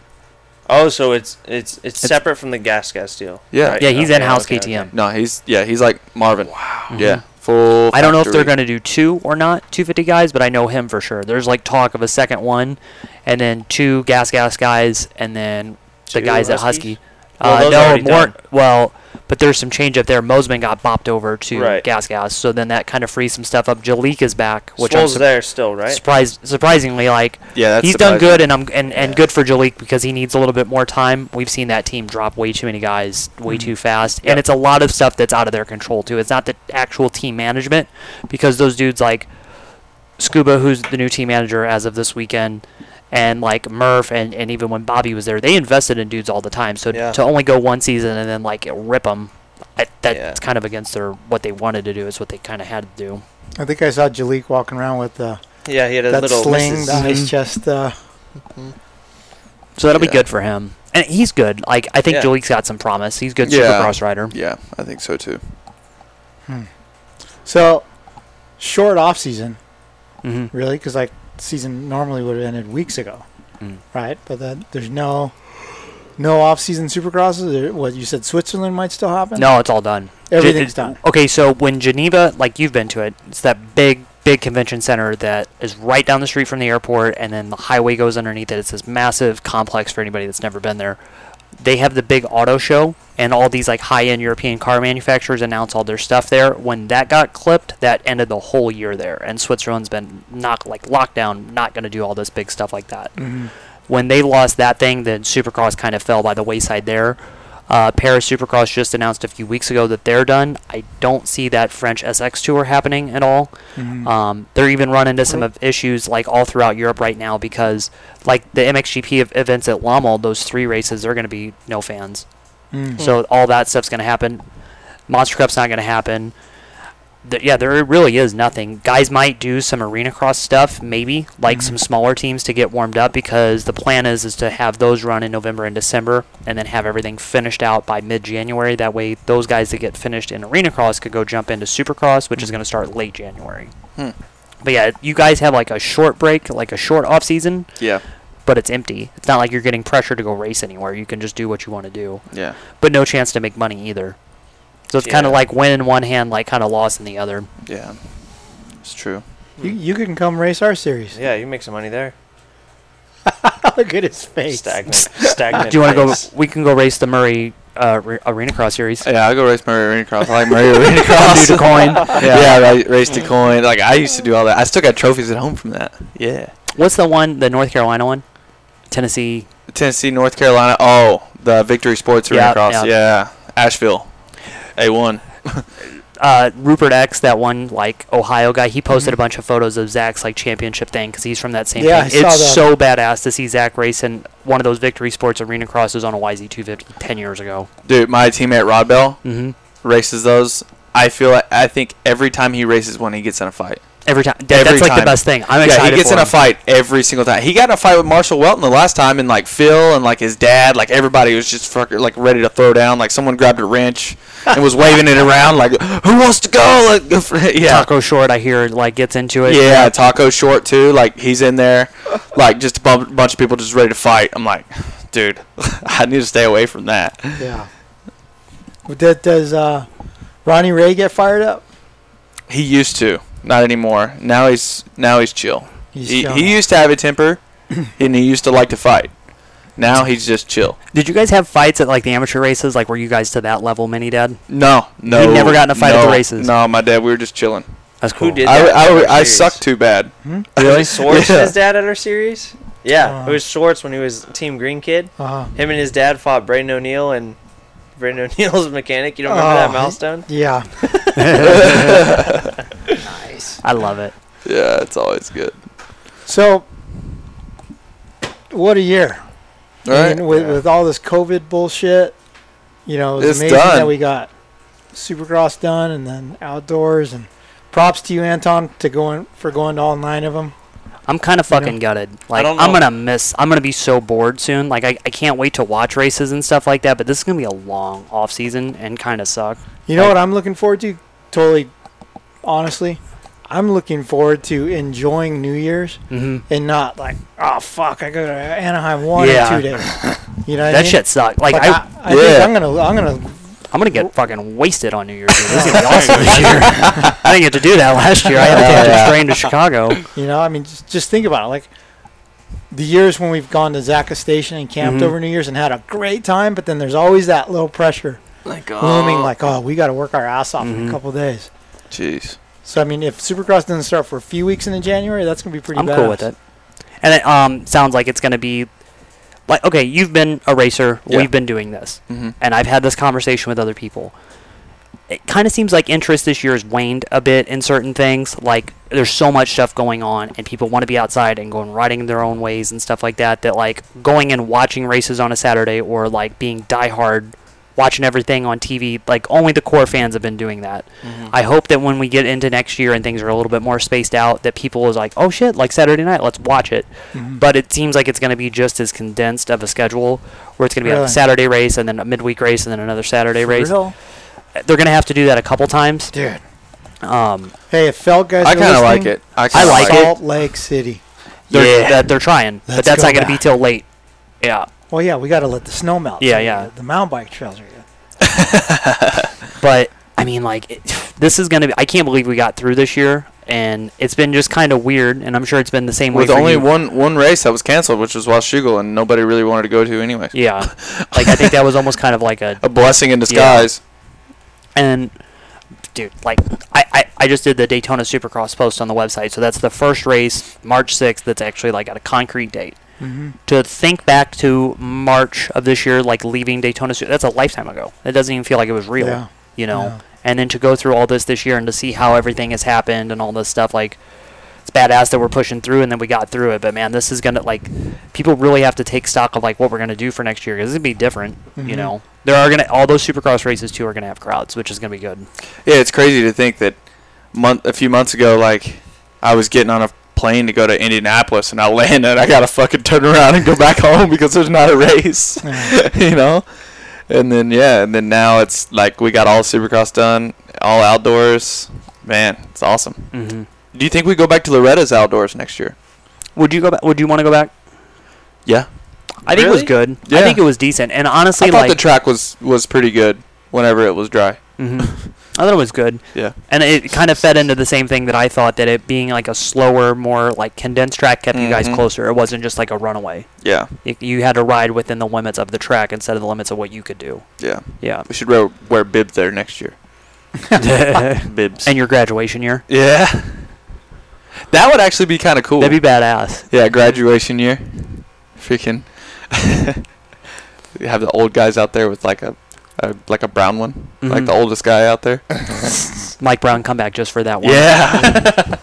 Speaker 4: Oh, so it's it's it's separate from the gas gas deal.
Speaker 3: Yeah.
Speaker 2: Yeah, he's
Speaker 4: okay,
Speaker 2: in-house
Speaker 4: okay, okay.
Speaker 2: KTM.
Speaker 3: No, he's yeah, he's like Marvin. Wow. Mm-hmm. Yeah, full.
Speaker 2: I don't know if they're going to
Speaker 3: factory.
Speaker 2: do two or not, 250 guys, but I know him for sure. There's like talk of a second one, and then two gas gas guys, and then the
Speaker 4: Two
Speaker 2: guys at
Speaker 4: Huskies?
Speaker 2: Husky.
Speaker 4: Well,
Speaker 2: Uh,
Speaker 4: those are already
Speaker 2: no, more
Speaker 4: done.
Speaker 2: well, but there's some change up there. Mosman got bopped over to
Speaker 4: Right.
Speaker 2: gas gas, so then that kind of frees some stuff up. Jalik is back, which
Speaker 4: Which
Speaker 2: I'm
Speaker 4: Swole's there still, right?
Speaker 2: surprised surprisingly like
Speaker 3: Yeah, that's
Speaker 2: he's done
Speaker 3: surprising.
Speaker 2: good, and I'm and, and good for Jalik because he needs a little bit more time. We've seen that team drop way too many guys way too fast,
Speaker 4: Yep.
Speaker 2: and it's a lot of stuff that's out of their control too. It's not the actual team management because those dudes like Scuba, who's the new team manager as of this weekend, and like Murph, and, and even when Bobby was there, they invested in dudes all the time. So
Speaker 4: Yeah.
Speaker 2: to only go one season and then like rip them. that's
Speaker 4: Yeah.
Speaker 2: kind of against their what they wanted to do. It's what they kind of had to do.
Speaker 1: I think I saw Jalik walking around with uh,
Speaker 4: Yeah, he had a
Speaker 1: that
Speaker 4: little Mm-hmm.
Speaker 1: sling,
Speaker 4: Mrs.
Speaker 1: the ice chest. Uh,
Speaker 2: So that'll
Speaker 3: Yeah.
Speaker 2: be good for him. And he's good. Like I think
Speaker 4: Yeah.
Speaker 2: Jalik's got some promise. He's a good
Speaker 3: Yeah.
Speaker 2: supercross rider.
Speaker 3: Yeah, I think so too.
Speaker 1: so short off season,
Speaker 2: hmm
Speaker 1: really, because like season normally would have ended weeks ago,
Speaker 2: Mm.
Speaker 1: right? But that there's no no off season supercrosses. There- What you said, Switzerland might still happen.
Speaker 2: No, it's all done. Ju-
Speaker 1: everything's done.
Speaker 2: Okay, so when Geneva, like you've been to it, it's that big, big convention center that is right down the street from the airport, and then the highway goes underneath it. It's this massive complex for anybody that's never been there. They have the big auto show, and all these like high-end European car manufacturers announce all their stuff there. When that got clipped, that ended the whole year there, and Switzerland's been not like lockdown, not going to do all this big stuff like that. when they lost that thing, then Supercross kind of fell by the wayside there. Uh, Paris Supercross just announced a few weeks ago that they're done. I don't see that French SX tour happening at all. Um, they're even running into some of issues like all throughout Europe right now because like the MXGP ev- events at Lommel, those three races, they're going to be no fans.
Speaker 1: Mm.
Speaker 2: So all that stuff's going to happen. Monster Cup's not going to happen. Th yeah, there really is nothing. Guys might do some arena cross stuff, maybe like some smaller teams to get warmed up because the plan is is to have those run in November and December, and then have everything finished out by mid-January. That way, those guys that get finished in arena cross could go jump into Supercross, which is going to start late January.
Speaker 3: Hmm.
Speaker 2: But yeah, you guys have like a short break, like a short off season,
Speaker 3: Yeah,
Speaker 2: but it's empty. It's not like you're getting pressure to go race anywhere. You can just do what you want to do
Speaker 3: yeah.
Speaker 2: but no chance to make money either. So it's kind of
Speaker 4: Yeah.
Speaker 2: like win in one hand, like kind of loss in the other.
Speaker 3: Yeah, it's true.
Speaker 1: You, you can come race our series.
Speaker 4: Yeah, you make some money there.
Speaker 1: Look at his face.
Speaker 4: Stagnant. Stagnant.
Speaker 2: Do you want to
Speaker 4: place.
Speaker 2: go? We can go race the Murray uh, re- Arena Cross Series.
Speaker 3: Yeah, I go race Murray Arena Cross. I like Murray Arena
Speaker 2: Come
Speaker 3: Cross.
Speaker 2: do the coin.
Speaker 3: yeah, yeah, I raced a coin. Like I used to do all that. I still got trophies at home from that. Yeah.
Speaker 2: What's the one? The North Carolina one? Tennessee.
Speaker 3: Tennessee, North Carolina. Oh, the Victory Sports Arena
Speaker 2: Yeah,
Speaker 3: Cross. Yeah.
Speaker 2: yeah.
Speaker 3: Asheville. A one.
Speaker 2: Uh, Rupert X, that one like Ohio guy, he posted a bunch of photos of Zach's like championship thing because he's from that same.
Speaker 1: Yeah,
Speaker 2: thing.
Speaker 1: I saw
Speaker 2: it's
Speaker 1: that.
Speaker 2: so badass to see Zach racing one of those Victory Sports Arena crosses on a YZ250 ten years ago.
Speaker 3: Dude, my teammate Rod Bell
Speaker 2: Mm-hmm.
Speaker 3: races those. I feel like I think every time he races one, he gets in a fight.
Speaker 2: every time. That-
Speaker 3: every
Speaker 2: that's like
Speaker 3: time.
Speaker 2: the best thing. I'm
Speaker 3: yeah,
Speaker 2: excited.
Speaker 3: he gets
Speaker 2: for
Speaker 3: in a
Speaker 2: him.
Speaker 3: fight every single time. He got in a fight with Marshall Welton the last time, and like Phil and like his dad, like everybody was just fucking like ready to throw down. Like someone grabbed a wrench and was waving it around, like who wants to go? Like, yeah,
Speaker 2: Taco Short, I hear, like gets into it.
Speaker 3: yeah, Taco Short too. Like he's in there, like just a bu- bunch of people just ready to fight. I'm like, dude, I need to stay away from that.
Speaker 1: Yeah. Well, that, does uh, Ronnie Ray get fired up?
Speaker 3: He used to, not anymore. Now he's now he's chill.
Speaker 1: He's
Speaker 3: he,
Speaker 1: chill now.
Speaker 3: he used to have a temper, and he used to like to fight. Now he's just chill.
Speaker 2: Did you guys have fights at like the amateur races? Like, were you guys to that level, mini dad?
Speaker 3: No, no.
Speaker 2: You never got in a fight at
Speaker 3: no,
Speaker 2: the races?
Speaker 3: No, my dad. We were just chilling.
Speaker 2: That's
Speaker 4: Who
Speaker 2: cool.
Speaker 4: did
Speaker 3: I,
Speaker 4: that?
Speaker 3: I,
Speaker 4: at our
Speaker 3: I,
Speaker 4: series?
Speaker 3: sucked too bad.
Speaker 1: Hmm?
Speaker 4: Was it Swartz
Speaker 3: Yeah.
Speaker 4: his dad at our series? Yeah,
Speaker 2: Uh-huh.
Speaker 1: Uh.
Speaker 4: it was Swartz when he was Team Green Kid.
Speaker 1: Uh-huh.
Speaker 4: Him and his dad fought Braden O'Neill and Braden O'Neill's mechanic. You don't remember
Speaker 1: Oh.
Speaker 4: that milestone?
Speaker 1: Yeah.
Speaker 2: I love it.
Speaker 3: Yeah, it's always good.
Speaker 1: So, what a year.
Speaker 3: All
Speaker 1: I
Speaker 3: right.
Speaker 1: mean, with, with all this COVID bullshit, you know, it's
Speaker 3: It's
Speaker 1: amazing
Speaker 3: done.
Speaker 1: that we got Supercross done and then outdoors. And props to you, Anton, to going for going to all nine of them.
Speaker 2: I'm kind of fucking gutted. Like,
Speaker 4: don't
Speaker 2: I'm
Speaker 4: know.
Speaker 2: gonna miss. I'm gonna be so bored soon. Like, I, I can't wait to watch races and stuff like that. But this is gonna be a long off season and kind of suck.
Speaker 1: You know
Speaker 2: Like-
Speaker 1: what I'm looking forward to? Totally, honestly, I'm looking forward to enjoying New Year's
Speaker 2: Mm-hmm.
Speaker 1: and not like, oh fuck, I go to Anaheim one
Speaker 2: Yeah.
Speaker 1: in two days. You know what I
Speaker 2: That
Speaker 1: mean?
Speaker 2: shit sucked. Like,
Speaker 1: Like,
Speaker 2: I,
Speaker 1: I, I think
Speaker 3: yeah.
Speaker 1: I'm gonna, I'm gonna,
Speaker 2: I'm gonna get fucking wasted on New Year's Eve. This is gonna be awesome this year. I didn't get to do that last year. I had to catch a train to Chicago.
Speaker 1: you know, I mean, just, just think about it. Like the years when we've gone to Zaka Station and camped
Speaker 2: Mhm.
Speaker 1: over New Year's and had a great time, but then there's always that low pressure
Speaker 3: Like,
Speaker 1: looming, like, oh, we got to work our ass off in
Speaker 2: Mhm.
Speaker 1: a couple days.
Speaker 3: Jeez.
Speaker 1: So I mean, if Supercross doesn't start for a few weeks in January, that's gonna be pretty.
Speaker 2: I'm cool with
Speaker 1: badass.
Speaker 2: it. And it um, sounds like it's gonna be like okay, you've been a racer.
Speaker 3: Yeah.
Speaker 2: We've been doing this,
Speaker 3: Mhm.
Speaker 2: and I've had this conversation with other people. It kind of seems like interest this year has waned a bit in certain things. Like there's so much stuff going on, and people want to be outside and going riding their own ways and stuff like that. That like going and watching races on a Saturday or like being diehard watching everything on TV. Like only the core fans have been doing that. I hope that when we get into next year and things are a little bit more spaced out, that people is like, oh shit, like Saturday night, let's watch it. But it seems like it's going to be just as condensed of a schedule, where it's going to be
Speaker 1: Really?
Speaker 2: a Saturday race and then a midweek race and then another Saturday
Speaker 1: For
Speaker 2: race.
Speaker 1: real?
Speaker 2: They're going to have to do that a couple times.
Speaker 1: dude.
Speaker 2: Um,
Speaker 1: Hey, if felt guys,
Speaker 3: I
Speaker 1: are
Speaker 3: kind of like
Speaker 1: listening,
Speaker 3: it. I,
Speaker 2: I
Speaker 3: kinda
Speaker 2: like it.
Speaker 1: Salt Lake City.
Speaker 2: they're,
Speaker 3: Yeah.
Speaker 2: that they're trying, but
Speaker 1: Let's
Speaker 2: that's
Speaker 1: go
Speaker 2: not going to be
Speaker 1: back.
Speaker 2: till late. Yeah,
Speaker 1: Well, yeah, we got to let the snow melt.
Speaker 2: Yeah,
Speaker 1: so
Speaker 2: yeah.
Speaker 1: The mountain bike trails are good.
Speaker 2: but I mean, like, it, this is going to be. I can't believe we got through this year, and it's been just kind of weird. And I'm sure it's been the same
Speaker 3: With
Speaker 2: way. for
Speaker 3: only
Speaker 2: you.
Speaker 3: one one race that was canceled, which was Washougal, and nobody really wanted to go to anyway.
Speaker 2: Yeah, like I think that was almost kind of like a
Speaker 3: A blessing in disguise.
Speaker 2: And dude, like I, I, I just did the Daytona Supercross post on the website, so that's the first race, March sixth, that's actually like at a concrete date. To think back to March of this year, like leaving Daytona, Su- that's a lifetime ago. It doesn't even feel like it was real,
Speaker 1: Yeah.
Speaker 2: you know.
Speaker 1: Yeah.
Speaker 2: And then to go through all this this year and to see how everything has happened and all this stuff, like it's badass that we're pushing through and then we got through it. But man, this is gonna like people really have to take stock of like what we're gonna do for next year because it'll be different. You
Speaker 1: Mm-hmm.
Speaker 2: know, there are gonna all those Supercross races too are gonna have crowds, which is gonna be good.
Speaker 3: Yeah, it's crazy to think that month a few months ago, like I was getting on a plane to go to Indianapolis, and I land and I gotta fucking turn around and go back home because there's not a race, you know. And then yeah, and then now it's like we got all Supercross done, all outdoors. Man, it's awesome.
Speaker 2: hmm
Speaker 3: Do you think we go back to Loretta's outdoors next year?
Speaker 2: Would you go back? Would you want to go back?
Speaker 3: Yeah,
Speaker 2: I think it was
Speaker 4: Really?
Speaker 2: good. I
Speaker 3: Yeah.
Speaker 2: think it was decent. And
Speaker 3: I
Speaker 2: honestly,
Speaker 3: thought
Speaker 2: like
Speaker 3: the track was was pretty good whenever it was dry.
Speaker 2: Mhm. I thought it was good.
Speaker 3: Mm-hmm. Yeah.
Speaker 2: And it kind of fed into the same thing that I thought that it being like a slower, more like condensed track kept you guys
Speaker 3: Mhm.
Speaker 2: closer. It wasn't just like a runaway.
Speaker 3: Yeah,
Speaker 2: You, you had to ride within the limits of the track instead of the limits of what you could do.
Speaker 3: yeah.
Speaker 2: Yeah.
Speaker 3: We should wear, wear bibs there next year.
Speaker 2: and
Speaker 3: Bibs.
Speaker 2: your graduation year.
Speaker 3: Yeah. That would actually be kind of cool.
Speaker 2: That'd be badass.
Speaker 3: yeah, graduation year. Freaking. you have the old guys out there with like a, a like a brown one, like the oldest guy out there.
Speaker 2: Mm-hmm. Mike Brown come back just for that one.
Speaker 3: Yeah.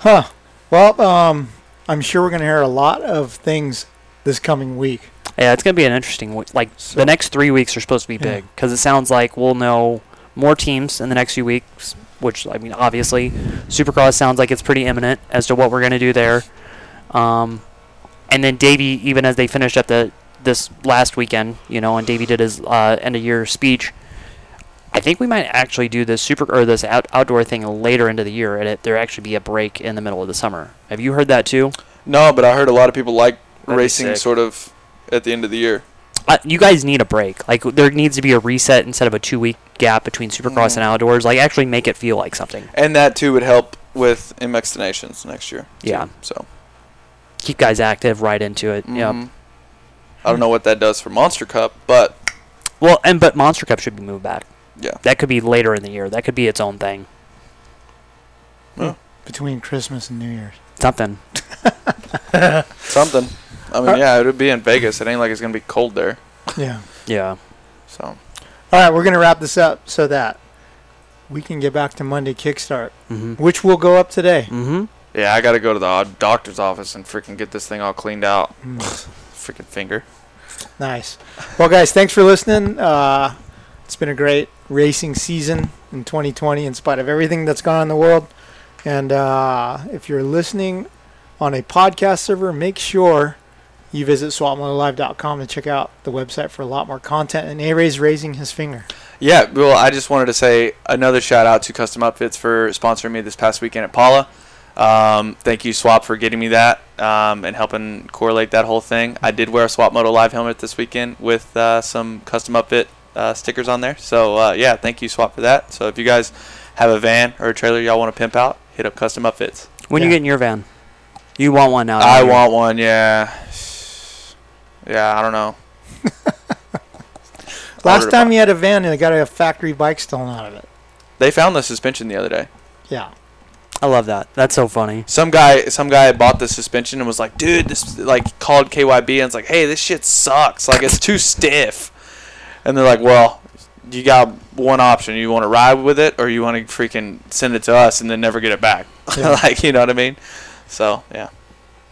Speaker 1: Huh. Well, um, I'm sure we're going to hear a lot of things this coming week.
Speaker 2: Yeah, it's gonna be an interesting week. Like
Speaker 1: So-
Speaker 2: the next three weeks are supposed to be
Speaker 1: Yeah.
Speaker 2: big because it sounds like we'll know more teams in the next few weeks. which I mean, obviously, Supercross sounds like it's pretty imminent as to what we're going to do there. Um, and then Davey, even as they finished up the this last weekend, you know, and Davey did his uh, end of year speech. I think we might actually do this super or this out, outdoor thing later into the year, and it, there actually be a break in the middle of the summer. Have you heard that too?
Speaker 3: No, but I heard a lot of people like
Speaker 4: be
Speaker 3: racing
Speaker 4: sick.
Speaker 3: sort of at the end of the year.
Speaker 2: uh, you guys need a break. Like there needs to be a reset instead of a two week gap between Supercross and outdoors. Like actually make it feel like something.
Speaker 3: And that too would help with MX the Nations next year.
Speaker 2: Yeah,
Speaker 3: So
Speaker 2: keep guys active right into it. Yeah.
Speaker 3: mhm. I don't know what that does for Monster Cup, but
Speaker 2: Well, and but Monster Cup should be moved back.
Speaker 3: Yeah.
Speaker 2: That could be later in the year. That could be its own thing.
Speaker 1: between Christmas and New Year's.
Speaker 2: Something.
Speaker 3: something. I mean, yeah, it would be in Vegas. It ain't like it's gonna be cold there.
Speaker 1: Yeah.
Speaker 2: Yeah.
Speaker 3: So
Speaker 1: All right, we're going to wrap this up so that we can get back to Monday Kickstart,
Speaker 2: Mhm.
Speaker 1: which will go up today.
Speaker 2: Mhm.
Speaker 3: yeah, I gotta go to the uh, doctor's office and freaking get this thing all cleaned out.
Speaker 1: Mm.
Speaker 3: freaking finger.
Speaker 1: Nice. Well, guys, thanks for listening. Uh, it's been a great racing season in 2020 in spite of everything that's gone on in the world. And uh, if you're listening on a podcast server, make sure you visit swapmotorlive.com to check out the website for a lot more content. And A-Ray's raising his finger.
Speaker 3: Yeah, well, I just wanted to say another shout out to Custom Outfits for sponsoring me this past weekend at Paula. Um, thank you, Swap, for getting me that um, and helping correlate that whole thing. I did wear a Swap Moto Live helmet this weekend with uh, some Custom Outfit uh, stickers on there. So, uh, yeah, thank you, Swap, for that. So, if you guys have a van or a trailer y'all want to pimp out, hit up Custom Outfits.
Speaker 2: When you
Speaker 1: Yeah.
Speaker 2: get in your van, you want one now.
Speaker 3: I
Speaker 2: don't you?
Speaker 3: want one, yeah. Yeah, I don't know.
Speaker 1: Last
Speaker 3: Ordered
Speaker 1: time
Speaker 3: about-
Speaker 1: he had a van and he got a factory bike stolen out of it.
Speaker 3: They found the suspension the other day.
Speaker 1: Yeah.
Speaker 2: I love that. That's so funny.
Speaker 3: some guy some guy bought the suspension and was like dude this like called kyb and it's like hey this shit sucks like it's too stiff and they're like well you got one option you want to ride with it or you want to freaking send it to us and then never get it back
Speaker 1: Yeah.
Speaker 3: like you know what i mean so yeah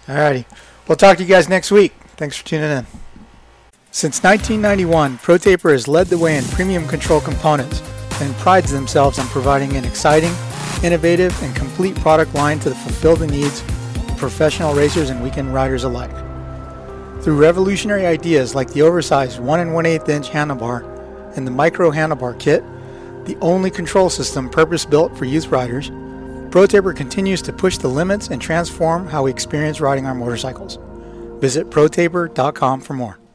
Speaker 1: Alrighty. We'll talk to you guys next week. Thanks for tuning in. Since 1991, ProTaper has led the way in premium control components and prides themselves on providing an exciting, innovative, and complete product line to fulfill the needs of professional racers and weekend riders alike. Through revolutionary ideas like the oversized 1 and 1 8 inch handlebar and the micro handlebar kit, the only control system purpose built for youth riders, ProTaper continues to push the limits and transform how we experience riding our motorcycles. Visit protaper.com for more.